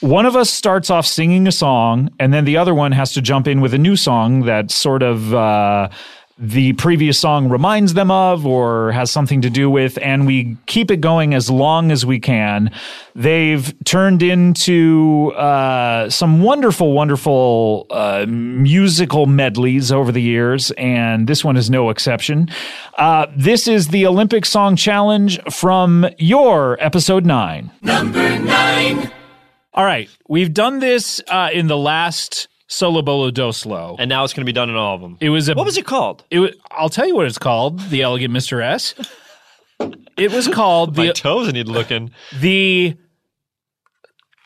Speaker 2: one of us starts off singing a song, and then the other one has to jump in with a new song that sort of. Uh, the previous song reminds them of or has something to do with, and we keep it going as long as we can. They've turned into uh, some wonderful, wonderful uh, musical medleys over the years, and this one is no exception. Uh, this is the Olympic Song Challenge from your episode nine. All right, we've done this uh, in the last Solo Bolo Doslo.
Speaker 4: And now it's going to be done in all of them.
Speaker 2: It was a
Speaker 4: what was it called?
Speaker 2: it was, I'll tell you what it's called, The Elegant Mr. S. It was
Speaker 4: (laughs)
Speaker 2: called
Speaker 4: My
Speaker 2: the
Speaker 4: toes need looking.
Speaker 2: the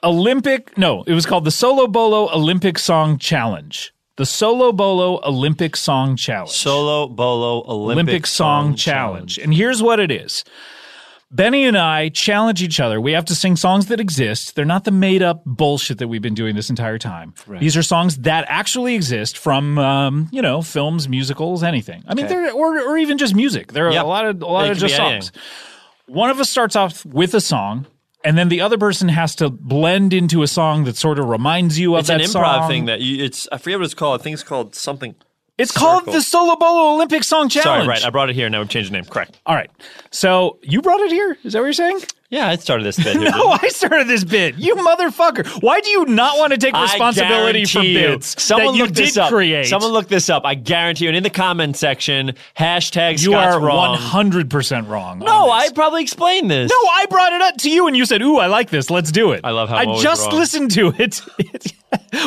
Speaker 2: Olympic no, it was called the Solo Bolo Olympic Song Challenge. The Solo Bolo Olympic Song Challenge.
Speaker 4: Solo Bolo Olympic,
Speaker 2: Olympic Song, Challenge. And here's what it is. Benny and I challenge each other. We have to sing songs that exist. They're not the made up bullshit that we've been doing this entire time. These are songs that actually exist from, um, you know, films, musicals, anything. I mean,
Speaker 4: Okay.
Speaker 2: they're, or, or even just music. There are
Speaker 4: Yep.
Speaker 2: a lot of, a lot
Speaker 4: It
Speaker 2: of
Speaker 4: could be
Speaker 2: just songs.
Speaker 4: anything.
Speaker 2: One of us starts off with a song, and then the other person has to blend into a song that sort of reminds you of
Speaker 4: It's an
Speaker 2: that
Speaker 4: improv
Speaker 2: song.
Speaker 4: thing that you, it's I forget what it's called. I think it's called something.
Speaker 2: It's called the Solo Bolo Olympic Song Challenge.
Speaker 4: Sorry, right. I brought it here. Now we changed the name. Correct.
Speaker 2: All right. So you brought it here? Is that what you're saying?
Speaker 4: Yeah, I started this
Speaker 2: (laughs)
Speaker 4: bit. Here,
Speaker 2: No, I started this bid. You motherfucker. Why do you not want to take
Speaker 4: I
Speaker 2: responsibility for
Speaker 4: guarantee you,
Speaker 2: bids
Speaker 4: Someone
Speaker 2: that you
Speaker 4: looked
Speaker 2: did
Speaker 4: this up.
Speaker 2: create?
Speaker 4: Someone looked this up. I guarantee you. And in the comment section, hashtag
Speaker 2: you
Speaker 4: Scott's
Speaker 2: are
Speaker 4: wrong.
Speaker 2: 100% wrong.
Speaker 4: No, I probably explained this.
Speaker 2: No, I brought it up to you and you said, "Ooh, I like this. Let's do it."
Speaker 4: I love how I'm
Speaker 2: I
Speaker 4: always
Speaker 2: just
Speaker 4: wrong.
Speaker 2: listened to it. (laughs)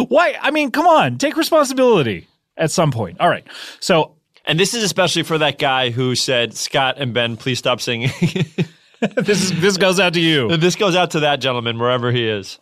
Speaker 2: Why? I mean, come on. Take responsibility at some point. All right. So,
Speaker 4: And this is especially for that guy who said, Scott and Ben, please stop singing. (laughs)
Speaker 2: this is, this goes out to you.
Speaker 4: this goes out to that gentleman, wherever he is.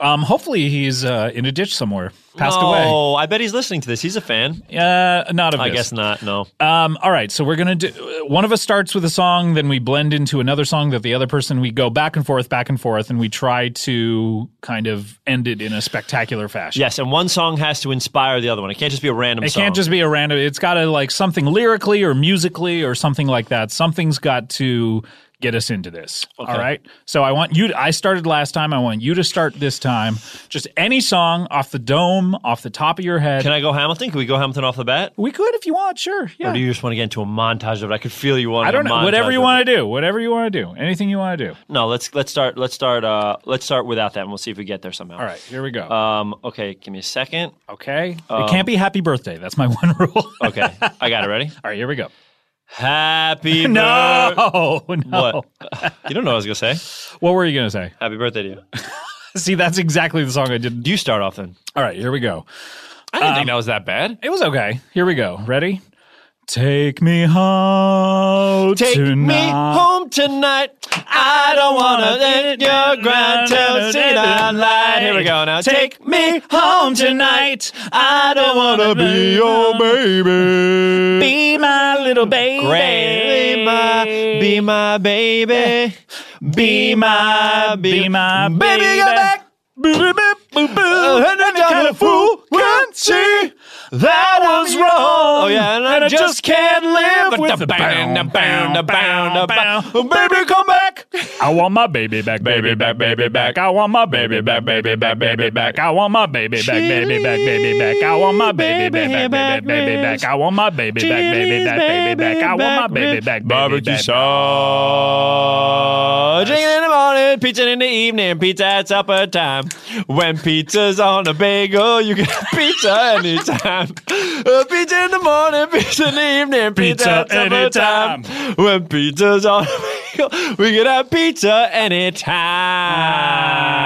Speaker 2: Um hopefully he's uh, in a ditch somewhere. Passed away.
Speaker 4: Oh, I bet he's listening to this. He's a fan.
Speaker 2: Uh, not of
Speaker 4: I
Speaker 2: this.
Speaker 4: guess not. No.
Speaker 2: Um, all right, so we're gonna do. One of us starts with a song, then we blend into another song that the other person. We go back and forth, back and forth, and we try to kind of end it in a spectacular fashion.
Speaker 4: yes, and one song has to inspire the other one. It can't just be a random
Speaker 2: it
Speaker 4: song.
Speaker 2: can't just be a random. It's got to like something lyrically or musically or something like that. Something's got to get us into this. All right. So I want you. To, I started last time. I want you to start this time. Just any song off the dome, off the top of your head.
Speaker 4: Can I go Hamilton? Can we go Hamilton off the bat?
Speaker 2: we could if you want. Sure. Yeah.
Speaker 4: Or do you just want to get into a montage of it? I could feel you wanting.
Speaker 2: I don't
Speaker 4: a
Speaker 2: know.
Speaker 4: montage
Speaker 2: Whatever you
Speaker 4: of it.
Speaker 2: want to do. Whatever you want to do. Anything you want to do.
Speaker 4: No, let's let's start let's start uh let's start without that and we'll see if we get there somehow.
Speaker 2: All right, here we go.
Speaker 4: Um okay, give me a second. Um,
Speaker 2: okay. it can't be happy birthday. That's my (laughs) one rule. All
Speaker 4: (laughs) Okay. I got it ready.
Speaker 2: right, here we go.
Speaker 4: Happy birth-
Speaker 2: (laughs) No, no.
Speaker 4: What? (laughs) You don't know what I was gonna say.
Speaker 2: What were you going to say?
Speaker 4: Happy birthday to you.
Speaker 2: See, that's exactly the song I did.
Speaker 4: Do you start off then?
Speaker 2: All right, here we go. Um,
Speaker 4: I didn't think that was that bad.
Speaker 2: It was okay. Here we go. Ready? Take me home
Speaker 4: Take me
Speaker 2: tonight.
Speaker 4: home tonight. I don't wanna let your ground till see the light. Here we go now.
Speaker 2: Take me home tonight. I don't wanna be your
Speaker 4: baby.
Speaker 2: Be my little baby.
Speaker 4: Great. Be my, be my baby. Be my, be,
Speaker 2: Be my
Speaker 4: Baby, go
Speaker 2: baby.
Speaker 4: back. Boop, boop, boop, boop, boop. And any kind of fool can see that was wrong. Oh, yeah, and, I, just, can't live with the bound, the bound, the bound, the bound. Oh, Baby, come back.
Speaker 2: I want my baby back, baby back, baby back. I want my baby back, baby back, baby back. I want my baby back, baby back, baby back. I want my baby back, baby back, baby back. I want my baby back, baby back, baby back. I want my baby back, baby
Speaker 4: Barbecue
Speaker 2: back.
Speaker 4: sauce. Chicken in the morning, pizza in the evening, pizza at supper time. When pizza's on a bagel, you can have (laughs) pizza anytime. Uh, pizza in the morning, pizza in the evening, pizza, at
Speaker 2: Pizza
Speaker 4: supper
Speaker 2: anytime.
Speaker 4: time. When pizza's on a bagel, we can have pizza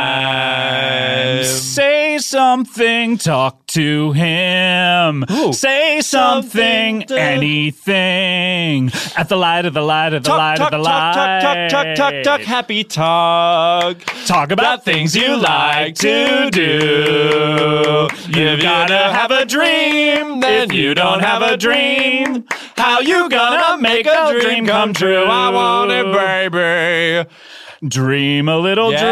Speaker 4: anytime.
Speaker 2: Say something, talk to him. Say something,
Speaker 4: Something to-
Speaker 2: anything. At the light of the light of the
Speaker 4: Tuck,
Speaker 2: light
Speaker 4: tuck,
Speaker 2: of the
Speaker 4: tuck,
Speaker 2: light.
Speaker 4: tuck, tuck, tuck, tuck, tuck, happy tug.
Speaker 2: Talk about things you like to do. You gotta have a dream. If you don't have a dream, how you gonna make a dream come true?
Speaker 4: I want it, baby.
Speaker 2: Dream a little
Speaker 4: Yes.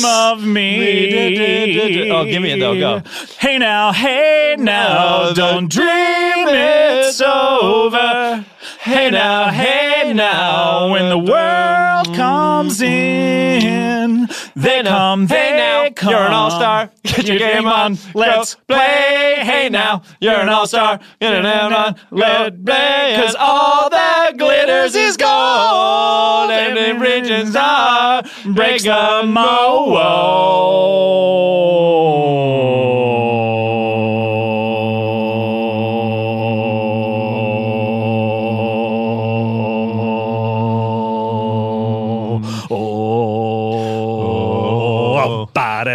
Speaker 2: dream of me.
Speaker 4: Oh, give me it though, go.
Speaker 2: Hey now, hey now,
Speaker 4: No,
Speaker 2: don't
Speaker 4: don't
Speaker 2: dream
Speaker 4: dream
Speaker 2: it's
Speaker 4: it's
Speaker 2: over.
Speaker 4: over.
Speaker 2: Hey now, hey now, Oh, when the world comes in, they
Speaker 4: Hey now,
Speaker 2: come, they
Speaker 4: hey now,
Speaker 2: come.
Speaker 4: you're an
Speaker 2: (laughs)
Speaker 4: all-star. Get your game on,
Speaker 2: let's
Speaker 4: go play. Hey now, you're an all-star. Get your game on, go play. 'Cause all that glitters is gold, and it reaches our breaks the
Speaker 7: oh.
Speaker 4: Uh,
Speaker 2: Oh, ba da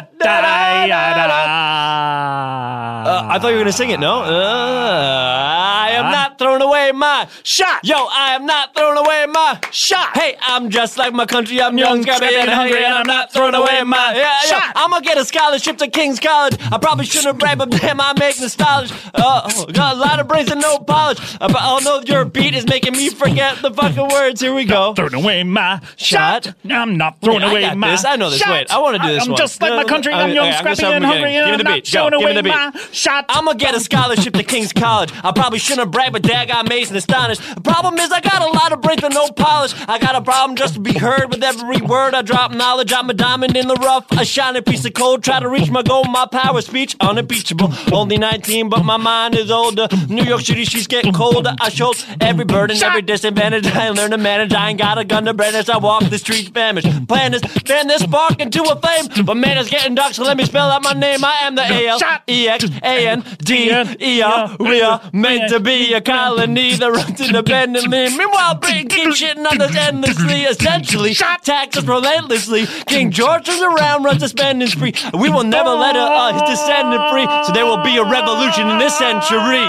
Speaker 4: da da da. I thought you were gonna sing it. No, Uh, I am not throwing away my shot. Yo, I am not throwing away my shot. Hey, I'm just like my country. I'm young, scrappy, and hungry, and I'm not throwing away my shot. I'm gonna get a scholarship to King's College. I probably shouldn't have bragged, but damn, I make nostalgia. Uh, oh, got a lot of brains and no polish. Uh, But I know your beat is making me forget the fucking words. Here we go.
Speaker 2: Throwing away my
Speaker 4: shot.
Speaker 2: I'm not throwing
Speaker 4: Yeah, I
Speaker 2: away
Speaker 4: got
Speaker 2: my
Speaker 4: this. I know this.
Speaker 2: shot.
Speaker 4: Wait, I wanna do this
Speaker 2: I'm
Speaker 4: one.
Speaker 2: just like
Speaker 4: No,
Speaker 2: my
Speaker 4: no,
Speaker 2: country.
Speaker 4: no,
Speaker 2: I'm
Speaker 4: okay,
Speaker 2: young,
Speaker 4: Uh, I'm
Speaker 2: scrappy,
Speaker 4: just- I'm
Speaker 2: and
Speaker 4: getting-
Speaker 2: hungry,
Speaker 4: give me
Speaker 2: and
Speaker 4: the
Speaker 2: I'm not
Speaker 4: beat. Go,
Speaker 2: throwing
Speaker 4: give me
Speaker 2: away
Speaker 4: the beat.
Speaker 2: my shot.
Speaker 4: I'm gonna get a scholarship to King's College. I probably shouldn't have bragged, but dag, I'm amazed and astonished. The problem is, I got a lot of brains, but no polish. I got a problem just to be heard with every word I drop. Knowledge, I'm a diamond in the rough, a shining piece of gold. Try to reach my goal, my power, speech unimpeachable. Only 19, but my mind is older. New York City, she's getting colder. I showed every burden, every disadvantage. I learned to manage. I ain't got a gun to brand as I walk the streets famished. Plan is, fan this spark into a flame. But man, it's getting dark, so let me spell out my name. I am the A L E X A N D E R. We are meant to be a colony that runs in the bend and lean. Meanwhile, Britain keeps shitting on us endlessly, essentially. Taxes relentlessly. King George turns around, runs a spending spree. We will never let a, uh, his descendant free, so there will be a revolution in this century.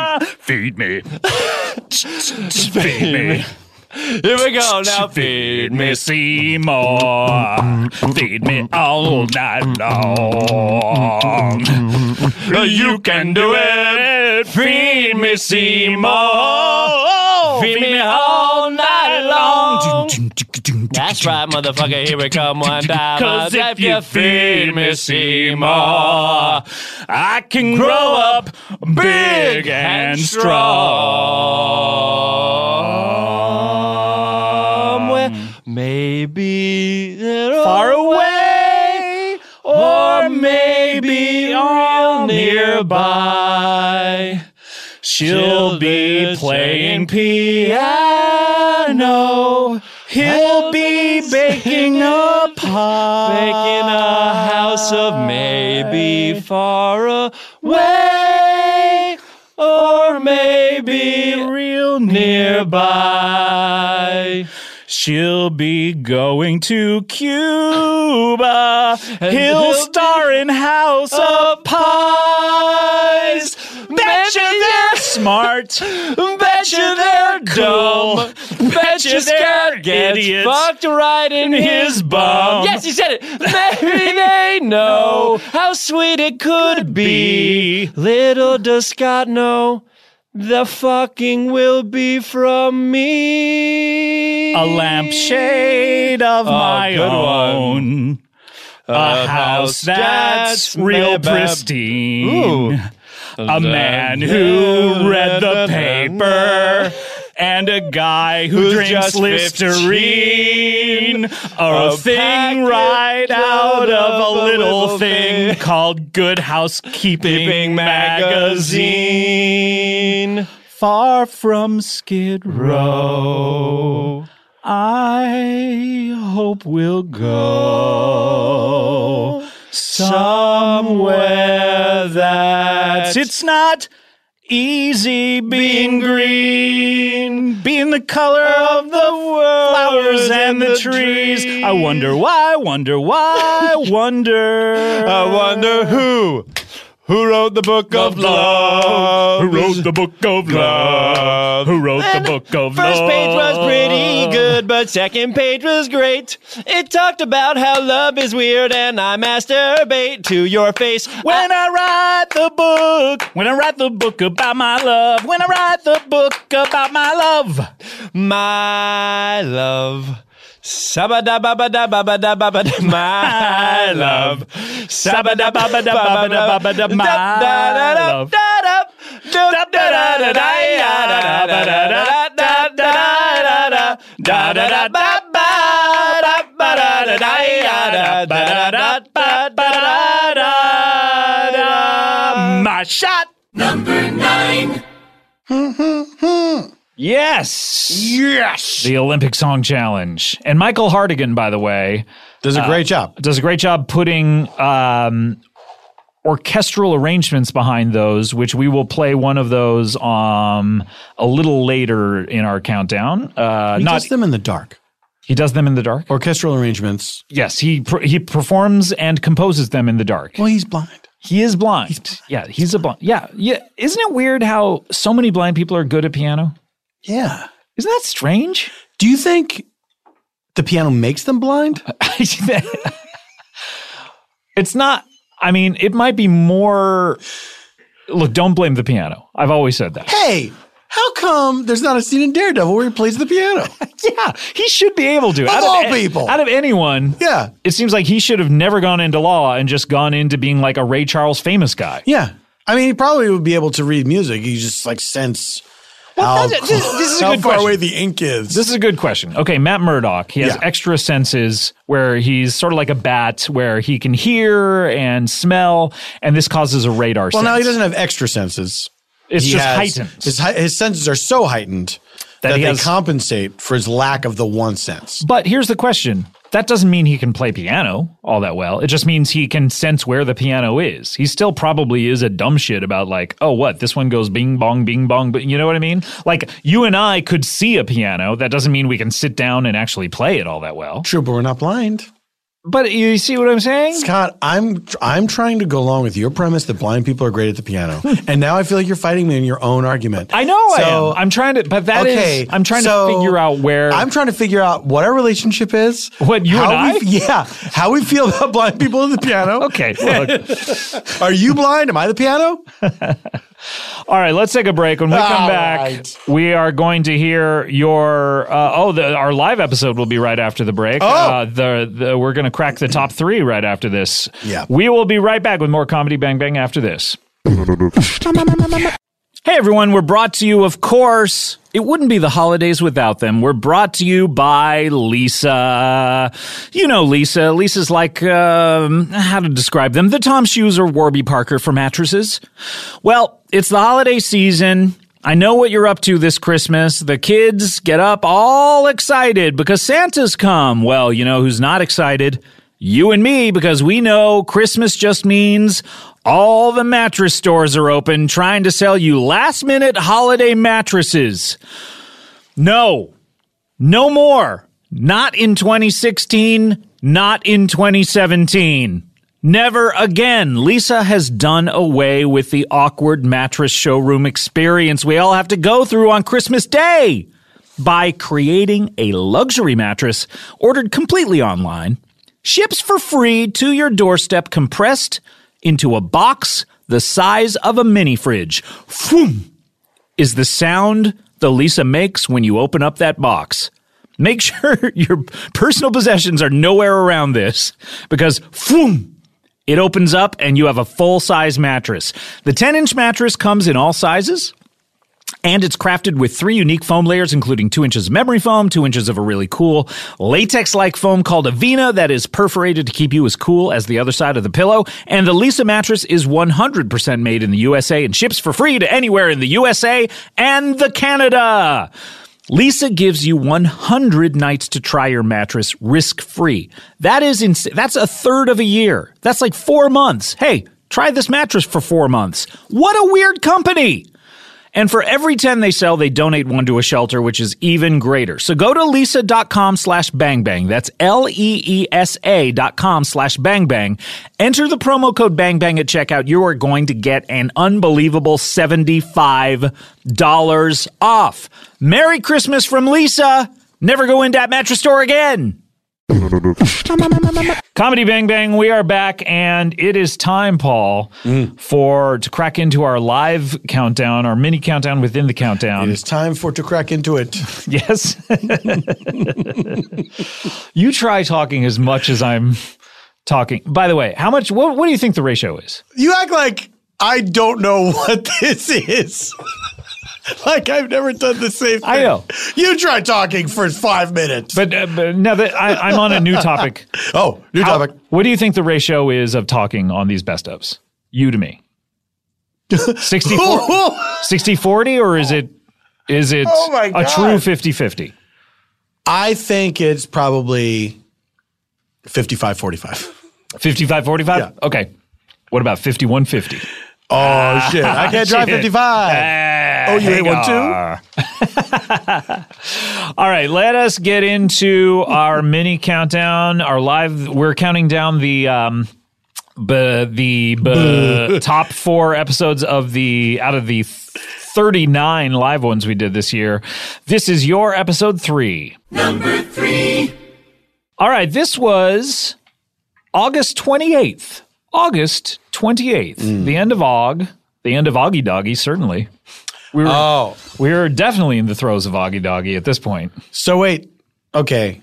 Speaker 4: (laughs)
Speaker 2: Feed me. Feed me.
Speaker 4: Here we go now.
Speaker 2: Feed me Seymour. Feed me all night long. You can do it. Feed me
Speaker 10: Oh!
Speaker 2: Seymour.
Speaker 4: Feed me all night long. That's right, motherfucker. Here we come one time.
Speaker 2: (laughs) Cause if you feed me Seymour, I can grow up big and strong.
Speaker 4: Maybe far away, or maybe real nearby.
Speaker 2: She'll be playing piano.
Speaker 4: He'll be baking a pie, baking a house of maybe far away, or maybe
Speaker 2: Real
Speaker 4: nearby.
Speaker 2: She'll be going to Cuba. He'll
Speaker 4: he'll
Speaker 2: star in House of Pies. Betcha they're
Speaker 4: (laughs)
Speaker 2: smart.
Speaker 4: Betcha they're dumb. Betcha Scott gets
Speaker 2: Idiots.
Speaker 4: fucked right in
Speaker 2: His
Speaker 4: his bum.
Speaker 2: bum.
Speaker 4: Yes, he said it.
Speaker 2: (laughs)
Speaker 4: Maybe they know how sweet it could be. Little does Scott know. The fucking will be from me.
Speaker 2: A lampshade of my
Speaker 4: good
Speaker 2: own. A house that's real pristine.
Speaker 4: Ooh.
Speaker 2: A man who read the paper. And a guy who
Speaker 4: Who's
Speaker 2: drinks
Speaker 4: just 15.
Speaker 2: Listerine. A,
Speaker 4: A
Speaker 2: thing
Speaker 4: packet
Speaker 2: right out
Speaker 4: load
Speaker 2: of
Speaker 4: of
Speaker 2: a
Speaker 4: a
Speaker 2: little
Speaker 4: little
Speaker 2: thing
Speaker 4: thing.
Speaker 2: called Good Housekeeping
Speaker 4: Keeping
Speaker 2: Magazine.
Speaker 4: magazine.
Speaker 2: Far from Skid Row, I hope we'll go somewhere that's. It's not easy being green, being the color of the flowers and the trees. I wonder why, wonder why,
Speaker 4: (laughs)
Speaker 2: wonder.
Speaker 4: I wonder who, who wrote the book of love.
Speaker 2: Who wrote the book of love? Who wrote the book of love?
Speaker 4: First page was pretty good, but second page was great. It talked about how love is weird and I masturbate to your face.
Speaker 2: When I write the book, when I write the book about my love, when I write the book about my love.
Speaker 4: My love.
Speaker 2: (laughs)
Speaker 4: Sabadababadababadababada, my love.
Speaker 2: Sabadababadababadababada, my love. My shot. Yes. Yes. The Olympic Song Challenge. And Michael Hardigan, by the way, uh,
Speaker 3: Does a great job.
Speaker 2: does a great job putting um, orchestral arrangements behind those, which we will play one of those um, a little later in our countdown. Uh,
Speaker 10: He
Speaker 2: not
Speaker 10: does them in the dark.
Speaker 2: He does them in the dark.
Speaker 3: Orchestral arrangements.
Speaker 2: Yes, he pr- he performs and composes them in the dark.
Speaker 3: Well, he's blind.
Speaker 2: He is blind. Yeah, he's, a blind. Yeah, yeah. Isn't it weird how so many blind people are good at piano?
Speaker 3: Yeah.
Speaker 2: Isn't that strange?
Speaker 3: Do you think the piano makes them
Speaker 2: (laughs)
Speaker 3: blind?
Speaker 2: it's not. I mean, it might be more. Look, don't blame the piano. I've always said that.
Speaker 3: Hey, how come there's not a scene in Daredevil where he plays the piano?
Speaker 2: yeah, he should be able to.
Speaker 3: Of
Speaker 2: out
Speaker 3: all
Speaker 2: a-
Speaker 3: people.
Speaker 2: out of anyone.
Speaker 3: Yeah.
Speaker 2: it seems like he should have never gone into law and just gone into being like a Ray Charles famous guy.
Speaker 3: Yeah. I mean, he probably would be able to read music. You just like sense how,
Speaker 2: that's- this- this is a
Speaker 3: how
Speaker 2: good
Speaker 3: far
Speaker 2: question.
Speaker 3: away the ink is.
Speaker 2: This is a good question. Okay, Matt Murdock, he has
Speaker 3: Yeah.
Speaker 2: extra senses where he's sort of like a bat, where he can hear and smell, and this causes a radar
Speaker 3: well,
Speaker 2: sense.
Speaker 3: now he doesn't have extra senses.
Speaker 2: It's
Speaker 3: He
Speaker 2: just
Speaker 3: has-
Speaker 2: heightened.
Speaker 3: His, hei- his senses are so heightened that,
Speaker 2: he
Speaker 3: they
Speaker 2: has-
Speaker 3: compensate for his lack of the one sense.
Speaker 2: but here's the question. That doesn't mean he can play piano all that well. It just means he can sense where the piano is. He still probably is a dumb shit about like, oh, what this one goes bing bong bing bong. But you know what I mean? Like you and I could see a piano. That doesn't mean we can sit down and actually play it all that well.
Speaker 3: True, but we're not blind.
Speaker 2: But you see what I'm saying?
Speaker 3: Scott, I'm I'm trying to go along with your premise that blind people are great at the
Speaker 2: (laughs)
Speaker 3: piano, and now I feel like you're fighting me in your own argument.
Speaker 2: I know I
Speaker 3: So-
Speaker 2: am. I'm trying to, but that is-
Speaker 3: okay,
Speaker 2: I'm trying
Speaker 3: so
Speaker 2: to figure out where
Speaker 3: I'm trying to figure out what our relationship is.
Speaker 2: What, you
Speaker 3: how
Speaker 2: and
Speaker 3: We, yeah, how we feel about blind people at the piano.
Speaker 2: (laughs) Okay,
Speaker 3: (laughs)
Speaker 2: look.
Speaker 3: Are you blind? Am I the
Speaker 2: (laughs)
Speaker 3: piano?
Speaker 2: All right, let's take a break. When we come
Speaker 3: All
Speaker 2: back,
Speaker 3: right.
Speaker 2: we are going to hear your uh, oh, the, our live episode will be right after the break.
Speaker 3: Oh.
Speaker 2: Uh, the, the we're going to crack the top 3 right after this.
Speaker 3: Yeah.
Speaker 2: We will be right back with more comedy bang bang after this. Hey everyone, we're brought to you, of course. It wouldn't be the holidays without them. We're brought to you by Lisa. You know Lisa. Lisa's like, um, how to describe them? The Tom Shoes or Warby Parker for mattresses. Well, it's the holiday season. I know what you're up to this Christmas. The kids get up all excited because Santa's come. Well, you know who's not excited? You and me, because we know Christmas just means all the mattress stores are open trying to sell you last minute holiday mattresses. No, no more. Not in 2016, not in 2017. Never again. Lisa has done away with the awkward mattress showroom experience we all have to go through on Christmas Day by creating a luxury mattress ordered completely online, ships for free to your doorstep, compressed into a box the size of a mini fridge. Phoom! is the sound the Lisa makes when you open up that box. Make (laughs) sure your personal possessions are nowhere around this because boom, it opens up and you have a full size mattress. The 10 inch mattress comes in all sizes. And it's crafted with three unique foam layers, including two inches of memory foam, two inches of a really cool latex like foam called Avena that is perforated to keep you as cool as the other side of the pillow. And the Lisa mattress is 100% made in the USA and ships for free to anywhere in the USA and the Canada. Lisa gives you 100 nights to try your mattress risk free. That is ins- that's a third of a year. That's like 4 months. Hey, try this mattress for 4 months. What a weird company. And for every 10 they sell, they donate one to a shelter, which is even greater. So go to lisa.com slash bangbang. That's E L-E-E-S-A dot com slash bangbang. Enter the promo code bangbang at checkout. You are going to get an unbelievable $75 off. Merry Christmas from Lisa. Never go in that mattress store again. Comedy Bang Bang, we are back, and it is time, Paul,
Speaker 3: Mm.
Speaker 2: for to crack into our live countdown, our mini countdown within the countdown.
Speaker 3: It is time for to crack into it.
Speaker 2: (laughs) Yes. you try talking as much as I'm talking. By the way, how much? What, what do you think the ratio is?
Speaker 3: You act like I don't know (laughs) what this is. (laughs) like I've never done the same thing.
Speaker 2: I know.
Speaker 3: You try talking for five minutes.
Speaker 2: But, uh, but now that I, I'm on a new topic,
Speaker 3: (laughs) oh, new
Speaker 2: How-
Speaker 3: topic.
Speaker 2: what do you think the ratio is of talking on these best ofs? You
Speaker 3: (laughs)
Speaker 2: to me. 64, 60 40 or is it is it
Speaker 3: Oh my
Speaker 2: a
Speaker 3: God.
Speaker 2: true 50 50
Speaker 3: I think it's probably 55 45.
Speaker 2: 55 45
Speaker 3: Yeah.
Speaker 2: okay what about 51 50
Speaker 3: Oh, shit. I can't drive
Speaker 2: (laughs) Shit. Ah,
Speaker 3: 55. Oh, you ate one
Speaker 2: Hagar. (laughs) All right, let us get into our mini countdown. Our live, we're counting down the um, b- the b-
Speaker 12: Buh.
Speaker 2: (laughs) top four episodes of the out of the thirty nine live ones we did this year. This is your episode three.
Speaker 4: Number three.
Speaker 2: All right, this was August 28th. August 28th.
Speaker 3: Mm.
Speaker 2: The end of Og. The end of Oggy Doggy, certainly. We were, oh. We were definitely in the throes of Oggy Doggy at this point.
Speaker 3: So wait. Okay.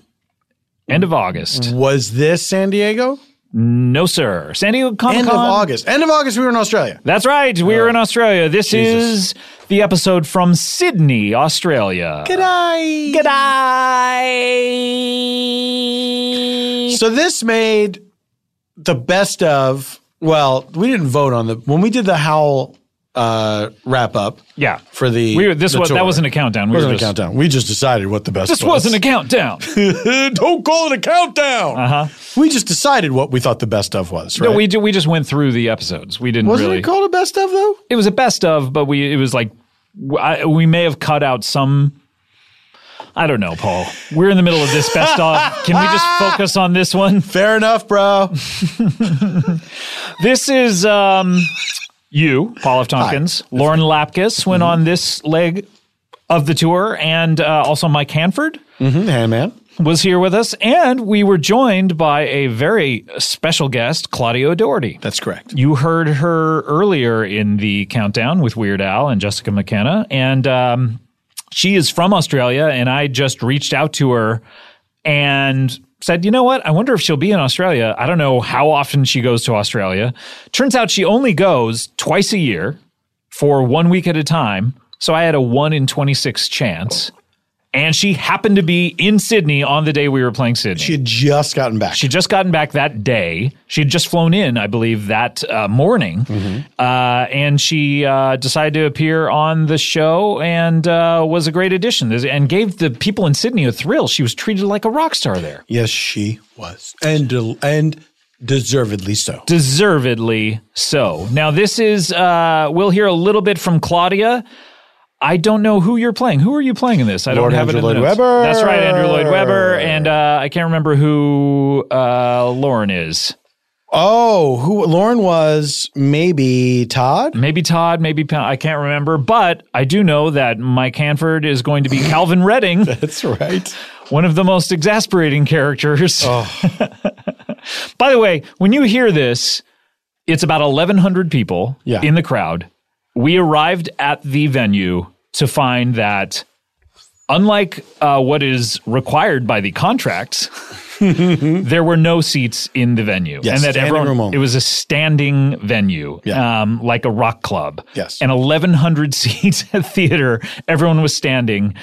Speaker 2: End of August.
Speaker 3: Was this San Diego?
Speaker 2: No, sir. San Diego Comic
Speaker 3: End of
Speaker 2: Con?
Speaker 3: August. End of August, we were in Australia. Oh.
Speaker 2: That's right. We were in Australia. This is the episode from Sydney, Australia.
Speaker 3: G'day.
Speaker 4: G'day.
Speaker 3: So this made the best of. Well, we didn't vote on the when we did the howl uh, wrap up.
Speaker 2: Yeah,
Speaker 3: for the
Speaker 2: (laughs) We were- this
Speaker 3: the
Speaker 2: was- that
Speaker 3: tour.
Speaker 2: wasn't a countdown. We
Speaker 3: wasn't
Speaker 2: were
Speaker 3: a
Speaker 2: just-
Speaker 3: countdown. We just decided what the best.
Speaker 2: This
Speaker 3: was.
Speaker 2: wasn't a countdown.
Speaker 3: (laughs) Don't call it a countdown.
Speaker 2: Uh huh.
Speaker 3: We just decided what we thought the best of was. Right?
Speaker 2: No, we do, we just went through the episodes. We didn't
Speaker 3: Wasn't
Speaker 2: really.
Speaker 3: it called a best of though?
Speaker 2: it was a best of, but we it was like w I we may have cut out some. I don't know, Paul. We're in the middle of this best of. Can we just focus on this one?
Speaker 3: Fair enough, bro.
Speaker 2: (laughs) this is um, you, Paul F. Tompkins. Lauren Lapkus went on this leg of the tour, and uh, also Mike Hanford.
Speaker 3: Mm-hmm. Handman.
Speaker 2: Was here with us, and we were joined by a very special guest, Claudio Doherty.
Speaker 3: That's correct.
Speaker 2: You heard her earlier in the countdown with Weird Al and Jessica McKenna, and um, she is from Australia. And I just reached out to her and said, "You know what? I wonder if she'll be in Australia. I don't know how often she goes to Australia. Turns out she only goes twice a year for one week at a time. So I had a one in twenty six chance." And she happened to be in Sydney on the day we were playing Sydney. She
Speaker 3: had just gotten back.
Speaker 2: She'd just gotten back that day. She had just flown in, I believe, that uh, morning.
Speaker 3: Mm-hmm.
Speaker 2: Uh, and she uh, decided to appear on the show and uh, was a great addition This- and gave the people in Sydney a thrill. She was treated like a rock star there.
Speaker 3: Yes, she was, and del- and deservedly so.
Speaker 2: Deservedly so. Now, this is, uh, we'll hear a little bit from Claudia. I don't know who you're playing. Who are you playing in this? I
Speaker 3: Lord
Speaker 2: don't have
Speaker 3: Andrew
Speaker 2: it in the
Speaker 3: Lloyd
Speaker 2: notes.
Speaker 3: Webber.
Speaker 2: That's right, Andrew Lloyd Webber. And uh, I can't remember who uh, Lauren is.
Speaker 3: Oh, who Lauren was? Maybe Todd.
Speaker 2: Maybe Todd, maybe Pam- I can't remember, but I do know that Mike Hanford is going to be Calvin
Speaker 3: (laughs)
Speaker 2: Redding.
Speaker 3: That's right. Oh.
Speaker 2: One of the most exasperating characters. By the way, when you hear this, it's about 1,100 people in the crowd. We arrived at the venue to find that, unlike uh, what is required by the contracts, (laughs) there were no seats in the venue,
Speaker 4: Yes,
Speaker 2: and that
Speaker 4: standing
Speaker 2: everyone
Speaker 4: room only.
Speaker 2: it was a standing venue, um, like a rock club.
Speaker 4: Yes.
Speaker 2: an eleven hundred (laughs) seat theater. Everyone was standing.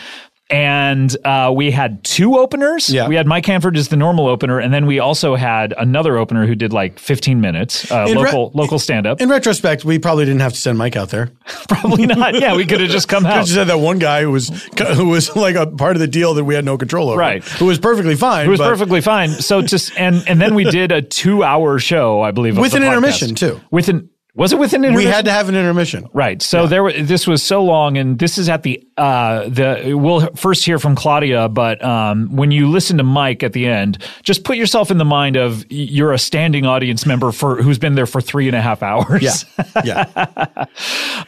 Speaker 2: And uh, we had two openers. Yeah. We had Mike Hanford as the normal opener, and then we also had another opener who did like 15 minutes, uh,
Speaker 3: In re-
Speaker 2: local local stand up.
Speaker 3: In
Speaker 2: (laughs)
Speaker 3: retrospect, we probably didn't have to send Mike out there.
Speaker 2: Probably not. Yeah, we could have
Speaker 3: (laughs)
Speaker 2: just come
Speaker 3: Could've
Speaker 2: out.
Speaker 3: just had that one guy who
Speaker 2: (laughs)
Speaker 3: was who was like a part of the deal that we had no control over.
Speaker 2: Right.
Speaker 3: Who was perfectly fine.
Speaker 2: It was
Speaker 3: but-
Speaker 2: perfectly fine. So just and and then we did a two hour show, I believe, of
Speaker 3: With
Speaker 2: the
Speaker 3: an
Speaker 2: podcast.
Speaker 3: intermission, too.
Speaker 2: With an was it with an intermission?
Speaker 3: We had to have an intermission.
Speaker 2: Right. So there there, this was so long, and this is at the uh, the. We'll first hear from Claudia, but um, when you listen to Mike at the end, just put yourself in the mind of y- you're a standing audience member for who's been there for three and a half hours. Yeah.
Speaker 3: Yeah.
Speaker 2: (laughs)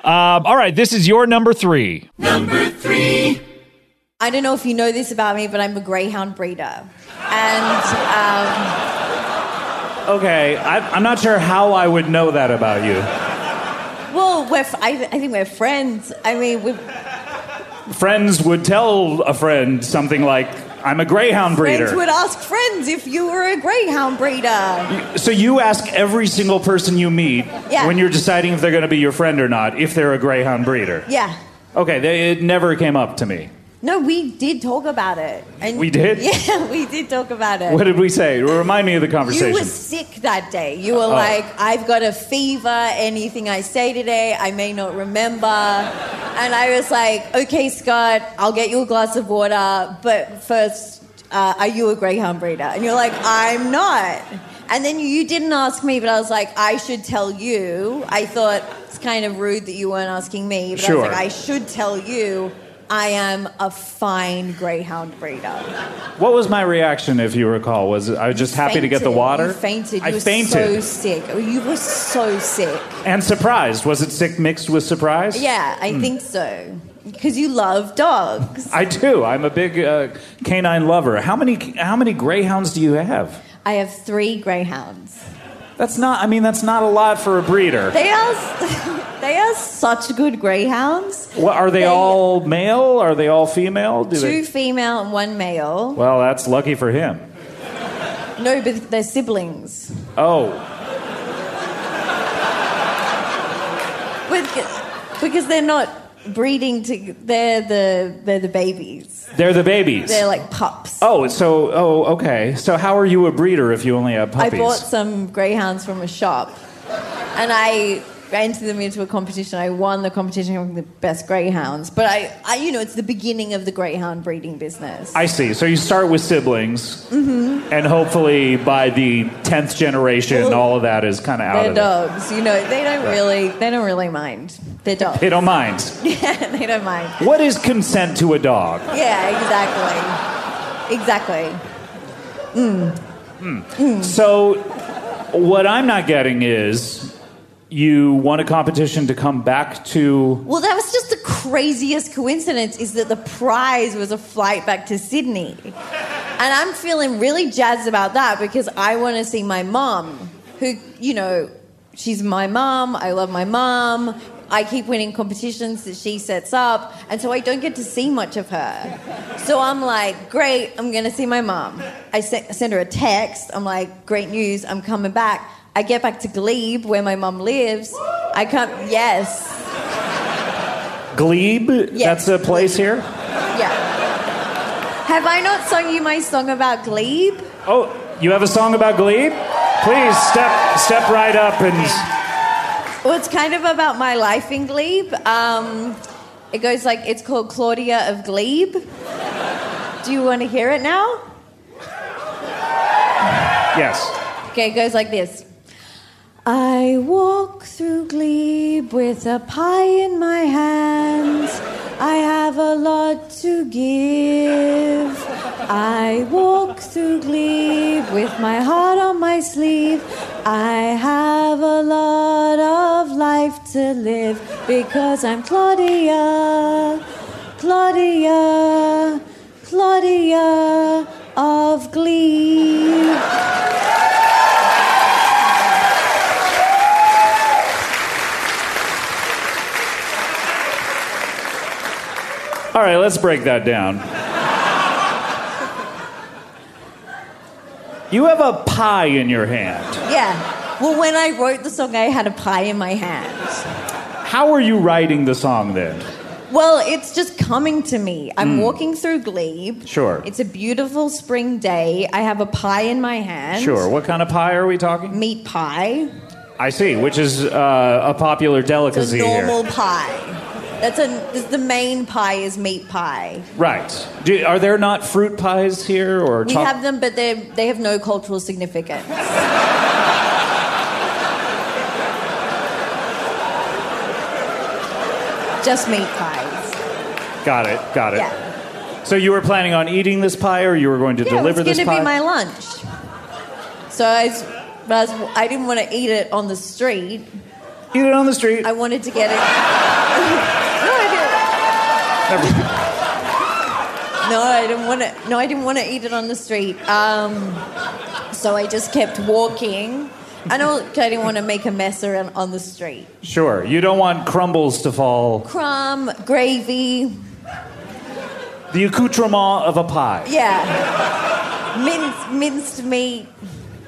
Speaker 2: um, all right. This is your number three.
Speaker 13: Number three. I don't know if you know this about me, but I'm a greyhound breeder. And um,
Speaker 14: Okay, I, I'm not sure how I would know that about you.
Speaker 13: well, we're f- I, I think we're friends. I mean, we
Speaker 14: Friends would tell a friend something like, I'm a greyhound breeder.
Speaker 13: friends would ask friends if you were a greyhound breeder.
Speaker 14: so you ask every single person you meet
Speaker 13: Yeah.
Speaker 14: when you're deciding if they're going to be your friend or not if they're a greyhound breeder.
Speaker 13: Yeah.
Speaker 14: Okay, they, it never came up to me.
Speaker 13: No, we did talk about it. And
Speaker 14: We did?
Speaker 13: (laughs) Yeah, we did talk about it.
Speaker 14: What did we say? Remind me of the
Speaker 13: You
Speaker 14: conversation.
Speaker 13: were sick that day. You were
Speaker 14: Oh.
Speaker 13: like, I've got a fever. Anything I say today, I may not remember. And I was like, okay, Scott, I'll get you a glass of water. But first, uh, are you a greyhound breeder? And you're like, I'm not. And then you didn't ask me, but I was like, I should tell you. I thought it's kind of rude that you weren't asking me, but I
Speaker 2: Sure.
Speaker 13: was like, I should tell you. I am a fine greyhound breeder.
Speaker 2: What was my reaction, if you recall? Was I was just happy to get the
Speaker 13: Fainted.
Speaker 2: water?
Speaker 13: You fainted. You
Speaker 2: I
Speaker 13: were so
Speaker 2: fainted.
Speaker 13: sick. Oh, You were so sick.
Speaker 2: and surprised. Was it sick mixed with surprise?
Speaker 13: Yeah, I
Speaker 2: Hmm.
Speaker 13: think so. Because you love dogs.
Speaker 2: I do. I'm a big uh, canine lover. How many how many greyhounds do you have?
Speaker 13: I have three greyhounds.
Speaker 2: That's not. I mean, that's not a lot for a breeder.
Speaker 13: They are, s- (laughs) they are such good greyhounds.
Speaker 2: What, are they, all male? Are they all female? Do
Speaker 13: Two
Speaker 2: they?
Speaker 13: female and one male.
Speaker 2: Well, that's lucky for him.
Speaker 13: No, but they're siblings.
Speaker 2: Oh,
Speaker 13: With, because they're not breeding to. They're the they're the babies.
Speaker 2: they're the babies.
Speaker 13: They're like pups.
Speaker 2: oh, so oh, okay. So how are you a breeder if you only have puppies?
Speaker 13: I bought some greyhounds from a shop, and I entered them into a competition. I won the competition having the best greyhounds. But I, I you know, it's the beginning of the greyhound breeding business.
Speaker 2: I see. So you start with siblings,
Speaker 13: hmm
Speaker 2: and hopefully by the tenth generation, all of that is kind of out
Speaker 13: They're
Speaker 2: of it.
Speaker 13: dogs. You know, they don't
Speaker 2: Right.
Speaker 13: really they don't really mind. They're dogs. (laughs)
Speaker 2: They don't mind.
Speaker 13: Yeah, they don't mind.
Speaker 2: What is consent to a dog?
Speaker 13: Yeah, exactly. Exactly. Mm.
Speaker 2: Hmm. So, what I'm not getting is you won a competition to come back to.
Speaker 13: Well, that was just the craziest coincidence is that the prize was a flight back to Sydney. And I'm feeling really jazzed about that because I want to see my mom, who, you know, she's my mom. I love my mom. I keep winning competitions that she sets up. And so I don't get to see much of her. So I'm like, great, I'm going to see my mom. I se- send her a text. I'm like, great news, I'm coming back. I get back to Glebe, where my mom lives. I come, yes.
Speaker 2: Glebe?
Speaker 13: Yes.
Speaker 2: That's a place here?
Speaker 13: Yeah. Have I not sung you my song about Glebe?
Speaker 2: Oh, you have a song about Glebe? Please step, step right up and.
Speaker 13: Well, it's kind of about my life in Glebe. Um, it goes like, it's called Claudia of Glebe. Do you want to hear it now?
Speaker 2: Yes.
Speaker 13: Okay, it goes like this. I walk through Glebe with a pie in my hand. I have a lot to give. I walk through Glebe with my heart on my sleeve. I have a lot of life to live because I'm Claudia, Claudia, Claudia of Glebe.
Speaker 2: All right, let's break that down. You have a pie in your hand.
Speaker 13: Yeah. Well, when I wrote the song, I had a pie in my hand.
Speaker 2: How are you writing the song then?
Speaker 13: Well, it's just coming to me. I'm
Speaker 2: Mm.
Speaker 13: walking through Glebe.
Speaker 2: Sure.
Speaker 13: It's a beautiful spring day. I have a pie in my hand.
Speaker 2: Sure. What kind of pie are we talking?
Speaker 13: Meat pie.
Speaker 2: I see, which is uh, a popular
Speaker 13: It's
Speaker 2: delicacy
Speaker 13: a
Speaker 2: here.
Speaker 13: normal pie. That's a. This, the main pie is meat pie.
Speaker 2: Right. Do, are there not fruit pies here or
Speaker 13: We
Speaker 2: choc-
Speaker 13: have them, but they they have no cultural
Speaker 2: (laughs)
Speaker 13: significance. just meat pies.
Speaker 2: Got it. Got it.
Speaker 13: Yeah.
Speaker 2: So you were planning on eating this pie, or you were going to
Speaker 13: yeah,
Speaker 2: deliver
Speaker 13: it was
Speaker 2: this
Speaker 13: going
Speaker 2: pie?
Speaker 13: to be my lunch. So I, was, but I, was, I didn't want to eat it on the street.
Speaker 2: Eat it on the street.
Speaker 13: I wanted to get it. no, I didn't. (laughs) No, I didn't want to. No, I didn't want to eat it on the street. Um, so I just kept walking. I know I didn't want to make a mess around on the street.
Speaker 2: Sure. You don't want crumbles to fall.
Speaker 13: Crumb, gravy,
Speaker 2: The accoutrement of a pie.
Speaker 13: yeah, minced minced meat.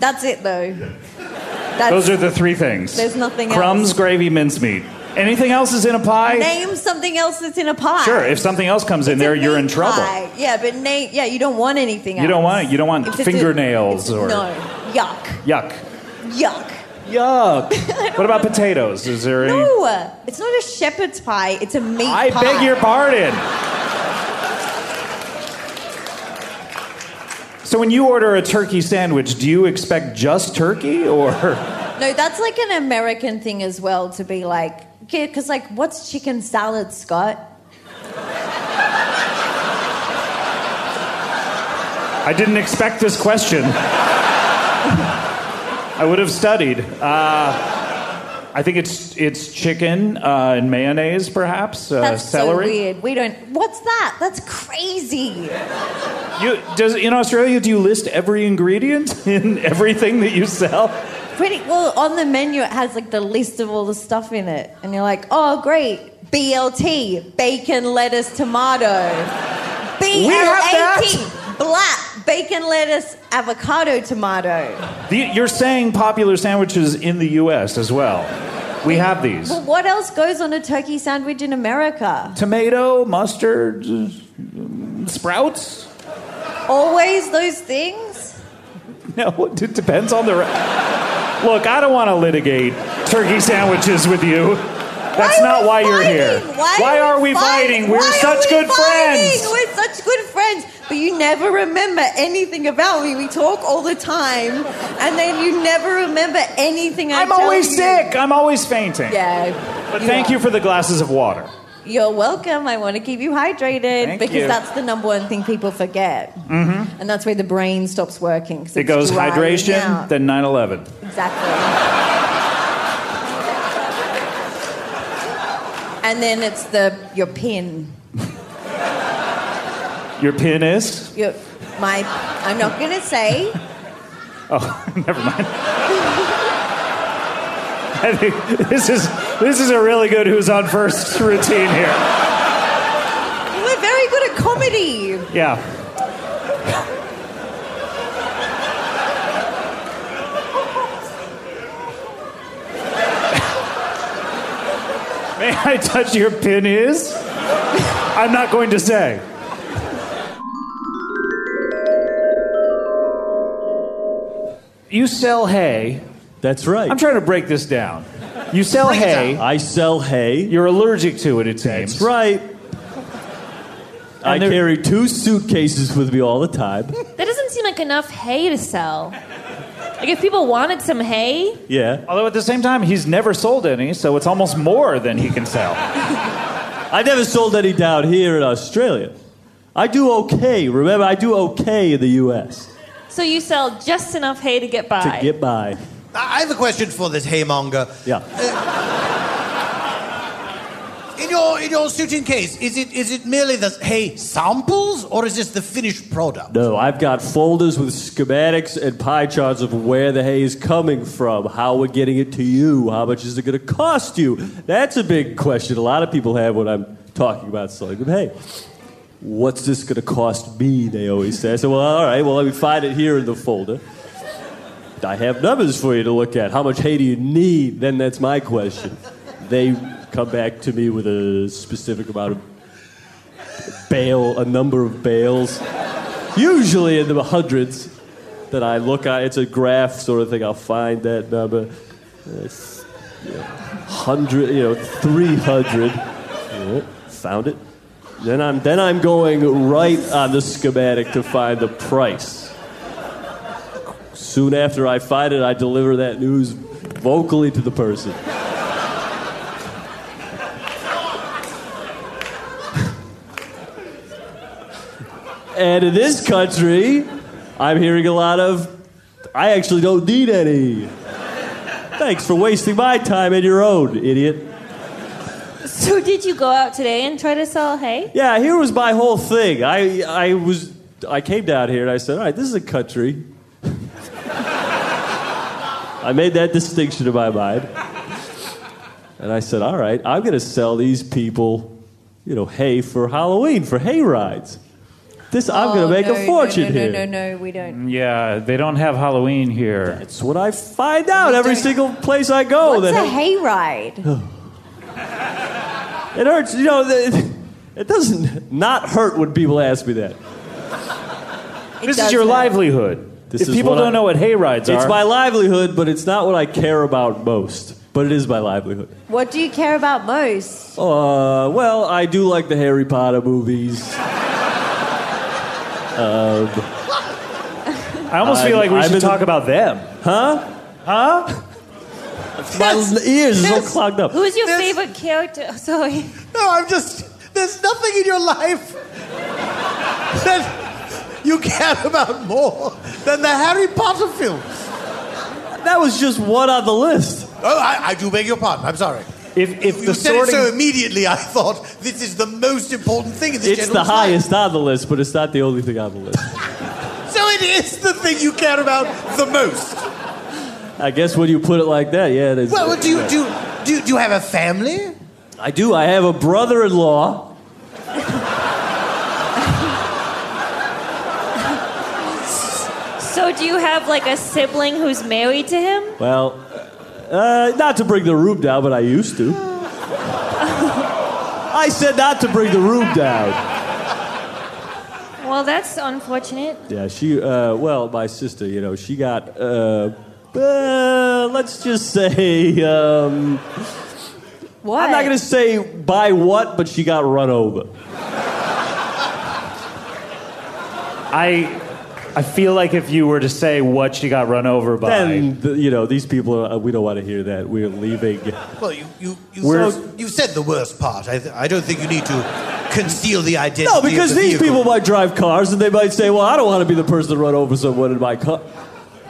Speaker 13: That's it though. That's,
Speaker 2: Those are the three things.
Speaker 13: There's nothing else.
Speaker 2: Crumbs, gravy, mincemeat. Anything else is in a pie?
Speaker 13: Name something else that's in a pie.
Speaker 2: Sure. If something else comes in there, you're in trouble.
Speaker 13: Pie. Yeah, but name. Yeah, you don't want anything.
Speaker 2: You don't want it. You don't want
Speaker 13: If it's a-
Speaker 2: fingernails or
Speaker 13: No, yuck,
Speaker 2: yuck.
Speaker 13: yuck. (laughs)
Speaker 2: Yuck. what about potatoes? Is there any?
Speaker 13: No, uh, it's not a shepherd's pie. It's a meat
Speaker 2: I
Speaker 13: pie.
Speaker 2: beg your pardon. So when you order a turkey sandwich, do you expect just turkey or? (laughs)
Speaker 13: No, that's like an American thing as well to be like, because like, what's chicken salad, Scott?
Speaker 2: I didn't expect this question. I would have studied. Uh, I think it's it's chicken uh, and mayonnaise, perhaps uh,
Speaker 13: that's
Speaker 2: celery.
Speaker 13: so weird. We don't. What's that? That's crazy.
Speaker 2: You does in Australia? Do you list every ingredient (laughs) in everything that you sell?
Speaker 13: Pretty well on the menu. It has like the list of all the stuff in it, and you're like, oh great, BLT, bacon, lettuce, tomato. BLT, black bacon, lettuce, avocado, tomato.
Speaker 2: The, you're saying popular sandwiches in the U.S. as well. We have these:
Speaker 13: Well, what else goes on a turkey sandwich in America?
Speaker 2: tomato, mustard, mm, sprouts.
Speaker 13: Always those things.
Speaker 2: No, (laughs) it depends on the. Re- Look, I don't want to litigate turkey sandwiches with you. That's not why you're here.
Speaker 13: Why,
Speaker 2: are we fighting? We're
Speaker 13: Why are
Speaker 2: such
Speaker 13: we
Speaker 2: good
Speaker 13: fighting?
Speaker 2: friends.
Speaker 13: We're such good friends. But you never remember anything about me. We talk all the time, and then you never remember anything. I
Speaker 2: I'm
Speaker 13: tell
Speaker 2: always
Speaker 13: you.
Speaker 2: sick. I'm always fainting.
Speaker 13: Yeah.
Speaker 2: But thank you for the glasses of water.
Speaker 13: You're welcome. I want to keep you hydrated
Speaker 2: Thank
Speaker 13: because
Speaker 2: you.
Speaker 13: that's the number one thing people forget,
Speaker 2: Mm-hmm.
Speaker 13: and that's where the brain stops working. 'cause
Speaker 2: It
Speaker 13: it's
Speaker 2: goes
Speaker 13: drying
Speaker 2: hydration,
Speaker 13: out.
Speaker 2: then 9 11.
Speaker 13: Exactly. and then it's the your pin.
Speaker 2: Your pin is?
Speaker 13: Your, my, I'm not gonna say.
Speaker 2: Oh, (laughs) never
Speaker 13: (laughs)
Speaker 2: mind. I think this is, this is a really good who's on first routine here.
Speaker 13: We're very good at comedy.
Speaker 2: Yeah. (laughs) May I touch your pin is? I'm not going to say. You sell hay.
Speaker 15: That's right.
Speaker 2: I'm trying to break this down. You sell
Speaker 15: Break it
Speaker 2: hay. I sell hay. You're allergic to it, it seems.
Speaker 15: That's right. I
Speaker 2: there-
Speaker 15: carry two suitcases with me all the time.
Speaker 16: That doesn't seem like enough hay to sell. Like if people wanted some hay,
Speaker 2: Yeah. Although at the same time, he's never sold any, so it's almost more than he can sell.
Speaker 15: I never sold any down here in Australia. I do okay. Remember, I do okay in the U.S.
Speaker 16: so you sell just enough hay to get by.
Speaker 15: to get by.
Speaker 10: I have a question for this haymonger.
Speaker 15: Yeah.
Speaker 10: In your in your suit and case, is it is it merely the hay samples or is this the finished product?
Speaker 15: No, I've got folders with schematics and pie charts of where the hay is coming from, how we're getting it to you, how much is it going to cost you. That's a big question a lot of people have when I'm talking about selling them hay. What's this going to cost me? They always say. I say, well, all right, well, let me find it here in the folder. I have numbers for you to look at. How much hay do you need? Then that's my question. They come back to me with a specific amount of bale, a number of bales, usually in the hundreds, that I look at. It's a graph sort of thing. I'll find that number. It's, you know, hundred, you know, three hundred. found it. Then I'm then I'm going right on the schematic to find the price. Soon after I find it, I deliver that news vocally to the person. And in this country, I'm hearing a lot of, I actually don't need any. Thanks for wasting my time and your own, idiot.
Speaker 16: So did you go out today and try to sell hay?
Speaker 15: Yeah, here was my whole thing. I, I was, I came down here and I said, all right, this is a country. I made that distinction in my mind. And I said, all right, I'm going to sell these people, you know, hay for Halloween, for hay rides. This, I'm going
Speaker 13: Oh,
Speaker 15: to make
Speaker 13: no,
Speaker 15: a fortune
Speaker 13: no, no,
Speaker 15: here.
Speaker 13: No, no, no, we don't.
Speaker 2: Yeah, they don't have Halloween here.
Speaker 15: That's what I find out every single place I go.
Speaker 13: What's
Speaker 15: that
Speaker 13: a hayride?
Speaker 15: It hurts. You know, the, it doesn't not hurt when people ask me that.
Speaker 2: This is your livelihood. if people
Speaker 15: what
Speaker 2: don't
Speaker 15: I-
Speaker 2: know what hay rides
Speaker 15: It's
Speaker 2: are,
Speaker 15: my livelihood, but it's not what I care about most. But it is my livelihood.
Speaker 13: What do you care about most?
Speaker 15: Uh, well, I do like the Harry Potter movies. um,
Speaker 2: I almost feel like we should talk about them. Huh?
Speaker 15: Huh? My ears is all clogged up.
Speaker 16: Who's your favorite character? (laughs) Oh, sorry.
Speaker 10: No, I'm just. There's nothing in your life (laughs) that you care about more than the Harry Potter films.
Speaker 15: That was just one on the list.
Speaker 10: Oh, I, I do beg your pardon. I'm sorry.
Speaker 15: If, if
Speaker 10: you
Speaker 15: the
Speaker 10: said
Speaker 15: sorting,
Speaker 10: it so immediately, I thought this is the most important thing in this
Speaker 15: it's the
Speaker 10: gentleman's life."
Speaker 15: highest on the list, but it's not the only thing on the list.
Speaker 10: So it is the thing you care about the most.
Speaker 15: I guess when you put it like that, yeah, it is.
Speaker 10: Well, do you do you- do you, do you have a family?
Speaker 15: I do. I have a brother-in-law.
Speaker 16: So do you have like a sibling who's married to him?
Speaker 15: Well, uh, not to bring the room down, but I used to. I said not to bring the room down.
Speaker 16: Well, that's unfortunate.
Speaker 15: Yeah, she. Uh, well, my sister, you know, she got. Uh, uh, let's just say. Um,
Speaker 16: What?
Speaker 15: I'm not gonna say by what, but she got run over.
Speaker 2: I I feel like if you were to say what she got run over by,
Speaker 15: Then the, you know these people. Are, we don't want to hear that. We're leaving.
Speaker 10: Well, you you you,
Speaker 15: We're-
Speaker 10: so, you said the worst part. I, th- I don't think you need to conceal the identity.
Speaker 15: No,
Speaker 10: of the
Speaker 15: because these
Speaker 10: vehicle.
Speaker 15: people might drive cars and they might say, "Well, I don't want to be the person to run over someone in my car."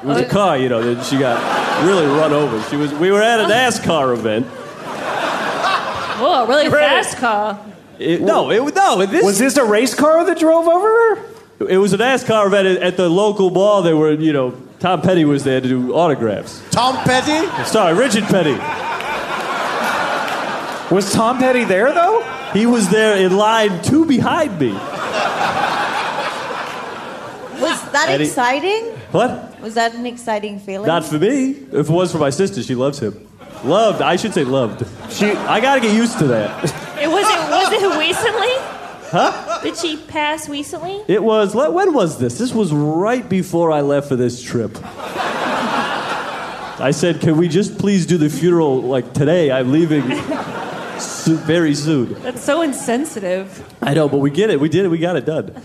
Speaker 15: It was a car, you know. Then she got really run over. She was. We were at an NASCAR event.
Speaker 16: Whoa, a really fast car.
Speaker 15: It, no, it no. This, was this a race car that drove over her? It was a NASCAR event at, at the local mall. They were, you know, Tom Petty was there to do autographs.
Speaker 10: Tom Petty?
Speaker 15: Sorry, Richard Petty.
Speaker 2: Was Tom Petty there though?
Speaker 15: He was there in line two behind me.
Speaker 13: Was that
Speaker 15: Eddie-
Speaker 13: exciting?
Speaker 15: What?
Speaker 13: Was that an exciting feeling?
Speaker 15: Not for me. If it was for my sister, she loves him. Loved. I should say loved. She. I gotta get used to that. (laughs)
Speaker 16: It was it was it recently?
Speaker 15: Huh?
Speaker 16: Did she pass recently?
Speaker 15: It was. le- When was this? This was right before I left for this trip. I said, "Can we just please do the funeral like today? I'm leaving (laughs) so- very soon."
Speaker 16: That's so
Speaker 15: (clears throat)
Speaker 16: insensitive.
Speaker 15: I know, but we get it. We did it. We got it done. (laughs)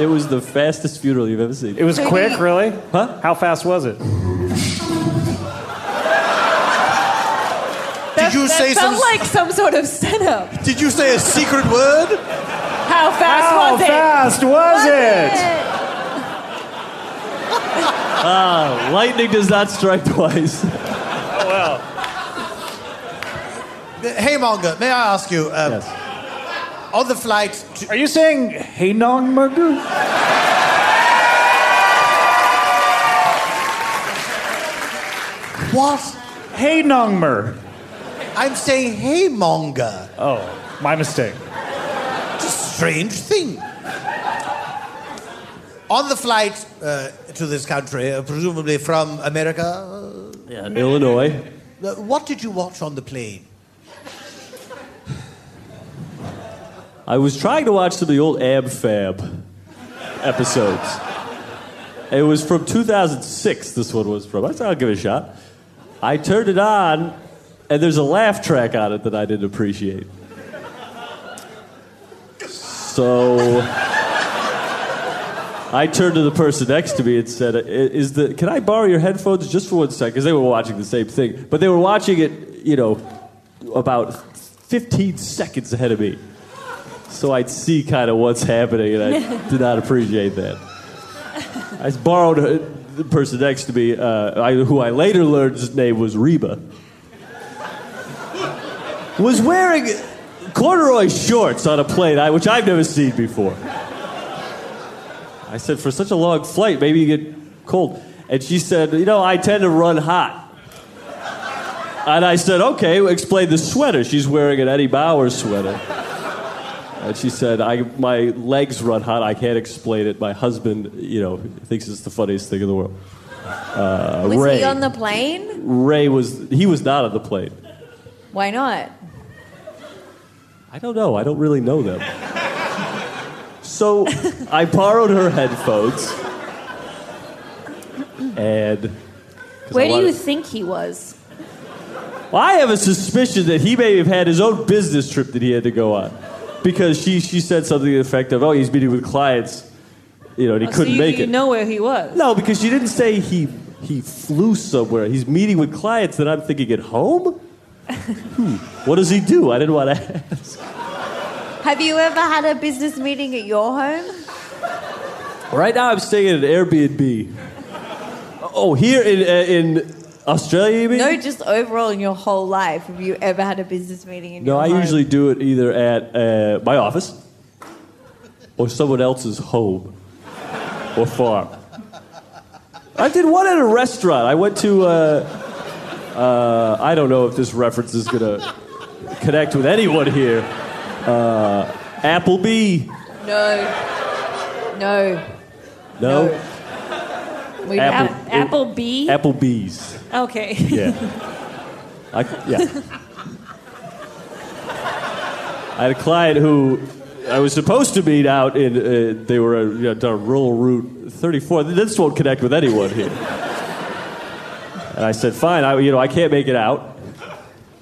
Speaker 15: It was the fastest funeral you've ever seen.
Speaker 2: It was
Speaker 16: So
Speaker 2: quick,
Speaker 16: did-
Speaker 2: really? Huh? How fast was it?
Speaker 16: That,
Speaker 10: you
Speaker 16: that
Speaker 10: say
Speaker 16: sounds
Speaker 10: some-
Speaker 16: like some sort of setup.
Speaker 10: Did you say a secret word?
Speaker 16: How fast
Speaker 2: How
Speaker 16: was it?
Speaker 2: fast was it?
Speaker 15: Ah, lightning does not strike (laughs) twice.
Speaker 2: Oh well.
Speaker 10: Hey, Monga, may I ask you? Um, On the flight, to,
Speaker 2: Are you saying hey nong murder?
Speaker 10: What?
Speaker 2: Hey nongmer.
Speaker 10: I'm saying hey Monga.
Speaker 2: Oh, my mistake.
Speaker 10: It's a strange thing. On the flight uh, to this country, uh, presumably from America, uh,
Speaker 15: Illinois.
Speaker 10: uh, what did you watch on the plane?
Speaker 15: I was trying to watch some of the old Ab Fab episodes. It was from 2006, this one was from. I said, I'll give it a shot. I turned it on, and there's a laugh track on it that I didn't appreciate. So I turned to the person next to me and said, "I- "Is the can I borrow your headphones just for one second? Because they were watching the same thing, but they were watching it, you know, about 15 seconds ahead of me. So I'd see kind of what's happening, and I did not appreciate that. I borrowed uh, the person next to me, uh, I, who I later learned his name was Reba, was wearing corduroy shorts on a plane, I, which I've never seen before. I said, for such a long flight, maybe you get cold. And she said, you know, I tend to run hot. And I said, okay, well, explain the sweater. She's wearing an Eddie Bauer sweater. And she said, I, my legs run hot. I can't explain it. My husband, you know, thinks it's the funniest thing in the world. Uh,
Speaker 13: was
Speaker 15: Ray.
Speaker 13: he on the plane?
Speaker 15: Ray was, he was not on the plane.
Speaker 13: Why not?
Speaker 15: I don't know. I don't really know them. So I borrowed her headphones. And 'cause
Speaker 16: Where
Speaker 15: I
Speaker 16: do
Speaker 15: wanted-
Speaker 16: you think he was?
Speaker 15: Well, I have a suspicion that he may have had his own business trip that he had to go on. Because she, she said something to the effect of, oh, he's meeting with clients you know, and he
Speaker 16: Oh, so
Speaker 15: couldn't
Speaker 16: you,
Speaker 15: make
Speaker 16: you
Speaker 15: it.
Speaker 16: know where he was.
Speaker 15: No, because you didn't say he he flew somewhere. He's meeting with clients that I'm thinking at home. Hmm, What does he do? I didn't want (laughs) to.
Speaker 13: Have you ever had a business meeting at your home?
Speaker 15: Right now, I'm staying at an Airbnb. Oh, here in uh, in Australia, you mean?
Speaker 13: No, just overall in your whole life. Have you ever had a business meeting in
Speaker 15: No,
Speaker 13: your
Speaker 15: I
Speaker 13: home?
Speaker 15: usually do it either at uh, my office or someone else's home or farm. I did one at a restaurant. I went to, uh, uh, I don't know if this reference is going to connect with anyone here. Uh, Applebee.
Speaker 16: No.
Speaker 13: No.
Speaker 15: No?
Speaker 16: We
Speaker 15: Apple-
Speaker 16: Apple, Apple B.
Speaker 15: Applebee's. (laughs)
Speaker 16: Okay. (laughs)
Speaker 15: Yeah. I, yeah. I had a client who I was supposed to meet out in, uh, they were uh, you know, down rural route 34. This won't connect with anyone here. And I said, fine, I, you know, I can't make it out.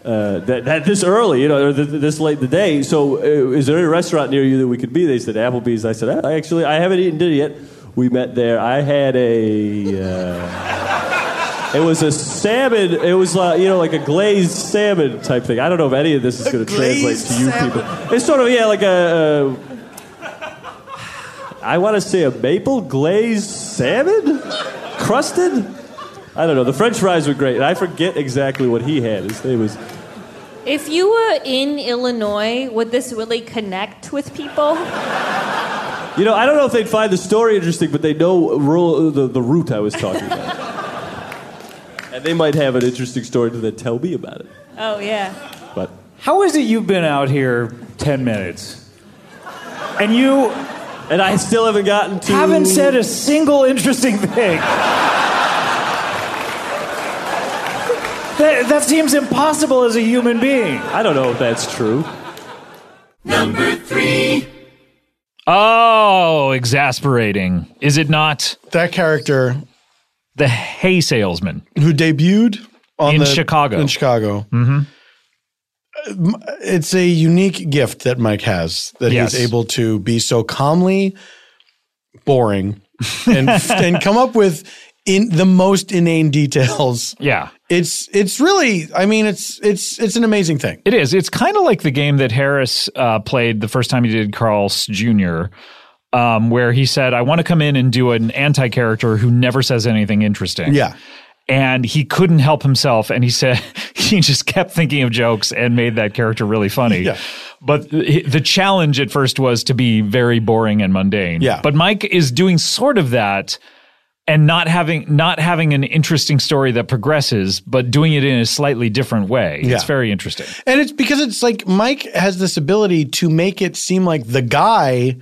Speaker 15: Uh, that, that this early, you know, or th- this late in the day. So, uh, is there any restaurant near you that we could be? They said Applebee's. I said, "Uh, I actually, I haven't eaten it yet. We met there. I had a. Uh, it was a salmon. It was like you know, like a glazed salmon type thing. I don't know if any of this is going to translate
Speaker 4: glazed
Speaker 15: to you
Speaker 4: salmon.
Speaker 15: people. It's sort of yeah, like a. a I want to say a maple glazed salmon, crusted. I don't know. The French fries were great. And I forget exactly what he had. His name was.
Speaker 16: If you were in Illinois, would this really connect with people? (laughs)
Speaker 15: You know, I don't know if they'd find the story interesting, but they know rural, the the route I was talking about, and they might have an interesting story to then tell me about it.
Speaker 16: Oh yeah.
Speaker 15: But
Speaker 17: How is it you've been out here 10 minutes? And you.
Speaker 15: And I still haven't gotten to.
Speaker 17: Haven't said a single interesting thing. that, that seems impossible as a human being.
Speaker 15: I don't know if that's true.
Speaker 2: Oh, exasperating. Is it not?
Speaker 3: That character.
Speaker 2: The hay salesman.
Speaker 3: Who debuted on
Speaker 2: In
Speaker 3: the-
Speaker 2: Chicago.
Speaker 3: In Chicago.
Speaker 2: Mm-hmm.
Speaker 3: It's a unique gift that Mike has that
Speaker 2: Yes.
Speaker 3: he's able to be so calmly boring and
Speaker 2: (laughs)
Speaker 3: and come up with in the most inane details.
Speaker 2: Yeah.
Speaker 3: It's it's really I mean it's it's it's an amazing thing.
Speaker 2: It is. It's kind of like the game that Harris uh, played the first time he did Carl's Jr., um, where he said, I want to come in and do an anti character who never says anything interesting.
Speaker 3: Yeah.
Speaker 2: And he couldn't help himself. And he said, (laughs) he just kept thinking of jokes and made that character really funny.
Speaker 3: Yeah.
Speaker 2: But the the challenge at first was to be very boring and mundane.
Speaker 3: Yeah.
Speaker 2: But Mike is doing sort of that and not having not having an interesting story that progresses, but doing it in a slightly different way. It's
Speaker 3: Yeah.
Speaker 2: very interesting.
Speaker 3: And it's because it's like Mike has this ability to make it seem like the guy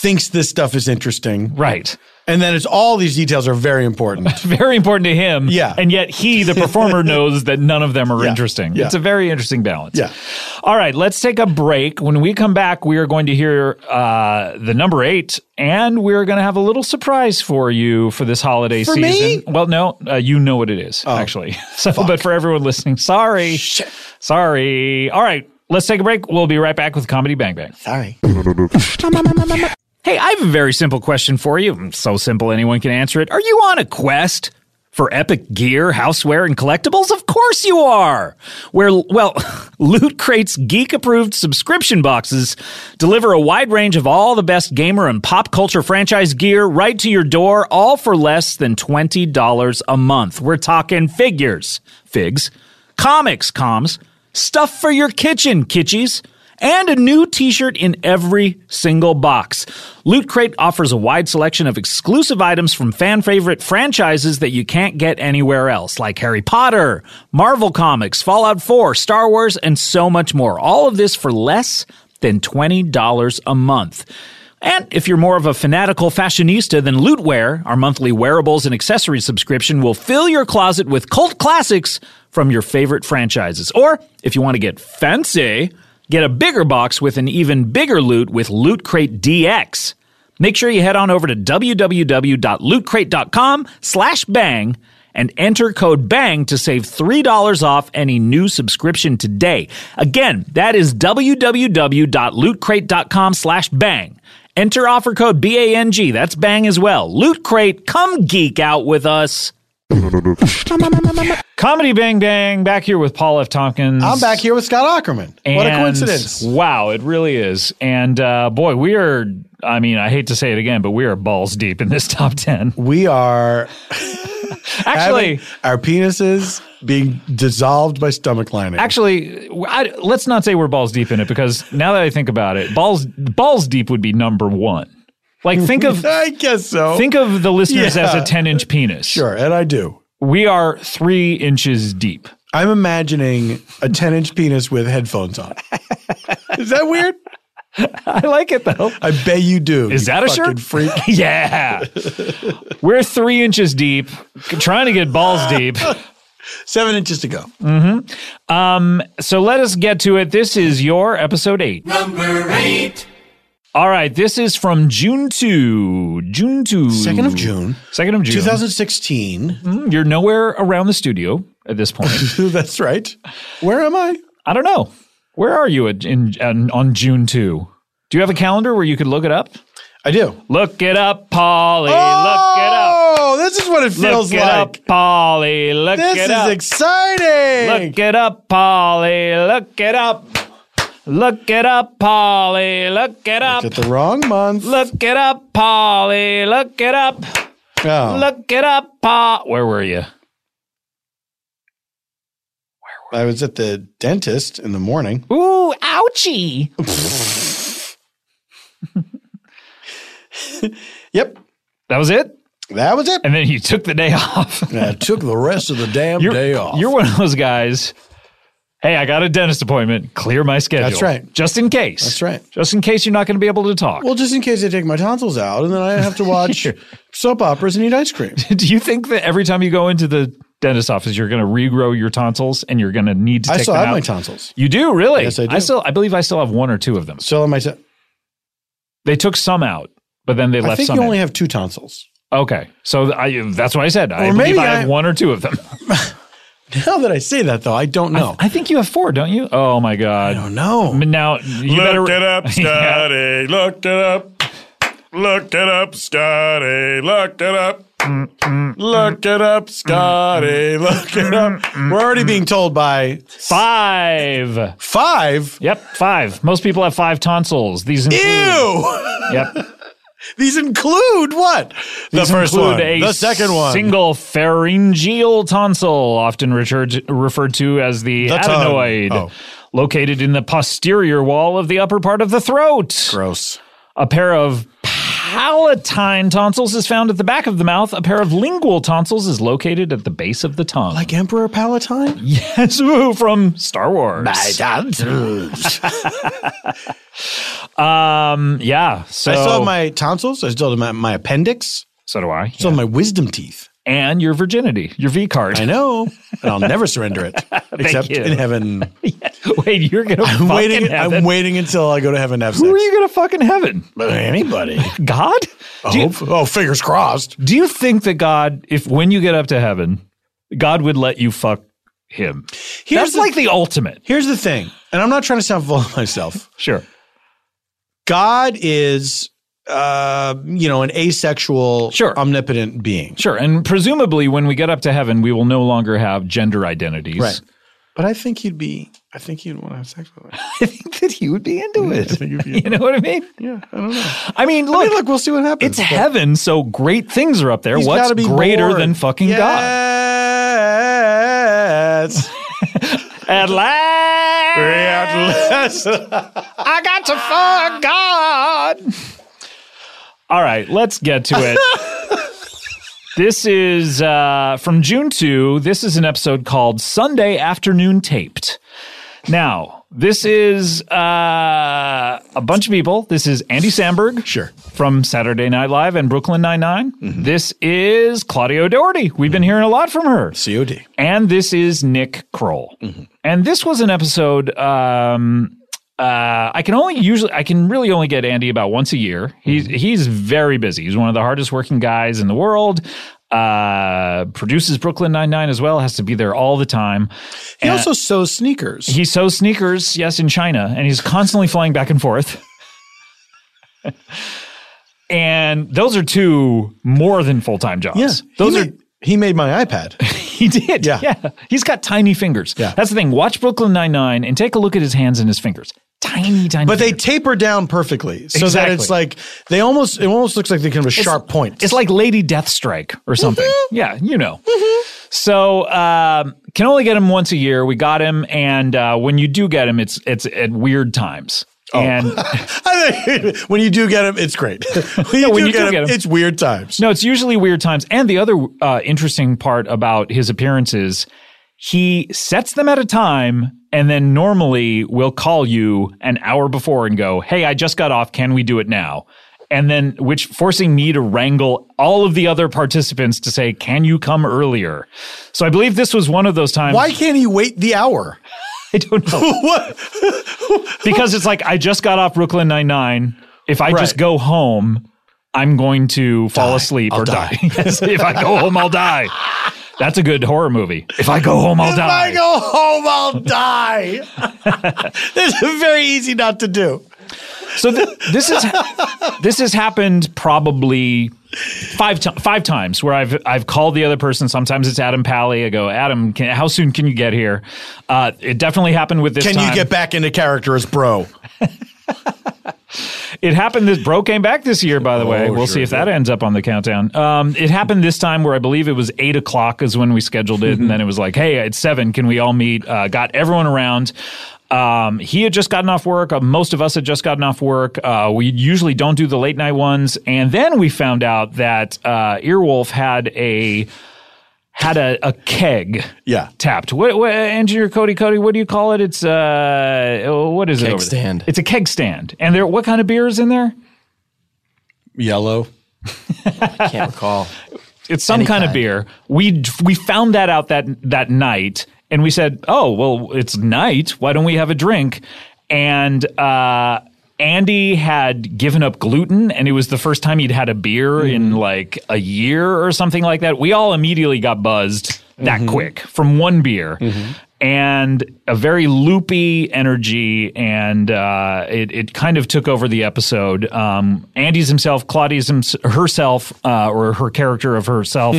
Speaker 3: thinks this stuff is interesting.
Speaker 2: Right.
Speaker 3: And then it's all these details are very important.
Speaker 2: (laughs) very important to him.
Speaker 3: Yeah.
Speaker 2: And yet
Speaker 3: (laughs)
Speaker 2: he, the performer, knows that none of them are
Speaker 3: Yeah.
Speaker 2: interesting.
Speaker 3: Yeah.
Speaker 2: It's a very interesting balance.
Speaker 3: Yeah.
Speaker 2: All right, let's take a break. When we come back, we are going to hear uh, the number eight, and we're going to have a little surprise for you for this holiday
Speaker 4: For me?
Speaker 2: season. Well, no, uh, you know what it is,
Speaker 3: Oh.
Speaker 2: actually. (laughs) So, But for everyone listening, sorry. Sorry. All right, let's take a break. We'll be right back with Comedy Bang Bang.
Speaker 3: Sorry.
Speaker 2: Hey, I have a very simple question for you. Mm, So simple anyone can answer it. Are you on a quest for epic gear, houseware, and collectibles? Of course you are. Where well, (laughs) Loot Crate's geek-approved subscription boxes deliver a wide range of all the best gamer and pop culture franchise gear right to your door, all for less than $20 a month. We're talking figures, figs, comics, comms, stuff for your kitchen, kitchies and a new t-shirt in every single box. Loot Crate offers a wide selection of exclusive items from fan favorite franchises that you can't get anywhere else, like Harry Potter, Marvel Comics, Fallout 4, Star Wars, and so much more. All of this for less than $20 a month. And if you're more of a fanatical fashionista than Lootware, our monthly wearables and accessories subscription will fill your closet with cult classics from your favorite franchises. Or if you want to get fancy, get a bigger box with an even bigger loot with Loot Crate DX. Make sure you head on over to www.lootcrate.com slash bang and enter code BANG to save $3 off any new subscription today. Again, that is www.lootcrate.com slash bang. Enter offer code BANG. That's bang as well. Loot Crate, come geek out with us. Comedy Bang Bang, back here with Paul F. Tompkins.
Speaker 3: I'm back here with Scott Ackerman. what a
Speaker 2: And-
Speaker 3: coincidence.
Speaker 2: Wow, it really is. And uh, boy, we are, I mean, I hate to say it again, but we are balls deep in this top 10.
Speaker 3: We are
Speaker 2: (laughs) actually,
Speaker 3: Having our penises being dissolved by stomach lining.
Speaker 2: actually, I, let's not say we're balls deep in it because now that I think about it, balls, balls deep would be number one. Like, think
Speaker 3: (laughs)
Speaker 2: of,
Speaker 3: I guess so.
Speaker 2: think of the listeners as
Speaker 3: Yeah.
Speaker 2: a 10 inch penis.
Speaker 3: Sure, and I do.
Speaker 2: We are three inches deep.
Speaker 3: I'm imagining a 10 inch penis with headphones on. Is that weird?
Speaker 2: (laughs) I like it though.
Speaker 3: I bet you do.
Speaker 2: Is
Speaker 3: you
Speaker 2: that a
Speaker 3: fucking
Speaker 2: shirt?
Speaker 3: Freak.
Speaker 2: (laughs) yeah. We're three inches deep, trying to get balls deep.
Speaker 3: Seven inches to go.
Speaker 2: Mm-hmm. Um, so let us get to it. This is your episode eight.
Speaker 4: Number eight.
Speaker 2: All right. This is from June 2. June 2.
Speaker 3: Second of June.
Speaker 2: 2nd of June. Mm-hmm,
Speaker 3: 2016.
Speaker 2: You're nowhere around the studio at this point.
Speaker 3: (laughs) That's right. Where am I?
Speaker 2: I don't know. Where are you at, in, on- on June 2? Do you have a calendar where you could look it up?
Speaker 3: I do. Ah!
Speaker 2: Look it up, Polly. look it up.
Speaker 3: Oh, this is what it feels
Speaker 2: look
Speaker 3: like.
Speaker 2: it up, Polly. Look
Speaker 3: This
Speaker 2: it
Speaker 3: is
Speaker 2: up.
Speaker 3: exciting.
Speaker 2: Look it up, Polly. Look it up. Look it up, Polly. Look it up.
Speaker 3: Get the wrong month.
Speaker 2: Look it up, Polly. Look it up.
Speaker 3: Oh.
Speaker 2: Look it up, Paul. Where were you?
Speaker 3: I was at the dentist in the morning.
Speaker 2: Ooh, ouchie.
Speaker 3: (laughs) yep.
Speaker 2: That was it?
Speaker 3: That was it.
Speaker 2: And then you took the (laughs) day off.
Speaker 3: I took the rest of the damn
Speaker 2: you're,
Speaker 3: day off.
Speaker 2: You're one of those guys. Hey, I got a dentist appointment. Clear my schedule.
Speaker 3: That's right.
Speaker 2: Just in case.
Speaker 3: That's right.
Speaker 2: Just in case you're not going to be able to talk.
Speaker 3: Well, just in case they take my tonsils out, and then I have to
Speaker 2: (laughs)
Speaker 3: watch soap operas and eat ice cream.
Speaker 2: Do you think that every time you go into the dentist office, you're going to regrow your tonsils and you're going to need to
Speaker 3: I
Speaker 2: take
Speaker 3: still
Speaker 2: them
Speaker 3: have
Speaker 2: out?
Speaker 3: my tonsils.
Speaker 2: You do really?
Speaker 3: Yes, I do.
Speaker 2: still, I believe, I still have one or two of them.
Speaker 3: Still have my. T-
Speaker 2: they took some out, but then (laughs) they
Speaker 3: I
Speaker 2: left
Speaker 3: think
Speaker 2: some.
Speaker 3: you
Speaker 2: in.
Speaker 3: only have two tonsils.
Speaker 2: okay, so I, that's why I said I
Speaker 3: Or
Speaker 2: believe
Speaker 3: maybe
Speaker 2: I have
Speaker 3: I-
Speaker 2: one or two of them.
Speaker 3: (laughs) Now that I say that, though, I don't know.
Speaker 2: I think you have four, don't you? Oh my god, I don't
Speaker 3: know.
Speaker 2: Now you
Speaker 9: Look
Speaker 2: better
Speaker 9: it
Speaker 2: (laughs)
Speaker 9: up, Scotty. Look it up. Look it up, Scotty. Look it up.
Speaker 2: Mm,
Speaker 9: Look it up, Scotty. Look it up.
Speaker 3: We're already being told by
Speaker 2: five.
Speaker 3: Five.
Speaker 2: Yep, five. Most people have five tonsils. These include.
Speaker 3: Ew.
Speaker 2: Yep.
Speaker 3: (laughs) These include what? The
Speaker 2: These
Speaker 3: first
Speaker 2: include
Speaker 3: one.
Speaker 2: a
Speaker 3: The second one.
Speaker 2: Single pharyngeal tonsil, often referred referred to as the,
Speaker 3: The tongue.
Speaker 2: adenoid,
Speaker 3: Oh.
Speaker 2: located in the posterior wall of the upper part of the throat.
Speaker 3: Gross.
Speaker 2: A pair of palatine tonsils is found at the back of the mouth. A pair of lingual tonsils is located at the base of the tongue.
Speaker 3: Like Emperor Palatine?
Speaker 2: (laughs) Yes, woo, from Star Wars.
Speaker 3: My
Speaker 2: (laughs)
Speaker 3: tonsils.
Speaker 2: um, yeah. So
Speaker 3: I still have my tonsils. I still have my, my appendix.
Speaker 2: So do I.
Speaker 3: Still have my wisdom teeth.
Speaker 2: and your virginity, your V card.
Speaker 3: I know. And I'll never surrender
Speaker 2: (laughs)
Speaker 3: it. except
Speaker 2: you.
Speaker 3: in heaven.
Speaker 2: (laughs) Wait, you're gonna.
Speaker 3: I'm
Speaker 2: fucking
Speaker 3: waiting.
Speaker 2: have
Speaker 3: I'm
Speaker 2: it.
Speaker 3: waiting until I go to heaven. to Have
Speaker 2: Who
Speaker 3: sex.
Speaker 2: are you gonna fucking heaven?
Speaker 3: Anybody?
Speaker 2: (laughs) God?
Speaker 3: I
Speaker 2: Do you-
Speaker 3: hope. oh, fingers crossed.
Speaker 2: Do you think that God, if when you get up to heaven, God would let you fuck him? That's like the ultimate.
Speaker 3: Here's the thing, and I'm not trying to sound (laughs) full of myself.
Speaker 2: Sure.
Speaker 3: God is, uh, you know, an asexual, sure. omnipotent being.
Speaker 2: Sure. And presumably, when we get up to heaven, we will no longer have gender identities.
Speaker 3: Right. But I think he'd be. I think he'd want to have sex with me.
Speaker 2: (laughs) I think that he would be into it.
Speaker 3: you
Speaker 2: know what I mean?
Speaker 3: Yeah, I don't know.
Speaker 2: I mean, look,
Speaker 3: look, we'll see what happens.
Speaker 2: It's
Speaker 3: (laughs)
Speaker 2: heaven, so great things are up there.
Speaker 3: He's
Speaker 2: What's
Speaker 3: gotta be
Speaker 2: greater
Speaker 3: bored.
Speaker 2: than fucking God?
Speaker 3: Yes.
Speaker 2: (laughs) At last.
Speaker 3: (laughs)
Speaker 2: I got to fuck God. All right, let's get to (laughs)
Speaker 3: (laughs)
Speaker 2: it. this is uh, from June 2. This is an episode called Sunday Afternoon Taped. Now, this is uh, a bunch of people. This is Andy Samberg. Sure. From Saturday Night Live and Brooklyn Nine-Nine. This is Claudia Doherty. We've been hearing a lot from her.
Speaker 3: COD.
Speaker 2: And this is Nick Kroll. And this was an episode. Um, uh, I can only usually, I can really only get Andy about once a year. He's
Speaker 3: Mm-hmm.
Speaker 2: he's very busy. He's one of the hardest working guys in the world. Uh, produces Brooklyn Nine Nine as well. Has to be there all the time.
Speaker 3: He
Speaker 2: And-
Speaker 3: also sews sneakers.
Speaker 2: he sews sneakers, yes, in China, and he's constantly flying back and forth. (laughs) and those are two more than full time jobs.
Speaker 3: Yeah,
Speaker 2: those
Speaker 3: he
Speaker 2: are.
Speaker 3: made- he made my iPad.
Speaker 2: (laughs) he did. Yeah. He's got tiny fingers. Yeah. That's the thing. Watch Brooklyn Nine Nine and take a look at his hands and his fingers. Tiny, tiny.
Speaker 3: But they taper down perfectly, so that
Speaker 2: Exactly.
Speaker 3: it's like they almost it almost looks like they kind of a sharp point. Mm-hmm.
Speaker 2: It's like Lady Deathstrike or something. Yeah, you know. So um, can only get him once a year. We got him, and uh, when you do get him, it's it's at weird times.
Speaker 3: Oh. (laughs)
Speaker 2: And
Speaker 3: when you do get him, it's great. (laughs) when you do get him, it's weird times.
Speaker 2: No, it's usually weird times. And the other uh, interesting part about his appearances, he sets them at a time, and then normally will call you an hour before and go, "Hey, I just got off. Can we do it now?" And then, which forcing me to wrangle all of the other participants to say, "Can you come earlier?" So I believe this was one of those times.
Speaker 3: Why can't he wait the hour?
Speaker 2: (laughs) I don't know.
Speaker 3: (laughs) what?
Speaker 2: because it's like I just got off Brooklyn Nine Nine. If I just go home, I'm going to fall asleep or die. (laughs) Yes, if I go home, I'll die. That's a good horror movie. If I go home, I'll
Speaker 3: if
Speaker 2: die.
Speaker 3: I go home,
Speaker 2: (laughs)
Speaker 3: I'll die. (laughs) This is very easy not to do.
Speaker 2: so th- this is this has happened probably five ti five times where I've I've called the other person. Sometimes it's Adam Pally. I go, Adam, can, how soon can you get here? Uh, it definitely happened with this.
Speaker 3: Can you
Speaker 2: time.
Speaker 3: get back into character as bro?
Speaker 2: It happened. This bro came back this year, by the way. we'll see if that ends up on the countdown. Um, it happened this time where I believe it was eight o'clock is when we scheduled it, and then it was like, hey, it's seven. Can we all meet? Uh, got everyone around. Um, he had just gotten off work. Uh, most of us had just gotten off work. Uh, we usually don't do the late night ones, and then we found out that uh, Earwolf had a had a, a keg yeah tapped what, what engineer cody cody what do you call it it's uh what is it
Speaker 18: Keg
Speaker 2: over there?
Speaker 18: stand.
Speaker 2: it's a keg stand and there what kind of beer is in there
Speaker 9: Yellow.
Speaker 2: I can't recall. (laughs) It's some kind, of beer. We we found that out that that night, and we said, "Oh, well, it's night. Why don't we have a drink?" And uh, Andy had given up gluten, and it was the first time he'd had a beer in like a year or something like that. We all immediately got buzzed that quick from one beer. And a very loopy energy, and uh, it, it kind of took over the episode. Um, Andy's himself, Claudia's hims- herself, uh, or her character of
Speaker 3: (laughs)
Speaker 2: herself,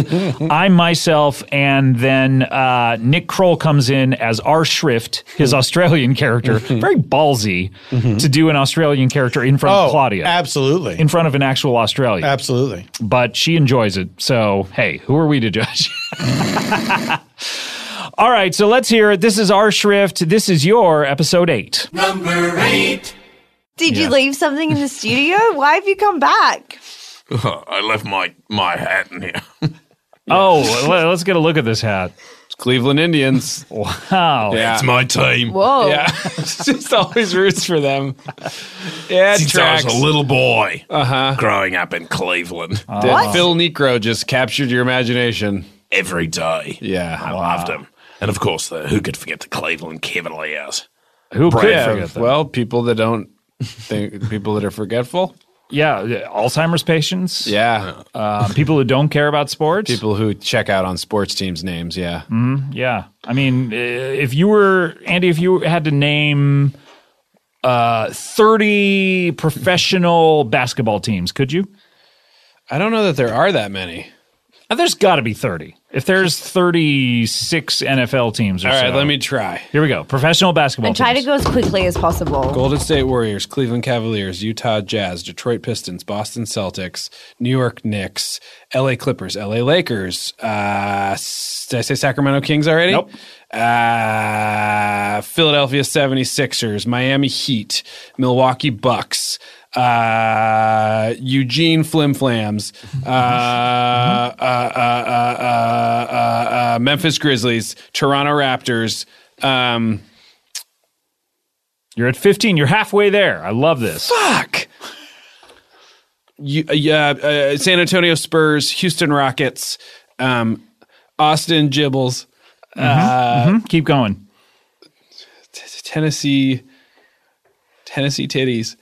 Speaker 2: I myself, and then uh, Nick Kroll comes in as our Schrift, his Australian character,
Speaker 3: Mm-hmm.
Speaker 2: very ballsy to do an Australian character in front of Claudia.
Speaker 3: Oh, Absolutely.
Speaker 2: In front of an actual Australian.
Speaker 3: Absolutely.
Speaker 2: But she enjoys it. So, hey, who are we to judge? (laughs) All right, so let's hear it. This is our Schrift. This is your episode eight.
Speaker 19: Number
Speaker 18: (laughs)
Speaker 19: eight.
Speaker 13: Did
Speaker 2: Yeah.
Speaker 13: you leave
Speaker 2: (laughs)
Speaker 13: something in the studio? Why have you come back?
Speaker 19: I left my my hat in here.
Speaker 2: Oh, le- let's get a look at this hat. It's
Speaker 18: Cleveland Indians.
Speaker 2: Wow.
Speaker 18: Yeah.
Speaker 19: It's my team.
Speaker 13: Whoa.
Speaker 18: Yeah. (laughs) Just always roots for them. Yeah, it
Speaker 19: Since I
Speaker 18: tracks.
Speaker 19: was a little boy,
Speaker 18: Uh-huh.
Speaker 19: growing up in Cleveland,
Speaker 2: Uh,
Speaker 20: Ah.
Speaker 18: Did Phil Necro just captured your imagination?
Speaker 19: every day.
Speaker 18: Yeah,
Speaker 19: I loved him. And of course, the, who could forget the Cleveland Cavaliers?
Speaker 18: Yeah, Well, people that don't think people that are forgetful.
Speaker 2: Yeah, Alzheimer's patients.
Speaker 18: Yeah,
Speaker 2: um, people who don't care about sports.
Speaker 18: People who check out on sports teams' names. Yeah.
Speaker 2: Mhm, yeah. I mean, uh, if you were, Andy, if you had to name uh, 30 professional basketball teams, could you?
Speaker 18: I don't know that there are that many.
Speaker 2: Uh, there's got to be 30. If there's 36 NFL teams or
Speaker 18: All right,
Speaker 2: so.
Speaker 18: let me try.
Speaker 2: Here we go. Professional basketball
Speaker 13: And try to go as quickly as possible.
Speaker 18: Golden State Warriors, Cleveland Cavaliers, Utah Jazz, Detroit Pistons, Boston Celtics, New York Knicks, LA Clippers, LA Lakers. Uh, s- did I say Sacramento Kings already? Nope. Uh, Philadelphia 76ers, Miami Heat, Milwaukee Bucks, uh, Eugene Flim Flams, uh, uh, uh, uh, uh, uh, uh, Memphis Grizzlies, Toronto Raptors. Um,
Speaker 2: You're at 15. You're halfway there. I love this.
Speaker 18: Fuck. you, uh, yeah, uh, San Antonio Spurs, Houston Rockets, um, Austin Gibbles. Uh,
Speaker 2: Mm-hmm, Keep going.
Speaker 18: Tennessee, Tennessee
Speaker 2: (laughs)
Speaker 18: titties.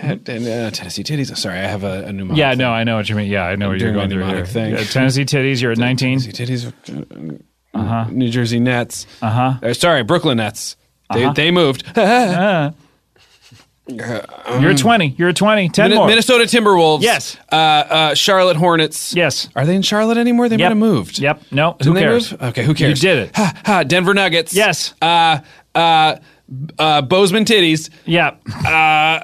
Speaker 18: Ten- ten- uh, Tennessee titties. I'm sorry, I have a, a mnemonic.
Speaker 2: Yeah, no, I know what you mean. Yeah, I know what you're
Speaker 18: doing my
Speaker 2: going through here.
Speaker 18: mnemonic thing.
Speaker 2: Yeah, Tennessee Titties, you're at 19. Tennessee
Speaker 18: Titties.
Speaker 20: uh,
Speaker 2: Uh-huh.
Speaker 18: New Jersey Nets.
Speaker 2: Uh-huh.
Speaker 20: (laughs)
Speaker 18: sorry, Brooklyn Nets. They
Speaker 2: Uh-huh.
Speaker 18: they moved.
Speaker 2: You're a 20. You're a 20. 10
Speaker 20: Min-
Speaker 2: more.
Speaker 20: Minnesota Timberwolves.
Speaker 2: Yes.
Speaker 20: Uh, uh, Charlotte Hornets.
Speaker 2: Yes.
Speaker 20: Are they in Charlotte anymore? They
Speaker 2: Yep.
Speaker 20: might have moved.
Speaker 2: Yep. No.
Speaker 20: Didn't
Speaker 2: who
Speaker 20: they
Speaker 2: cares?
Speaker 20: move? Okay. Who cares?
Speaker 2: You did it.
Speaker 20: Ha, ha, Denver Nuggets.
Speaker 2: Yes.
Speaker 20: Uh, uh, b- uh, Bozeman titties.
Speaker 2: Yeah.
Speaker 20: Uh,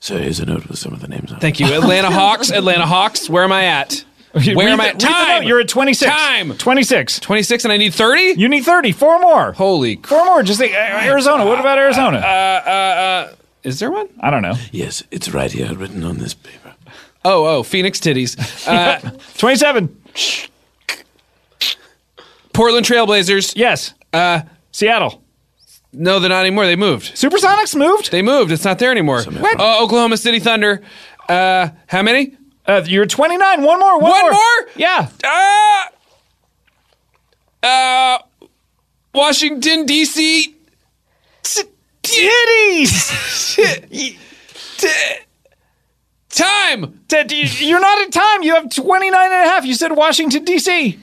Speaker 18: So here's a note with some of the names on.
Speaker 20: thank you. Atlanta Hawks. Atlanta Hawks. Where am I at?
Speaker 2: Read
Speaker 20: Where am
Speaker 2: the-
Speaker 20: I?
Speaker 2: read
Speaker 20: At?
Speaker 2: them out.
Speaker 20: Time.
Speaker 2: You're at 26.
Speaker 20: Time.
Speaker 2: 26.
Speaker 20: 26, and I need 30.
Speaker 2: You need 30. Four more.
Speaker 20: Holy.
Speaker 2: Four more. Just think, uh, Arizona. What about Arizona?
Speaker 20: Uh, uh, uh, is there one?
Speaker 2: I don't know.
Speaker 18: Yes, it's right here written on this paper.
Speaker 20: Oh, oh,
Speaker 2: (laughs)
Speaker 20: Phoenix titties. Uh,
Speaker 2: 27.
Speaker 20: Portland Trailblazers.
Speaker 2: Yes.
Speaker 20: Uh,
Speaker 2: Seattle.
Speaker 20: No, they're not anymore. They moved.
Speaker 2: Supersonics moved?
Speaker 20: They moved. It's not there anymore. What? Uh, Oklahoma City Thunder. Uh, how many?
Speaker 2: Uh, you're 29. One more. One,
Speaker 20: more.
Speaker 2: Yeah.
Speaker 20: Uh, uh, Washington, D.C. (laughs)
Speaker 2: Titties.
Speaker 20: Time.
Speaker 2: You're not in time. You have 29 and a half. You said Washington, D.C.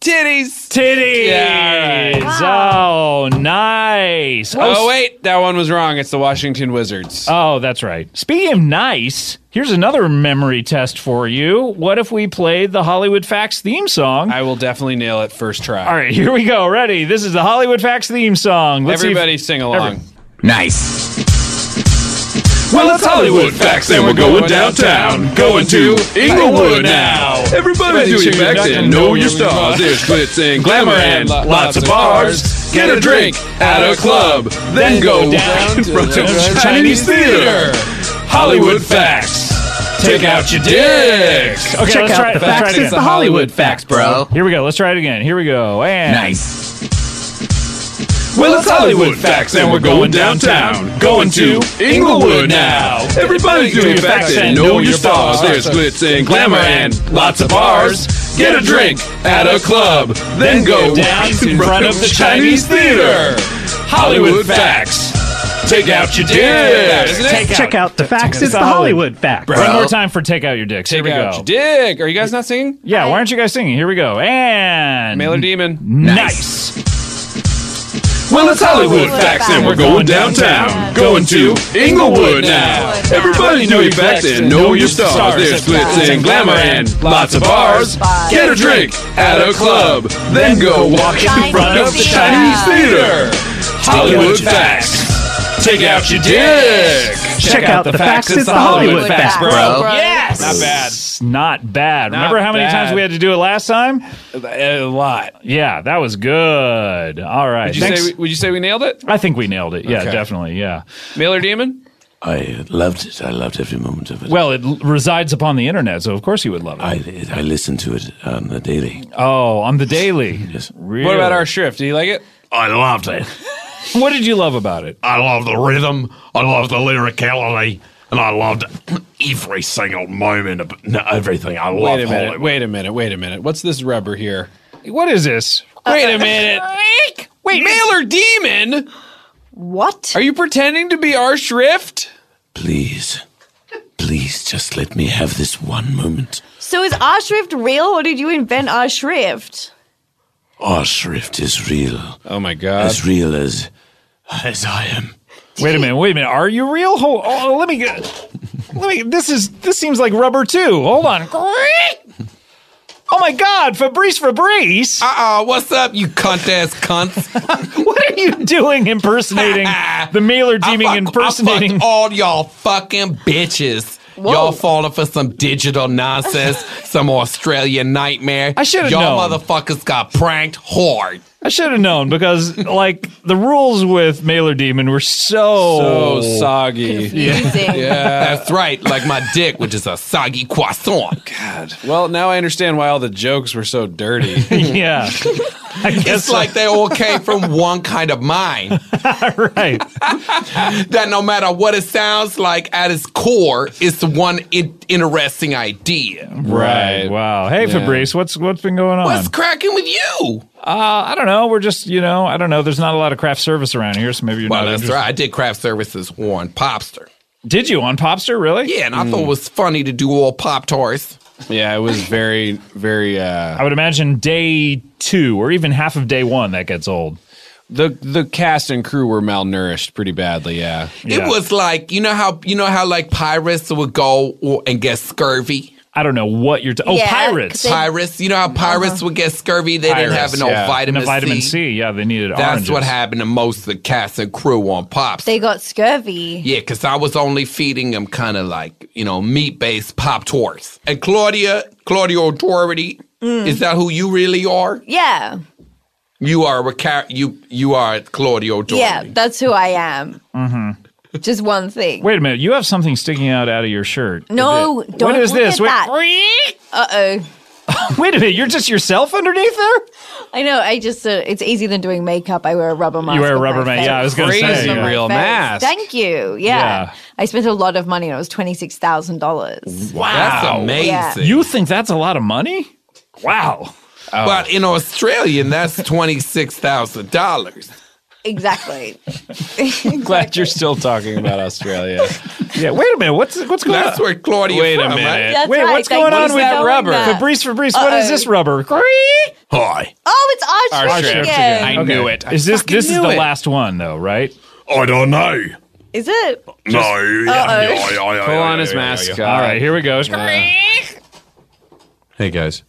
Speaker 20: Titties.
Speaker 18: (laughs)
Speaker 2: Titties.
Speaker 20: Yeah, all right.
Speaker 2: Oh, nice.
Speaker 20: Oh, wait. That one was wrong. It's the Washington Wizards.
Speaker 2: Oh, that's right. Speaking of nice, here's another memory test for you. What if we played the Hollywood Facts theme song?
Speaker 20: I will definitely nail it first try.
Speaker 2: All right, here we go. Ready? This is the Hollywood Facts theme song. Let's see if-
Speaker 20: Everybody sing along.
Speaker 18: Nice.
Speaker 20: Well,
Speaker 18: it's Hollywood facts, and we're going downtown. Going to Inglewood now. Everybody do your facts and know your stars. There's glitz and glamour and lots of bars. Get a drink at a club, then go down in front of Chinese theater. Hollywood facts. Take out your dicks.
Speaker 2: Okay, let's try it. Let's try it again. Here we go. Let's try it again. Here we go. And
Speaker 18: Nice. Well, it's Hollywood facts, and we're going downtown. Going to Inglewood now. Everybody's doing facts and know your stars. There's glitz and glamour and lots of bars. Get a drink at a club, then go down in front of the Chinese theater. Hollywood facts. Take out your dicks.
Speaker 20: Check out the facts.
Speaker 2: It's the Hollywood
Speaker 20: facts.
Speaker 2: One more time for Take Out Your Dicks. Here
Speaker 20: Take
Speaker 2: we go.
Speaker 20: out your dick. Are you guys not singing?
Speaker 2: yeah, why aren't you guys singing? Here we go. And
Speaker 20: Mailer Demon.
Speaker 2: Nice.
Speaker 18: Well, it's Hollywood facts, and we're going downtown. Going to Inglewood now. Everybody know your facts and know your stars. There's glitz and glamour and lots of bars. Get a drink at a club, then go walk in front of the Chinese theater. Hollywood facts. Take out your dick.
Speaker 2: Check out the facts. It's the Hollywood facts, bro.
Speaker 20: Yes.
Speaker 2: Not bad. Not bad.
Speaker 20: Not
Speaker 2: Remember how many times
Speaker 20: bad.
Speaker 2: we had to do it last time?
Speaker 20: A lot.
Speaker 2: Yeah, that was good. All right.
Speaker 20: Would you,
Speaker 2: Thanks.
Speaker 20: say, would you say we nailed it?
Speaker 2: I think we nailed it. Yeah,
Speaker 20: Okay.
Speaker 2: definitely. Yeah.
Speaker 20: Mailer Demon?
Speaker 18: I loved it. I loved every moment of it.
Speaker 2: Well, it l- resides upon the internet, so of course you would love it.
Speaker 18: I, I listened to it on the daily.
Speaker 2: oh, on the daily. Really?
Speaker 20: What about our shrift? Do you like it?
Speaker 18: I loved it.
Speaker 2: What did you love about it?
Speaker 18: I love the rhythm. I love the lyricality, and I loved every single moment of no, everything. I love
Speaker 20: Wait a minute.
Speaker 18: Hollywood.
Speaker 20: Wait a minute. Wait a minute. What's this rubber here?
Speaker 2: What is this?
Speaker 18: Uh,
Speaker 20: Wait a minute. Wait, Mailer Demon?
Speaker 13: What?
Speaker 20: Are you pretending to be our shrift?
Speaker 18: Please, please, just let me have this one moment.
Speaker 13: So is our shrift real or did you invent our shrift?
Speaker 18: Our shrift is real.
Speaker 20: Oh my god!
Speaker 18: As real as as I am.
Speaker 2: Wait a minute. Wait a minute. Are you real? Hold, oh, let me get. Let me. This is. This seems like rubber too. Hold on. Oh my God, Fabrice Fabrice!
Speaker 20: Uh-uh, what's up, you cunt ass
Speaker 2: (laughs)
Speaker 20: cunt?
Speaker 2: what are you doing
Speaker 20: (laughs)
Speaker 2: impersonating the mailer demon impersonating?
Speaker 20: all y'all fucking bitches. Y'all falling for some digital (laughs) nonsense, some Australian nightmare.
Speaker 2: I should've
Speaker 20: Y'all
Speaker 2: known.
Speaker 20: motherfuckers got pranked hard.
Speaker 2: I should have known because like the rules with mailer demon were so
Speaker 20: So soggy. (laughs)
Speaker 2: Confusing.
Speaker 20: yeah, that's right. Like my dick, which is a soggy croissant. God. Well, now I understand why all the jokes were so dirty.
Speaker 2: (laughs) yeah.
Speaker 20: it's like they all came from one kind of mind.
Speaker 2: (laughs) right.
Speaker 20: that no matter what it sounds like at its core, it's one in- interesting idea.
Speaker 2: Right. Wow. Hey, Fabrice, what's what's been going on?
Speaker 20: What's cracking with you?
Speaker 2: Uh, I don't know. We're just, you know, I don't know. There's not a lot of craft service around here, so maybe you're
Speaker 20: Well,
Speaker 2: not.
Speaker 20: that's
Speaker 2: interested.
Speaker 20: right. I did craft services on Popster.
Speaker 2: Did you on Popster? Really?
Speaker 20: Yeah, and I thought it was funny to do all Pop Tarts. Hmm. Yeah, it was very, very. uh
Speaker 2: I would imagine day two or even half of day one that gets old.
Speaker 21: the the cast and crew were malnourished pretty badly. Yeah, (laughs)
Speaker 20: It was like you know how you know how like pirates would go or- and get scurvy.
Speaker 2: I don't know what you're. T- oh, Yeah, 'cause pirates. they-
Speaker 20: pirates. You know how pirates
Speaker 13: Uh-huh.
Speaker 20: would get scurvy. They didn't have
Speaker 2: Pirates,
Speaker 20: no
Speaker 2: yeah.
Speaker 20: vitamin,
Speaker 2: No vitamin C. Yeah, they needed
Speaker 20: That's
Speaker 2: oranges.
Speaker 20: what happened to most of the cast and crew on Pops.
Speaker 13: They got scurvy.
Speaker 20: Yeah, because I was only feeding them kind of like you know meat based Pop Torts. And Claudia, Claudia O'Doherty,
Speaker 13: Mm.
Speaker 20: is that who you really are?
Speaker 13: Yeah.
Speaker 20: You are a car- you you are Claudia O'Doherty.
Speaker 13: Yeah, that's who I am. Just one thing.
Speaker 2: Mm-hmm. Wait a minute. You have something sticking out out of your shirt.
Speaker 13: No,
Speaker 2: Is it-
Speaker 13: don't
Speaker 2: What is
Speaker 13: look
Speaker 2: this?
Speaker 13: at
Speaker 2: Wait, (laughs)
Speaker 13: that. Uh-oh.
Speaker 2: wait a minute. You're just yourself underneath there.
Speaker 13: I know. I just uh, it's easier than doing makeup. I wear a rubber mask.
Speaker 2: You wear a
Speaker 13: with my
Speaker 2: rubber ma-
Speaker 13: face.
Speaker 2: yeah, I was gonna say, Crazy yeah. real
Speaker 13: Face.
Speaker 2: mask.
Speaker 13: Thank you. Yeah.
Speaker 2: Yeah.
Speaker 13: I spent a lot of money. and It was twenty six thousand dollars.
Speaker 20: That's amazing.
Speaker 13: Yeah.
Speaker 2: You think that's a lot of money? Wow.
Speaker 20: But in Australian, that's twenty six thousand dollars.
Speaker 13: (laughs) Exactly.
Speaker 21: glad you're still talking about Australia.
Speaker 2: yeah, wait a minute. What's what's going
Speaker 20: That's on? where Claudia.
Speaker 21: Wait
Speaker 20: from,
Speaker 21: a
Speaker 20: right?
Speaker 21: minute.
Speaker 13: That's
Speaker 2: Wait,
Speaker 13: right.
Speaker 2: what's
Speaker 13: Thank
Speaker 2: going
Speaker 13: you
Speaker 2: on
Speaker 13: for
Speaker 2: with that
Speaker 13: knowing
Speaker 2: rubber?
Speaker 13: that.
Speaker 2: Fabrice, Fabrice, what is
Speaker 13: Uh-oh.
Speaker 2: this rubber?
Speaker 21: Hi.
Speaker 13: Oh, it's
Speaker 2: Our
Speaker 13: our, trip
Speaker 2: shift
Speaker 13: again.
Speaker 2: again. Okay.
Speaker 21: it. I
Speaker 2: Is this
Speaker 21: fucking
Speaker 2: this is
Speaker 21: knew
Speaker 2: the
Speaker 21: it.
Speaker 2: last one though, right?
Speaker 21: I don't know.
Speaker 13: Is it?
Speaker 21: No.
Speaker 13: Uh-oh.
Speaker 21: Pull on his mask. uh,
Speaker 2: All right, here we go.
Speaker 21: Hey guys.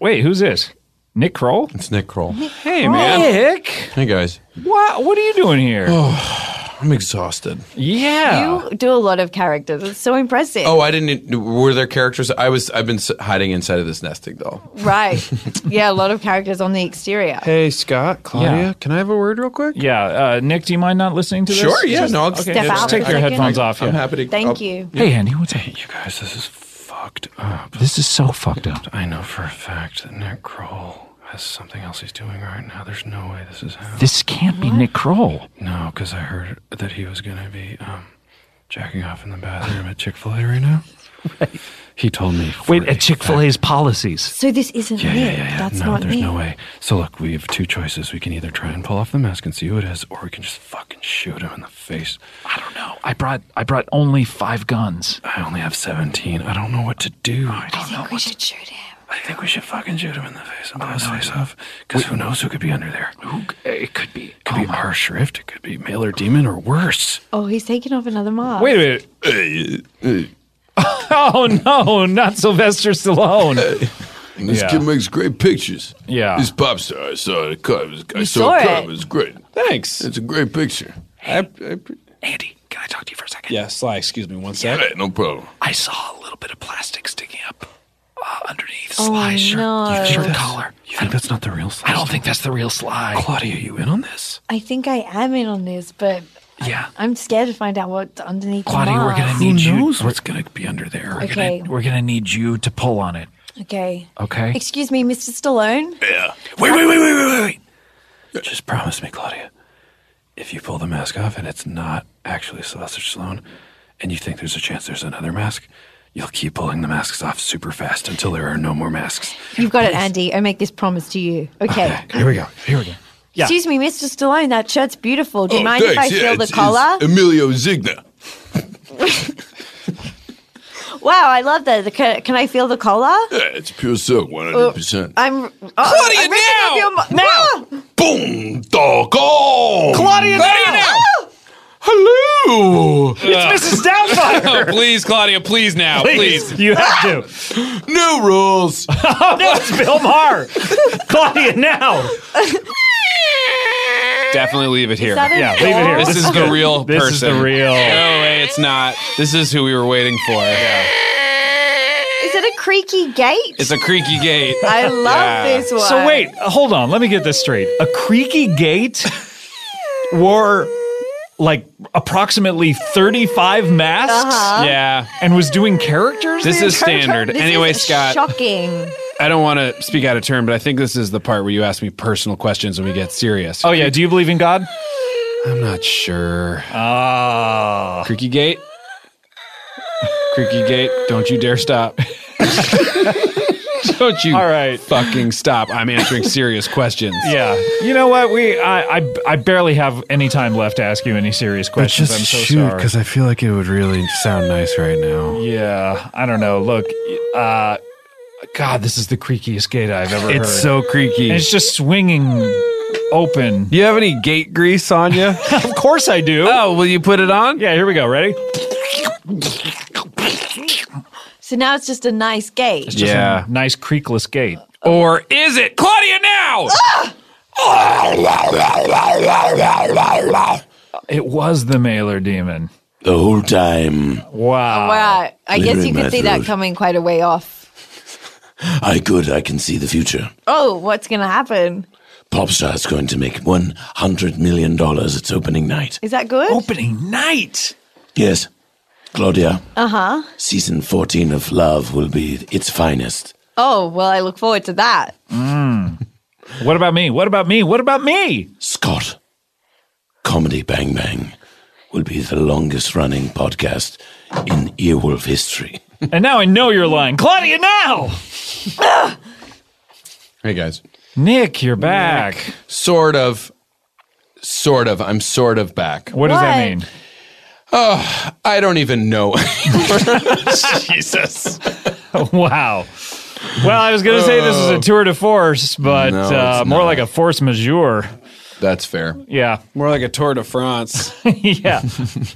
Speaker 2: Wait, who's this? Nick Kroll?
Speaker 21: It's Nick Kroll.
Speaker 2: Hey man. Nick.
Speaker 21: Hey guys. Oh,
Speaker 2: What what are you doing here?
Speaker 21: I'm exhausted.
Speaker 2: Yeah.
Speaker 13: You do a lot of characters. It's so impressive.
Speaker 21: Oh, I didn't. Were there characters? I was. I've been s- hiding inside of this nesting doll. (laughs)
Speaker 13: Right. yeah, a lot of characters on the exterior.
Speaker 21: Hey, Scott,
Speaker 2: Claudia,
Speaker 21: can I have a word real quick?
Speaker 2: Yeah, uh, Nick, do you mind not listening to this?
Speaker 21: Sure, yeah,
Speaker 2: Just-
Speaker 21: no, I'll
Speaker 2: okay,
Speaker 21: step
Speaker 2: just
Speaker 13: out
Speaker 2: take
Speaker 13: for a
Speaker 2: your
Speaker 13: second.
Speaker 2: headphones off.
Speaker 21: I'm
Speaker 2: yeah.
Speaker 21: happy to-
Speaker 13: Thank I'll- you.
Speaker 2: Hey, Andy, what's hey,
Speaker 21: you guys? This is fucked up.
Speaker 2: This is so fucked up.
Speaker 21: I know for a fact that Nick Kroll has something else he's doing right now. There's no way this is happening.
Speaker 2: This can't be Nick Kroll. (laughs)
Speaker 21: No, because I heard that he was going to be um, jacking off in the bathroom at Chick Fil A right
Speaker 2: (laughs)
Speaker 21: now. He told me.
Speaker 2: Wait, at Chick Fil A's policies.
Speaker 13: So this isn't
Speaker 21: Yeah,
Speaker 13: me.
Speaker 21: yeah, yeah, yeah.
Speaker 13: That's
Speaker 21: no,
Speaker 13: not
Speaker 21: there's
Speaker 13: me.
Speaker 21: no way. So look, we have two choices. We can either try and pull off the mask and see who it is, or we can just fucking shoot him in the face.
Speaker 2: I don't know. I brought I brought only five guns.
Speaker 21: I only have seventeen. I don't know what to do. I
Speaker 13: I think we should shoot him.
Speaker 21: I think we should fucking shoot him in the face and blow his face off. Because who knows who could be under there? Who,
Speaker 2: eh,
Speaker 21: it could be. Could be our shrift. It could be male or demon or worse.
Speaker 13: Oh, he's taking off another mask.
Speaker 2: Wait a minute. oh no, not Sylvester
Speaker 13: (laughs)
Speaker 2: Stallone.
Speaker 9: This
Speaker 2: Yeah.
Speaker 9: kid makes great pictures.
Speaker 2: Yeah.
Speaker 9: This pop star, I saw the cut. It was- I
Speaker 2: You
Speaker 9: saw,
Speaker 2: saw
Speaker 9: a cut.
Speaker 2: it.
Speaker 9: It was great.
Speaker 21: Thanks.
Speaker 9: It's a great picture.
Speaker 2: Andy, can I talk to you for a second?
Speaker 21: Yeah, Sly, excuse me one sec.
Speaker 9: no problem.
Speaker 2: I saw a little bit of plastic sticking up uh, underneath
Speaker 21: Oh,
Speaker 2: Sly's shirt,
Speaker 21: no.
Speaker 2: shirt
Speaker 21: Yes.
Speaker 2: collar.
Speaker 21: You think that's not the real Sly?
Speaker 2: Uh, I don't think that's the real Sly.
Speaker 21: Claudia, you in on this?
Speaker 13: I think I am in on this, but
Speaker 2: Yeah.
Speaker 13: I'm scared to find out what's underneath
Speaker 2: Claudia,
Speaker 13: the
Speaker 2: we're
Speaker 13: mask.
Speaker 2: gonna need you. What's
Speaker 21: gonna be under there?
Speaker 2: We're
Speaker 13: Okay.
Speaker 2: gonna we're gonna need you to pull on it.
Speaker 13: Okay.
Speaker 2: Okay.
Speaker 13: Excuse me, Mr. Stallone.
Speaker 21: Yeah. Wait, wait, wait, wait, wait, wait, wait. Just promise me, Claudia, if you pull the mask off and it's not actually Sylvester Stallone, and you think there's a chance there's another mask, you'll keep pulling the masks off super fast until there are no more masks.
Speaker 13: You've got it, Andy. I make this promise to you. Okay.
Speaker 21: Here we go. Here we go.
Speaker 9: Yeah.
Speaker 13: Excuse me, Mr. Stallone. That shirt's beautiful. Do you
Speaker 9: Oh,
Speaker 13: mind if I
Speaker 9: thanks.
Speaker 13: feel
Speaker 9: Yeah,
Speaker 13: the
Speaker 9: it's- it's
Speaker 13: collar?
Speaker 9: Emilio Zigna.
Speaker 13: Wow, I love that. The, can, can I feel the collar?
Speaker 9: Yeah, it's pure silk,
Speaker 13: Oh.
Speaker 9: 100%.
Speaker 13: I'm. Oh, Claudia, now! Your mo- now!
Speaker 9: Boom! Doggone!
Speaker 18: Claudia,
Speaker 9: Bam!
Speaker 18: now!
Speaker 9: Hello!
Speaker 21: (laughs)
Speaker 18: Mrs.
Speaker 2: (laughs)
Speaker 18: Doubtfire.
Speaker 21: Uh, Oh, please, Claudia, please now.
Speaker 18: Please.
Speaker 2: You have to.
Speaker 9: New
Speaker 2: (laughs)
Speaker 9: rules.
Speaker 2: no, it's
Speaker 3: (laughs)
Speaker 2: Bill Maher. Claudia, now.
Speaker 21: Definitely leave it
Speaker 2: here. that a Yeah, leave it Oh. here. doll?
Speaker 21: This is the real
Speaker 2: This is
Speaker 21: person.
Speaker 2: the real-
Speaker 21: No way, it's not. This is who we were waiting for.
Speaker 13: Oh! Is it a creaky gate?
Speaker 21: It's a creaky gate.
Speaker 13: I love this one.
Speaker 2: So wait, uh, hold on. Let me get this straight. A creaky
Speaker 13: (laughs)
Speaker 2: gate wore like approximately 35 masks.
Speaker 13: Uh-huh.
Speaker 21: Yeah.
Speaker 2: And was doing characters.
Speaker 21: This
Speaker 2: the
Speaker 21: is
Speaker 2: entire
Speaker 21: standard.
Speaker 2: time?
Speaker 13: This
Speaker 21: Anyway,
Speaker 13: is
Speaker 21: Scott.
Speaker 13: Shocking.
Speaker 21: I don't want to speak out of turn, but I think this is the part where you ask me personal questions and we get serious.
Speaker 2: Oh yeah, do you believe in God?
Speaker 21: I'm not sure.
Speaker 2: Ah.
Speaker 21: Creaky gate. Creaky gate. Don't you dare
Speaker 2: (laughs)
Speaker 21: stop. don't you All right. fucking stop. I'm answering serious questions.
Speaker 2: Yeah. You know what? We I, I I barely have any time left to ask you any serious questions. I'm so sorry.
Speaker 21: I feel like it would really sound nice right now.
Speaker 2: Yeah, I don't know. Look, uh God, this is the creakiest gate I've ever heard.
Speaker 21: It's so creaky.
Speaker 2: And it's just swinging open.
Speaker 21: You have any gate grease on you?
Speaker 2: (laughs) of course I do.
Speaker 21: Oh, will you put it on?
Speaker 2: Yeah, here we go. Ready?
Speaker 22: So now it's just a nice gate.
Speaker 2: It's just a nice creakless gate.
Speaker 21: Or is it Claudia now?
Speaker 2: It was the mailer demon.
Speaker 19: The whole time.
Speaker 2: Wow.
Speaker 22: wow.
Speaker 18: Ah.
Speaker 22: I guess
Speaker 19: Literally
Speaker 22: you could
Speaker 19: my
Speaker 22: see that
Speaker 19: throat.
Speaker 22: coming quite a way off.
Speaker 19: I could. I can see the future.
Speaker 22: Oh, what's going to happen?
Speaker 19: Popstar is going to make one hundred million dollars its opening night.
Speaker 22: Is that good?
Speaker 2: Opening night.
Speaker 19: Yes, Claudia.
Speaker 22: Uh
Speaker 13: Uh-huh.
Speaker 22: huh.
Speaker 19: Season fourteen of Love will be its finest.
Speaker 22: Oh, well, I look forward to that.
Speaker 2: Mm. (laughs) What about me? What about me? What about me?
Speaker 19: Scott, Comedy Bang Bang will be the longest running podcast in Earwolf history.
Speaker 2: And now I know you're lying. Claudia, now! (laughs)
Speaker 20: Hey guys.
Speaker 2: Nick, you're back.
Speaker 20: Sort of. Sort of. I'm sort of back.
Speaker 2: What does that What? mean?
Speaker 20: Oh, I don't even know. (laughs) Jesus.
Speaker 2: wow. Well, I was going to say this is a tour de force, but
Speaker 20: Uh, No,
Speaker 2: uh,
Speaker 20: it's
Speaker 2: more like a force majeure.
Speaker 20: That's fair.
Speaker 2: Yeah.
Speaker 21: More like a Tour de France.
Speaker 2: (laughs) yeah.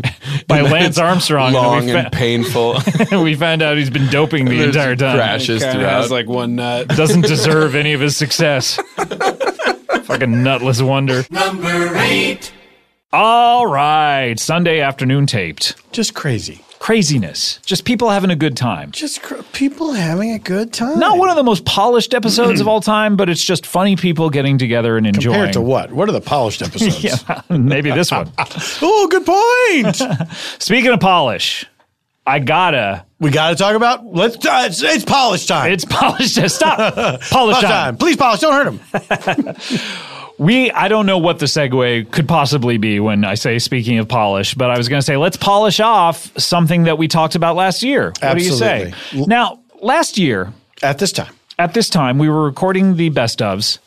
Speaker 21: (laughs)
Speaker 2: By Lance Armstrong.
Speaker 20: Long
Speaker 2: we fa-
Speaker 20: and painful.
Speaker 2: (laughs) we found out he's been doping the
Speaker 20: There's
Speaker 2: entire time.
Speaker 20: crashes Kinda throughout. has, like,
Speaker 21: one nut.
Speaker 2: Doesn't deserve any of his success. Fucking nutless wonder.
Speaker 4: Number eight.
Speaker 2: All right, Sunday afternoon taped. Just crazy. Craziness. Just people having a good time.
Speaker 3: Just cr- people having a good time.
Speaker 2: Not one of the most polished episodes of all time, but it's just funny people getting together and enjoying.
Speaker 3: Compared to what? What are the polished episodes?
Speaker 2: (laughs) yeah, maybe this one.
Speaker 3: (laughs) oh, good point.
Speaker 2: (laughs) Speaking of polish, I gotta.
Speaker 3: We gotta talk about. Let's. Uh, it's, it's polish time.
Speaker 2: It's (laughs) polish. Stop. Polish time.
Speaker 3: Please polish. Don't hurt him.
Speaker 2: We, I don't know what the segue could possibly be when I say speaking of polish, but I was going to say let's polish off something that we talked about last year. What do you say?
Speaker 3: Absolutely.
Speaker 2: Now, last year,
Speaker 3: at this time,
Speaker 2: at this time, we were recording the best ofs,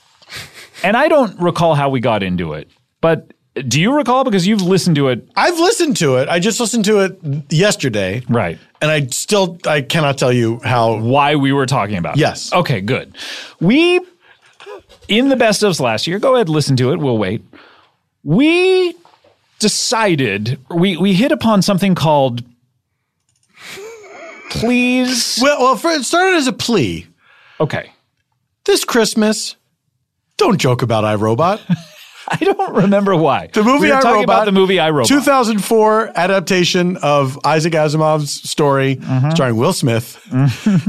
Speaker 2: and I don't recall how we got into it, but do you recall? Because you've listened to it.
Speaker 3: I've listened to it. I just listened to it yesterday.
Speaker 2: Right.
Speaker 3: And I still I cannot tell you how
Speaker 2: why we were talking about. it.
Speaker 3: Yes.
Speaker 2: Okay, good. We in the best ofs last year, go ahead listen to it. We'll wait. We decided we we hit upon something called please.
Speaker 3: Well, well, for, it started as a plea.
Speaker 2: Okay.
Speaker 3: This Christmas, don't joke about iRobot.
Speaker 2: (laughs) I don't remember why.
Speaker 3: The movie
Speaker 2: We were
Speaker 3: iRobot.
Speaker 2: talking about the movie iRobot.
Speaker 3: 2004 adaptation of Isaac Asimov's story
Speaker 2: Mm-hmm.
Speaker 3: starring Will Smith.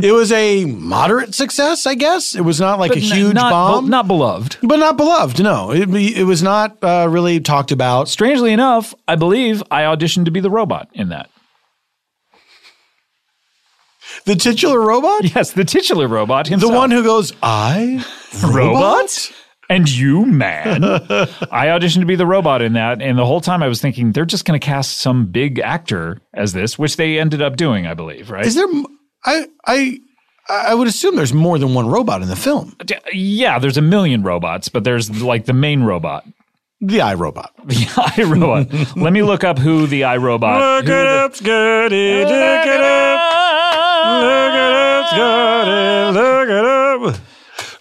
Speaker 3: it was a moderate success, I guess. It was not like
Speaker 2: But
Speaker 3: a
Speaker 2: n-
Speaker 3: huge
Speaker 2: not-
Speaker 3: bomb.
Speaker 2: not beloved.
Speaker 3: But not beloved, no. It, it was not uh, really talked about.
Speaker 2: Strangely enough, I believe I auditioned to be the robot in that.
Speaker 3: The titular robot?
Speaker 2: Yes, the titular robot himself.
Speaker 3: The one who goes, I?
Speaker 2: robot? And
Speaker 3: (laughs)
Speaker 2: you, man. I auditioned to be the robot in that, and the whole time I was thinking they're just going to cast some big actor as this, which they ended up doing, I believe, right?
Speaker 3: Is there? m- I I I would assume there's more than one robot in the film.
Speaker 2: D- Yeah, there's a million robots, but there's like the main robot.
Speaker 3: The iRobot.
Speaker 2: (laughs) The iRobot. Let me look up who the iRobot. who the-
Speaker 4: Scotty. Look it up. Look it up, Scotty. Look it up.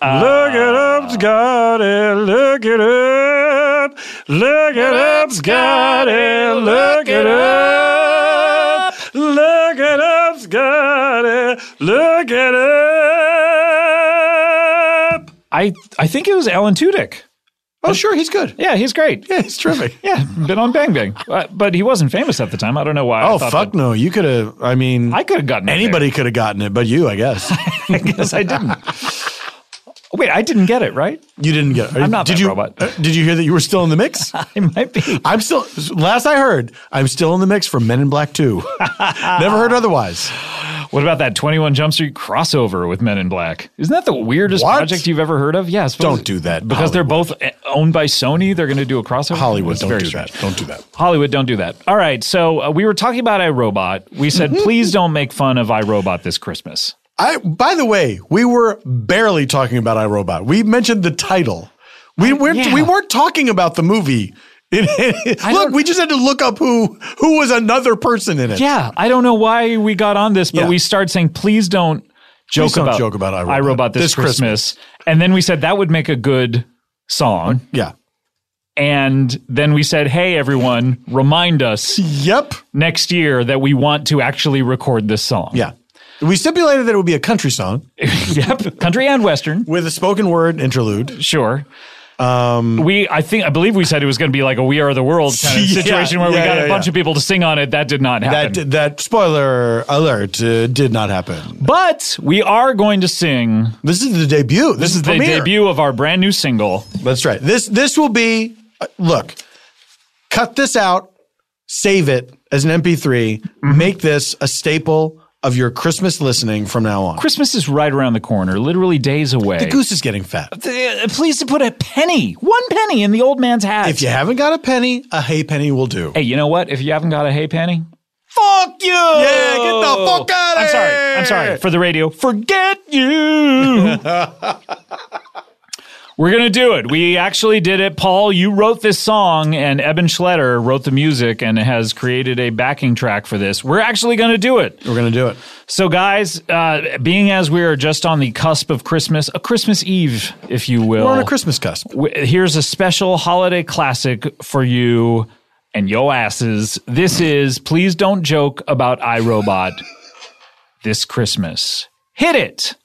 Speaker 2: Uh,
Speaker 4: Look it up, Scotty. Look it up. Look it up, Scotty. Look it up. Look it up, Scotty. Look it up.
Speaker 2: I I think it was Alan Tudyk.
Speaker 3: Oh, sure, he's good.
Speaker 2: Yeah, he's great.
Speaker 3: Yeah, he's terrific.
Speaker 2: (laughs) yeah, been on Bang Bang, uh, but he wasn't famous at the time. I don't know why. I
Speaker 3: Oh
Speaker 2: thought
Speaker 3: fuck no! You could have. I mean, I
Speaker 2: could have gotten
Speaker 3: anybody could have gotten it, but you, I guess.
Speaker 2: that- (laughs) I guess
Speaker 3: (laughs)
Speaker 2: I didn't. Wait, I didn't get it right.
Speaker 3: You didn't get. It.
Speaker 2: I'm not
Speaker 3: did
Speaker 2: that
Speaker 3: you,
Speaker 2: robot.
Speaker 3: uh, Did you hear that you were still in the mix?
Speaker 2: (laughs) I might be.
Speaker 3: I'm still. Last I heard, I'm still in the mix for Men in Black
Speaker 2: (laughs)
Speaker 3: Two. Never heard otherwise.
Speaker 2: What about that 21 Jump Street crossover with Men in Black? Isn't that the weirdest
Speaker 3: What?
Speaker 2: project you've ever heard of? Yes.
Speaker 3: Don't do that,
Speaker 2: Because they're both eh, owned by Sony, they're going to do a crossover.
Speaker 3: Hollywood,
Speaker 2: It's
Speaker 3: don't
Speaker 2: very
Speaker 3: do
Speaker 2: strange.
Speaker 3: that. Don't do that.
Speaker 2: Hollywood, don't do that. All right. So uh, we were talking about iRobot.
Speaker 3: (laughs)
Speaker 2: We said, please don't make fun of iRobot this Christmas.
Speaker 3: I. By the way, we were barely talking about iRobot. We mentioned the title. We weren't. We weren't talking about the movie. (laughs) look, we just had to look up who who was another person in it.
Speaker 2: Yeah. I don't know why we got on this, but
Speaker 3: Yeah.
Speaker 2: we started saying, please don't joke
Speaker 3: don't
Speaker 2: about,
Speaker 3: joke about iRobot
Speaker 2: this,
Speaker 3: this
Speaker 1: Uh,
Speaker 2: Christmas. And then we said that would make a good song.
Speaker 3: Yeah.
Speaker 2: And then we said, hey, everyone, remind us
Speaker 1: yep.
Speaker 2: next year that we want to actually record this song.
Speaker 1: Yeah. We stipulated that it would be a country song.
Speaker 2: (laughs) yep, country and western
Speaker 1: with a spoken word interlude.
Speaker 2: Sure.
Speaker 1: Um,
Speaker 2: we, I think, I believe we said it was going to be like a "We Are the World"
Speaker 3: (laughs)
Speaker 2: kind of
Speaker 1: Yeah,
Speaker 2: situation where
Speaker 1: yeah,
Speaker 2: we got
Speaker 1: yeah,
Speaker 2: a bunch
Speaker 1: yeah.
Speaker 2: of people to sing on it. That did not happen.
Speaker 1: That that spoiler alert uh, did not happen.
Speaker 2: But we are going to sing.
Speaker 1: This is the debut. This,
Speaker 2: This
Speaker 1: is
Speaker 2: is the
Speaker 1: premiere.
Speaker 2: debut of our brand new single.
Speaker 1: That's right. This this will be uh, look. Cut this out. Save it as an MP3.
Speaker 2: Mm-hmm.
Speaker 1: Make this a staple of your Christmas listening from now on.
Speaker 2: Christmas is right around the corner, literally days away.
Speaker 1: The goose is getting fat.
Speaker 2: Uh, Please put a penny, one penny in the old man's hat.
Speaker 1: If you haven't got a penny, a hay penny will do.
Speaker 2: Hey, you know what? If you haven't got a hay penny,
Speaker 1: Fuck you! Yeah, get the fuck out of
Speaker 2: I'm sorry.
Speaker 1: here!
Speaker 2: I'm sorry for the radio. Forget you. (laughs) We're gonna do it. We actually did it, Paul. You wrote this song, and Eben Schletter wrote the music and has created a backing track for this. We're actually gonna do it.
Speaker 1: We're gonna do it.
Speaker 2: So, guys, uh, being as we are just on the cusp of Christmas, a Christmas Eve, if you will,
Speaker 1: We're on a Christmas cusp.
Speaker 2: w- here's a special holiday classic for you and yo asses. This is Please Don't Joke About iRobot (laughs) this Christmas. Hit it.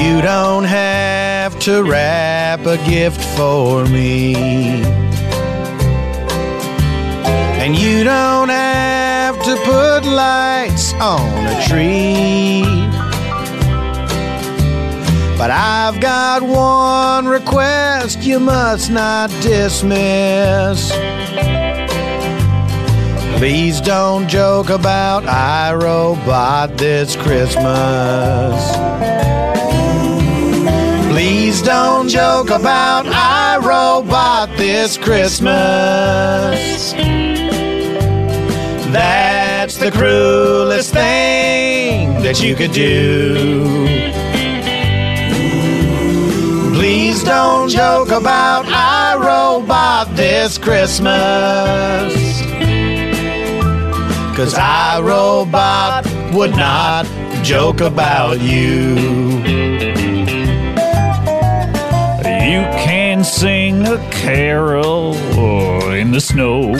Speaker 1: You don't have to wrap a gift for me. And you don't have to put lights on a tree. But I've got one request you must not dismiss. Please don't joke about iRobot this Christmas. Please don't joke about iRobot this Christmas. That's the cruelest thing that you could do. Please don't joke about iRobot this Christmas. Cause iRobot would not joke about you.
Speaker 2: You can sing a carol in the snow.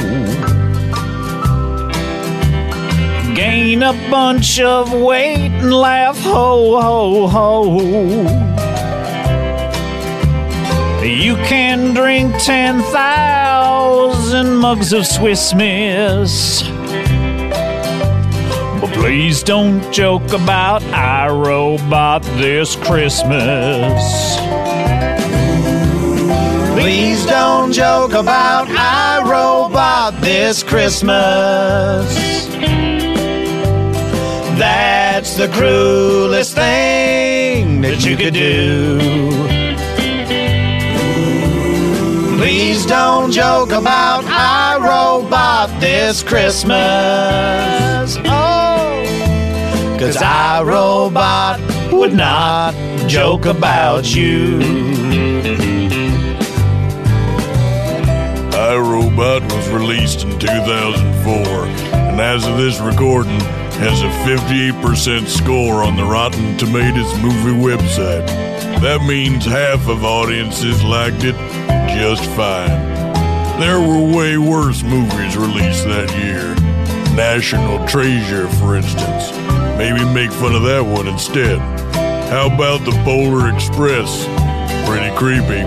Speaker 2: Gain a bunch of weight and laugh, ho, ho, ho. You can drink 10,000 mugs of Swiss Miss. But please don't joke about iRobot this Christmas.
Speaker 1: Please don't joke about iRobot this Christmas. That's the cruelest thing that you could do. Please don't joke about iRobot this Christmas. Oh, cause iRobot would not joke about you.
Speaker 23: iRobot was released in 2004, and as of this recording, has a 58% score on the Rotten Tomatoes movie website. That means half of audiences liked it just fine. There were way worse movies released that year. National Treasure, for instance. Maybe make fun of that one instead. How about The Polar Express? Pretty creepy.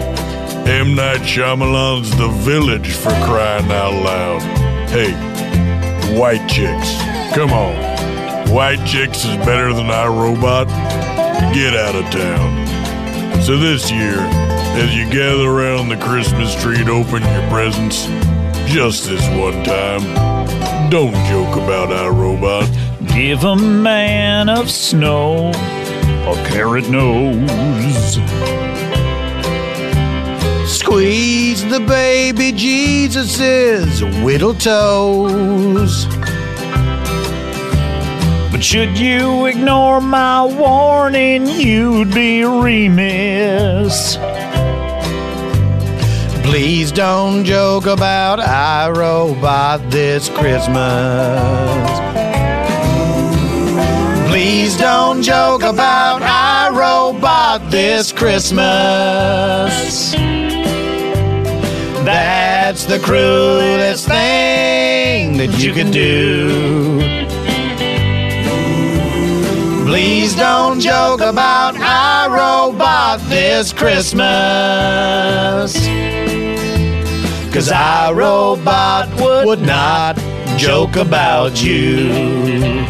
Speaker 23: M. Night Shyamalan's The Village for crying out loud. Hey, white chicks, come on. White chicks is better than iRobot. Get out of town. So this year, as you gather around the Christmas tree to open your presents, just this one time, don't joke about iRobot.
Speaker 2: Give a man of snow a carrot nose.
Speaker 1: Squeeze the baby Jesus's whittle toes.
Speaker 2: But should you ignore my warning, you'd be remiss.
Speaker 1: Please don't joke about iRobot this Christmas. talk about iRobot this Christmas. That's the cruelest thing that you can do. Please don't joke about iRobot this Christmas. Cause iRobot would, would not joke about you.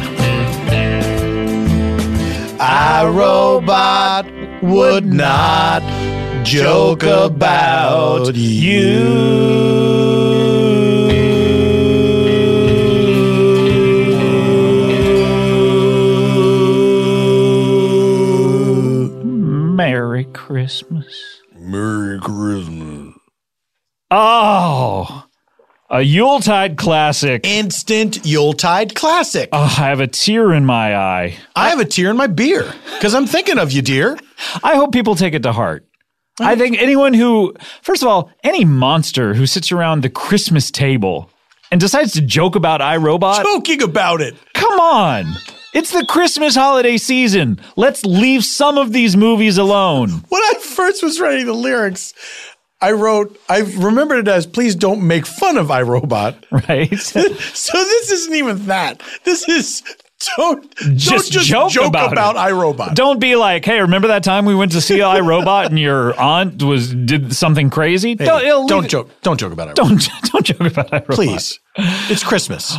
Speaker 1: iRobot would not joke about you.
Speaker 2: Merry Christmas.
Speaker 23: Merry Christmas.
Speaker 2: Oh, a Yuletide classic.
Speaker 1: Instant Yuletide classic.
Speaker 2: Oh, I have a tear in my eye.
Speaker 1: I have a tear in my beer because I'm thinking of you, dear.
Speaker 2: I hope people take it to heart. I think anyone who, first of all, any monster who sits around the Christmas table and decides to joke about iRobot.
Speaker 1: Joking about it.
Speaker 2: Come on. It's the Christmas holiday season. Let's leave some of these movies alone.
Speaker 3: (laughs) When I first was writing the lyrics, I wrote, I remembered it as please don't make fun of iRobot.
Speaker 2: (laughs) Right.
Speaker 3: (laughs) so this isn't even that. This is don't, don't
Speaker 2: Just
Speaker 3: just,
Speaker 2: joke
Speaker 3: joke,
Speaker 2: about
Speaker 3: about,
Speaker 2: it.
Speaker 3: iRobot.
Speaker 2: Don't be like, hey, remember that time we went to see iRobot and your aunt was did something crazy?
Speaker 3: Hey,
Speaker 2: Don't- it'll
Speaker 3: don't
Speaker 2: leave-
Speaker 3: joke. Don't joke about it.
Speaker 2: Don't (laughs) don't joke about iRobot.
Speaker 3: Please. It's Christmas.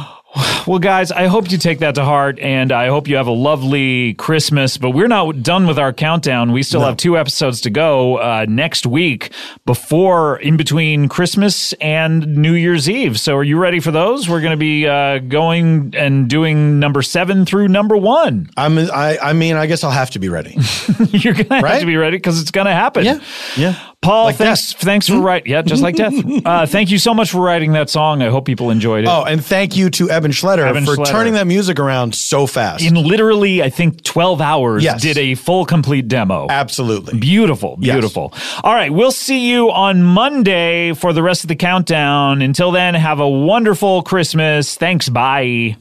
Speaker 2: Well, guys, I hope you take that to heart, and I hope you have a lovely Christmas. But we're not done with our countdown. We still have two episodes to go uh, next week, before in between Christmas and New Year's Eve. So, are you ready for those? We're going to be uh, going and doing number seven through number one.
Speaker 1: I'm. I. I mean, I guess I'll have to be ready.
Speaker 2: (laughs) You're going to have
Speaker 1: Right?
Speaker 2: to be ready because it's going to happen. Yeah.
Speaker 1: Yeah. Mm-hmm.
Speaker 2: Paul, thanks. Thanks for writing. Yeah, just like death.
Speaker 1: (laughs)
Speaker 2: Uh, thank you so much for writing that song. I hope people enjoyed it.
Speaker 1: Oh, and thank you to Eben Schletter
Speaker 2: Eben
Speaker 1: for
Speaker 2: Schletter.
Speaker 1: turning that music around so fast.
Speaker 2: in literally, I think, 12 hours,
Speaker 1: Yes.
Speaker 2: did a full complete demo.
Speaker 1: Absolutely.
Speaker 2: Beautiful.
Speaker 1: Yes.
Speaker 2: Beautiful. All right. We'll see you on Monday for the rest of the countdown. Until then, have a wonderful Christmas. Thanks. Bye.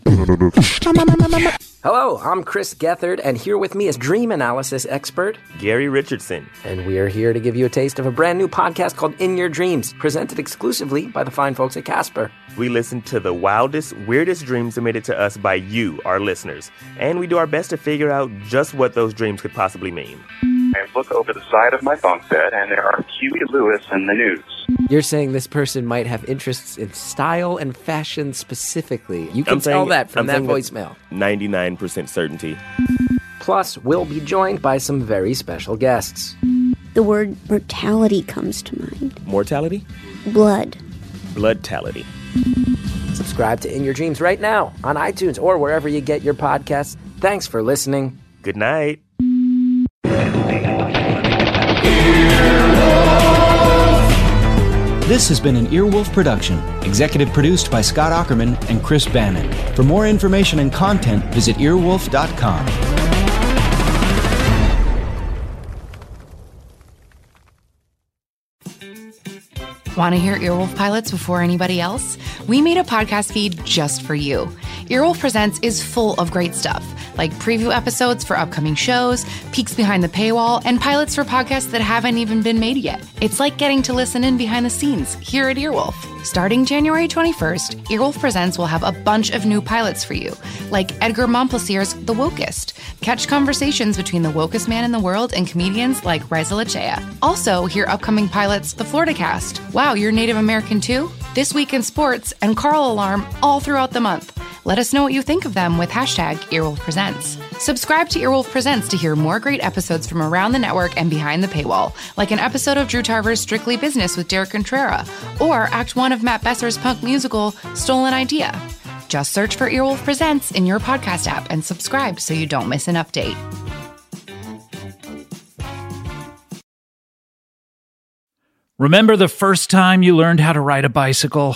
Speaker 4: Hello, I'm Chris Gethard, and here with me is dream analysis expert Gary Richardson. And we are here to give you a taste of a brand new podcast called In Your Dreams, presented exclusively by the fine folks at Casper.
Speaker 24: We listen to the wildest, weirdest dreams submitted to us by you, our listeners, and we do our best to figure out just what those dreams could possibly mean.
Speaker 25: I look over the side of my bunk bed, and there are Huey Lewis and the news.
Speaker 4: You're saying this person might have interests in style and fashion specifically. You can
Speaker 24: I'm
Speaker 4: tell
Speaker 24: saying-
Speaker 4: that from
Speaker 24: I'm
Speaker 4: that
Speaker 24: saying with
Speaker 4: voicemail.
Speaker 24: 99% certainty.
Speaker 4: Plus, we'll be joined by some very special guests.
Speaker 16: The word mortality comes to mind.
Speaker 24: Mortality?
Speaker 16: Blood.
Speaker 24: Bloodtality.
Speaker 4: Subscribe to In Your Dreams right now on iTunes or wherever you get your podcasts. Thanks for listening.
Speaker 24: Good night.
Speaker 26: This has been an Earwolf production, executive produced by Scott Ackerman and Chris Bannon. For more information and content, visit earwolf.com.
Speaker 27: Want to hear Earwolf pilots before anybody else? We made a podcast feed just for you. Earwolf Presents is full of great stuff, like preview episodes for upcoming shows, peeks behind the paywall, and pilots for podcasts that haven't even been made yet. It's like getting to listen in behind the scenes here at Earwolf. Starting January 21st, Earwolf Presents will have a bunch of new pilots for you, like Edgar Montplaisir's The Wokest. Catch conversations between the wokest man in the world and comedians like Reza Lachea. Also, hear upcoming pilots The Florida Cast, Wow, You're Native American Too, This Week in Sports, and Carl Alarm all throughout the month. Let us know what you think of them with hashtag Earwolf Presents. Subscribe to Earwolf Presents to hear more great episodes from around the network and behind the paywall, like an episode of Drew Tarver's Strictly Business with Derek Contrera, or Act 1 of Matt Besser's punk musical Stolen Idea. Just search for Earwolf Presents in your podcast app and subscribe so you don't miss an update.
Speaker 2: Remember the first time you learned how to ride a bicycle?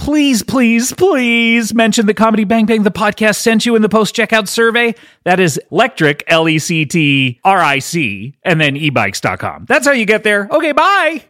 Speaker 2: Please, please, please mention the Comedy Bang Bang the podcast sent you in the post checkout survey. That is electric, L E C T R I C, and then ebikes.com. That's how you get there. Okay, bye.